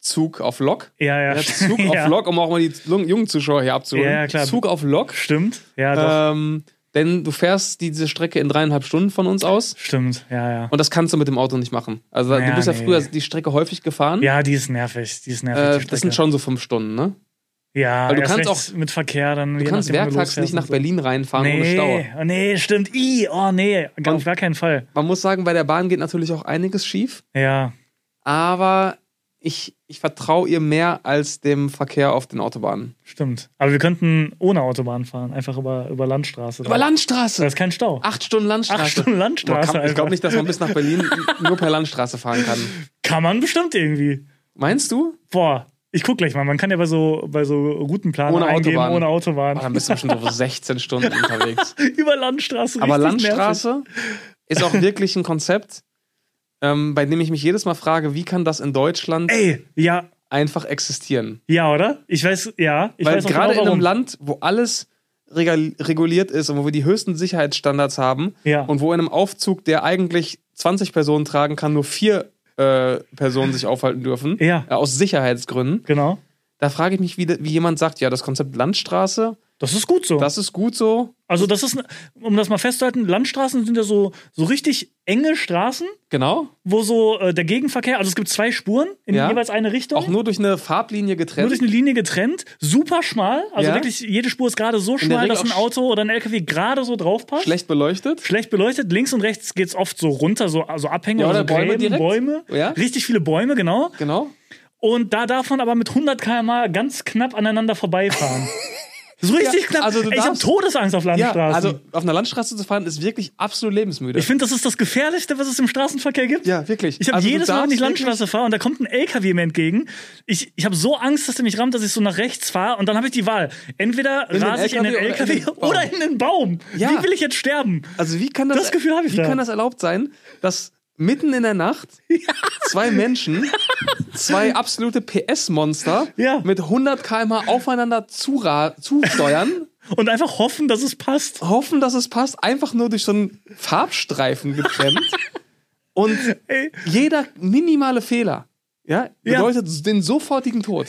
Speaker 2: Zug auf Lok.
Speaker 1: Ja, ja.
Speaker 2: Ja, Zug
Speaker 1: ja.
Speaker 2: auf Lok, um auch mal die jungen jungen Zuschauer hier abzuholen.
Speaker 1: Ja, ja, klar.
Speaker 2: Zug auf Lok.
Speaker 1: Stimmt, ja, doch.
Speaker 2: Ähm, denn du fährst diese Strecke in dreieinhalb Stunden von uns aus
Speaker 1: Stimmt, ja, ja.
Speaker 2: und das kannst du mit dem Auto nicht machen. Also
Speaker 1: Ja,
Speaker 2: du bist ja
Speaker 1: nee.
Speaker 2: früher die Strecke häufig gefahren.
Speaker 1: Ja, die ist nervig. Die ist nervig.
Speaker 2: äh,
Speaker 1: die
Speaker 2: das
Speaker 1: Strecke.
Speaker 2: sind schon so fünf Stunden, ne?
Speaker 1: ja,
Speaker 2: weil du
Speaker 1: erst
Speaker 2: kannst
Speaker 1: recht mit Verkehr dann.
Speaker 2: Du kannst werktags nicht nach Berlin reinfahren ohne Stau.
Speaker 1: Nee, oh, nee, stimmt. I, oh nee, gar, auf
Speaker 2: Und-
Speaker 1: gar keinen Fall.
Speaker 2: Man muss sagen, bei der Bahn geht natürlich auch einiges schief,
Speaker 1: Ja,
Speaker 2: aber ich, ich vertraue ihr mehr als dem Verkehr auf den Autobahnen.
Speaker 1: stimmt. Aber wir könnten ohne Autobahn fahren, einfach über, über Landstraße.
Speaker 2: Über Landstraße!
Speaker 1: Da ist kein Stau.
Speaker 2: Acht Stunden Landstraße.
Speaker 1: Acht Stunden Landstraße,
Speaker 2: Man Kann, ich
Speaker 1: Alter.
Speaker 2: glaube nicht, dass man bis nach Berlin nur per Landstraße fahren kann.
Speaker 1: Kann man bestimmt irgendwie.
Speaker 2: Meinst du?
Speaker 1: Boah, ich guck gleich mal. Man kann ja bei so, bei so Routenplanern
Speaker 2: Ohne
Speaker 1: eingeben
Speaker 2: Autobahn.
Speaker 1: ohne
Speaker 2: Oh, dann
Speaker 1: Autobahn.
Speaker 2: bist du bestimmt so 16 Stunden unterwegs.
Speaker 1: über Landstraße.
Speaker 2: Aber
Speaker 1: richtig nervig.
Speaker 2: Landstraße ist auch wirklich ein Konzept, ähm, bei dem ich mich jedes Mal frage, wie kann das in Deutschland
Speaker 1: Ey, ja,
Speaker 2: einfach existieren?
Speaker 1: ja, oder? Ich weiß, ja. Ich
Speaker 2: Weil
Speaker 1: weiß auch
Speaker 2: gerade
Speaker 1: genau,
Speaker 2: in einem
Speaker 1: warum.
Speaker 2: Land, wo alles regal- reguliert ist und wo wir die höchsten Sicherheitsstandards haben
Speaker 1: Ja.
Speaker 2: und wo in einem Aufzug, der eigentlich 20 Personen tragen kann, nur vier äh, Personen sich aufhalten dürfen,
Speaker 1: Ja.
Speaker 2: äh, aus Sicherheitsgründen,
Speaker 1: Genau.
Speaker 2: Da frage ich mich, wie, wie jemand sagt, ja, das Konzept Landstraße,
Speaker 1: Das ist gut so.
Speaker 2: das ist gut so.
Speaker 1: Also das ist, um das mal festzuhalten, Landstraßen sind ja so, so richtig enge Straßen,
Speaker 2: Genau.
Speaker 1: wo so äh, der Gegenverkehr, also es gibt zwei Spuren in
Speaker 2: Ja.
Speaker 1: jeweils eine Richtung.
Speaker 2: Auch nur durch eine Farblinie getrennt.
Speaker 1: nur durch eine Linie getrennt, super schmal, also
Speaker 2: Ja.
Speaker 1: wirklich jede Spur ist gerade so
Speaker 2: der
Speaker 1: schmal,
Speaker 2: Regel
Speaker 1: dass ein
Speaker 2: auch sch-
Speaker 1: Auto oder ein LKW gerade so drauf passt.
Speaker 2: schlecht beleuchtet.
Speaker 1: Schlecht beleuchtet, links und rechts geht's oft so runter, so also Abhänge
Speaker 2: Ja,
Speaker 1: oder
Speaker 2: oder
Speaker 1: so
Speaker 2: Bäume
Speaker 1: Gräben,
Speaker 2: direkt.
Speaker 1: Bäume.
Speaker 2: Ja.
Speaker 1: Richtig viele Bäume, genau.
Speaker 2: Genau.
Speaker 1: Und da darf man aber mit 100 km/h ganz knapp aneinander vorbeifahren. so richtig
Speaker 2: Ja,
Speaker 1: knapp.
Speaker 2: also du
Speaker 1: Ey, ich habe
Speaker 2: darfst-
Speaker 1: Todesangst auf
Speaker 2: Ja,
Speaker 1: Landstraßen.
Speaker 2: also auf einer Landstraße zu fahren, ist wirklich absolut lebensmüde.
Speaker 1: Ich finde, das ist das Gefährlichste, was es im Straßenverkehr gibt.
Speaker 2: ja, wirklich.
Speaker 1: Ich habe
Speaker 2: Also du
Speaker 1: jedes Mal, wenn ich
Speaker 2: darfst wirklich-
Speaker 1: Landstraße fahre und da kommt ein LKW mir entgegen, ich, ich habe so Angst, dass der mich rammt, dass ich so nach rechts fahre und dann habe ich die Wahl. Entweder
Speaker 2: den
Speaker 1: rase ich in den
Speaker 2: LKW
Speaker 1: LKW oder in den Baum.
Speaker 2: Ja.
Speaker 1: Wie will ich jetzt sterben?
Speaker 2: Also wie kann das,
Speaker 1: Das Gefühl hab ich
Speaker 2: wie
Speaker 1: da.
Speaker 2: kann das erlaubt sein, dass mitten in der Nacht zwei Menschen, zwei absolute PS-Monster
Speaker 1: Ja.
Speaker 2: mit 100 km/h aufeinander zura- zusteuern,
Speaker 1: Und einfach hoffen, dass es passt.
Speaker 2: hoffen, dass es passt, einfach nur durch so einen Farbstreifen getrennt. Und
Speaker 1: Ey.
Speaker 2: jeder minimale Fehler ja,
Speaker 1: Ja.
Speaker 2: bedeutet den sofortigen Tod.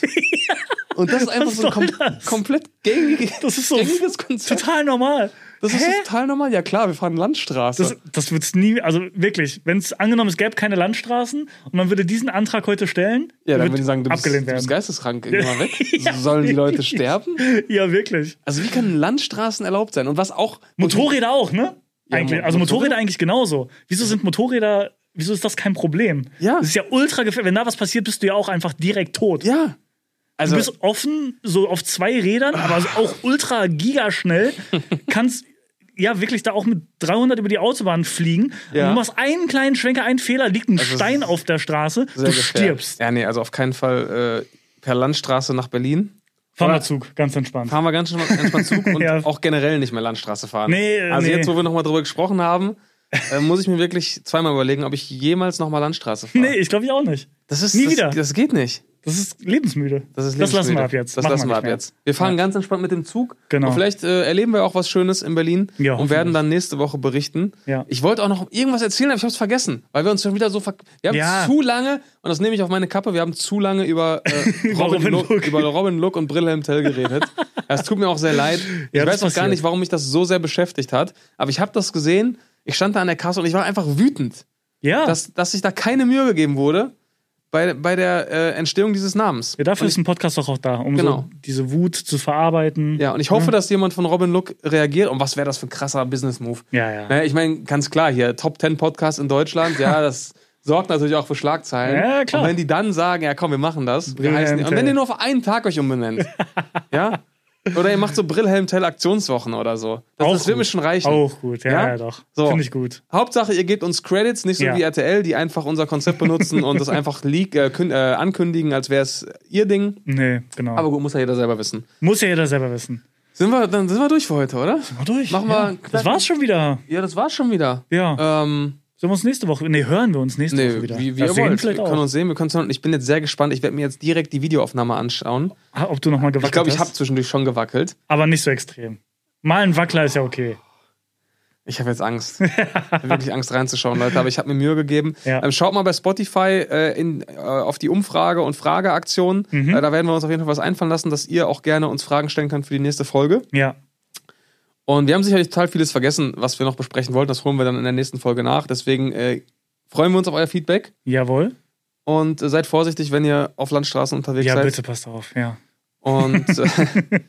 Speaker 2: Und das ist einfach so ein kom
Speaker 1: soll das?
Speaker 2: komplett gängige,
Speaker 1: Das ist so
Speaker 2: gängiges Konzept.
Speaker 1: Total normal.
Speaker 2: Das ist
Speaker 1: Hä?
Speaker 2: total normal. Ja klar, wir fahren Landstraße.
Speaker 1: Das, das wird's nie, also wirklich, wenn es angenommen, es gäbe keine Landstraßen und man würde diesen Antrag heute stellen,
Speaker 2: ja, dann
Speaker 1: wird
Speaker 2: würde ich sagen, du bist, du
Speaker 1: abgelehnt
Speaker 2: bist
Speaker 1: werden.
Speaker 2: geisteskrank. Geh mal weg. Also Sollen die Leute sterben?
Speaker 1: ja, wirklich.
Speaker 2: Also wie können Landstraßen erlaubt sein? Und was auch...
Speaker 1: Motorräder auch, ne?
Speaker 2: Ja,
Speaker 1: Eigentlich,
Speaker 2: Mo-
Speaker 1: also Motorräder
Speaker 2: Motorräder?
Speaker 1: eigentlich genauso. Wieso sind Motorräder, wieso ist das kein Problem?
Speaker 2: Ja.
Speaker 1: Das ist ja ultra gefährlich. Wenn da was passiert, bist du ja auch einfach direkt tot.
Speaker 2: Ja.
Speaker 1: Du
Speaker 2: Also,
Speaker 1: bist offen, so auf zwei Rädern, aber so auch ultra gigaschnell. Kannst ja wirklich da auch mit 300 über die Autobahn fliegen.
Speaker 2: Ja.
Speaker 1: Und du machst einen kleinen Schwenker, einen Fehler, liegt ein Stein auf der Straße, du
Speaker 2: sehr gefährlich.
Speaker 1: stirbst.
Speaker 2: Ja, nee, also auf keinen Fall äh, per Landstraße nach Berlin.
Speaker 1: Fahren wir
Speaker 2: Oder-
Speaker 1: Zug, ganz entspannt.
Speaker 2: fahren wir ganz schön entspannt Zug und
Speaker 1: Ja.
Speaker 2: auch generell nicht mehr Landstraße fahren.
Speaker 1: Nee, äh,
Speaker 2: also
Speaker 1: nee.
Speaker 2: jetzt, wo wir nochmal drüber gesprochen haben, äh, muss ich mir wirklich zweimal überlegen, ob ich jemals nochmal Landstraße fahre.
Speaker 1: Nee, ich glaube ich auch nicht.
Speaker 2: das ist
Speaker 1: nie
Speaker 2: das,
Speaker 1: wieder.
Speaker 2: Das geht nicht.
Speaker 1: Das ist lebensmüde.
Speaker 2: Das, ist
Speaker 1: das lassen
Speaker 2: lebensmüde.
Speaker 1: wir ab jetzt.
Speaker 2: Das
Speaker 1: Machen
Speaker 2: lassen wir
Speaker 1: nicht
Speaker 2: ab
Speaker 1: mehr.
Speaker 2: jetzt. Wir fahren ganz entspannt mit dem Zug.
Speaker 1: Genau.
Speaker 2: Und vielleicht äh, erleben wir auch was Schönes in Berlin
Speaker 1: Ja,
Speaker 2: und werden dann nächste Woche berichten.
Speaker 1: Ja.
Speaker 2: Ich wollte auch noch irgendwas erzählen, aber ich habe es vergessen, weil wir uns schon wieder so ver wir haben
Speaker 1: Ja.
Speaker 2: zu lange und das nehme ich auf meine Kappe. Wir haben zu lange über äh,
Speaker 1: Über
Speaker 2: Robin,
Speaker 1: Robin
Speaker 2: Look,
Speaker 1: Look.
Speaker 2: über Robin Look und Brilhelm Tell geredet. das tut mir auch sehr leid. Ich
Speaker 1: Ja, das
Speaker 2: weiß auch gar
Speaker 1: passiert.
Speaker 2: nicht, warum mich das so sehr beschäftigt hat, aber ich habe das gesehen. Ich stand da an der Kasse und ich war einfach wütend,
Speaker 1: Ja,
Speaker 2: dass, dass sich da keine Mühe gegeben wurde bei, bei der äh, Entstehung dieses Namens.
Speaker 1: ja dafür
Speaker 2: Und
Speaker 1: ist ein Podcast doch auch da, um
Speaker 2: Genau.
Speaker 1: so diese Wut zu verarbeiten.
Speaker 2: Ja, und ich hoffe, dass jemand von Robin Look reagiert. Und was wäre das für ein krasser Business-Move?
Speaker 1: Ja, ja.
Speaker 2: Naja, ich meine, ganz klar hier, Top 10 Podcast in Deutschland, ja, das sorgt natürlich auch für Schlagzeilen.
Speaker 1: Ja, klar.
Speaker 2: Und wenn die dann sagen, ja komm, wir machen das, wir
Speaker 1: Brilhelm
Speaker 2: heißen, und
Speaker 1: Tell.
Speaker 2: wenn ihr nur auf einen Tag euch umbenennt, ja, oder ihr macht so Brillhelm-Tell-Aktionswochen oder so. Das,
Speaker 1: Auch
Speaker 2: das wird
Speaker 1: gut.
Speaker 2: mir schon reichen.
Speaker 1: Auch gut, ja,
Speaker 2: Ja?
Speaker 1: ja, doch.
Speaker 2: So.
Speaker 1: Finde ich gut.
Speaker 2: Hauptsache, ihr gebt uns Credits, nicht so
Speaker 1: Ja.
Speaker 2: wie RTL, die einfach unser Konzept benutzen und das einfach leak, äh, kün- äh, ankündigen, als wäre es ihr Ding.
Speaker 1: Nee, genau.
Speaker 2: Aber gut, muss ja jeder selber wissen.
Speaker 1: Muss ja jeder selber wissen.
Speaker 2: Sind wir, dann sind wir durch für heute, oder?
Speaker 1: Mal durch.
Speaker 2: Machen wir
Speaker 1: ja.
Speaker 2: einen
Speaker 1: Das war's schon wieder.
Speaker 2: Ja, das war's schon wieder.
Speaker 1: Ja.
Speaker 2: Ähm,
Speaker 1: Sollen wir uns nächste Woche. Nee, hören wir uns nächste
Speaker 2: nee,
Speaker 1: Woche wieder.
Speaker 2: wie, wie
Speaker 1: Das
Speaker 2: ihr
Speaker 1: sehen
Speaker 2: wollt. Wir
Speaker 1: vielleicht
Speaker 2: können
Speaker 1: auch.
Speaker 2: uns sehen, wir können uns Ich bin jetzt sehr gespannt. Ich werde mir jetzt direkt die Videoaufnahme anschauen.
Speaker 1: Ah, Ob du nochmal
Speaker 2: Ich
Speaker 1: gewackelt
Speaker 2: glaube, ich habe
Speaker 1: hast.
Speaker 2: zwischendurch schon gewackelt.
Speaker 1: Aber nicht so extrem. Mal ein Wackler ist ja okay.
Speaker 2: Ich habe jetzt Angst. ich habe wirklich Angst reinzuschauen, Leute. Aber ich habe mir Mühe gegeben.
Speaker 1: Ja.
Speaker 2: Ähm, schaut mal bei Spotify äh, in, äh, auf die Umfrage- und Frageaktion.
Speaker 1: Mhm.
Speaker 2: Äh, da werden wir uns auf jeden Fall was einfallen lassen, dass ihr auch gerne uns Fragen stellen könnt für die nächste Folge.
Speaker 1: Ja.
Speaker 2: Und wir haben sicherlich total vieles vergessen, was wir noch besprechen wollten. Das holen wir dann in der nächsten Folge nach. Deswegen äh, freuen wir uns auf euer Feedback.
Speaker 1: Jawohl.
Speaker 2: Und äh, seid vorsichtig, wenn ihr auf Landstraßen unterwegs
Speaker 1: Ja,
Speaker 2: seid.
Speaker 1: bitte passt auf. Ja.
Speaker 2: Und, äh, wenn,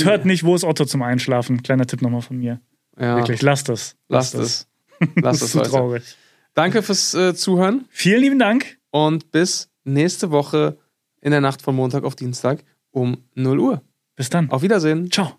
Speaker 1: Und hört nicht, wo ist Otto zum Einschlafen? Kleiner Tipp nochmal von mir.
Speaker 2: ja,
Speaker 1: Wirklich, lasst es.
Speaker 2: Lasst es. Lasst
Speaker 1: Das
Speaker 2: es,
Speaker 1: ist zu
Speaker 2: Leute.
Speaker 1: traurig.
Speaker 2: Danke fürs äh, Zuhören
Speaker 1: Vielen lieben Dank.
Speaker 2: und bis nächste Woche in der Nacht von Montag auf Dienstag um 0 Uhr.
Speaker 1: Bis dann.
Speaker 2: Auf Wiedersehen.
Speaker 1: Ciao.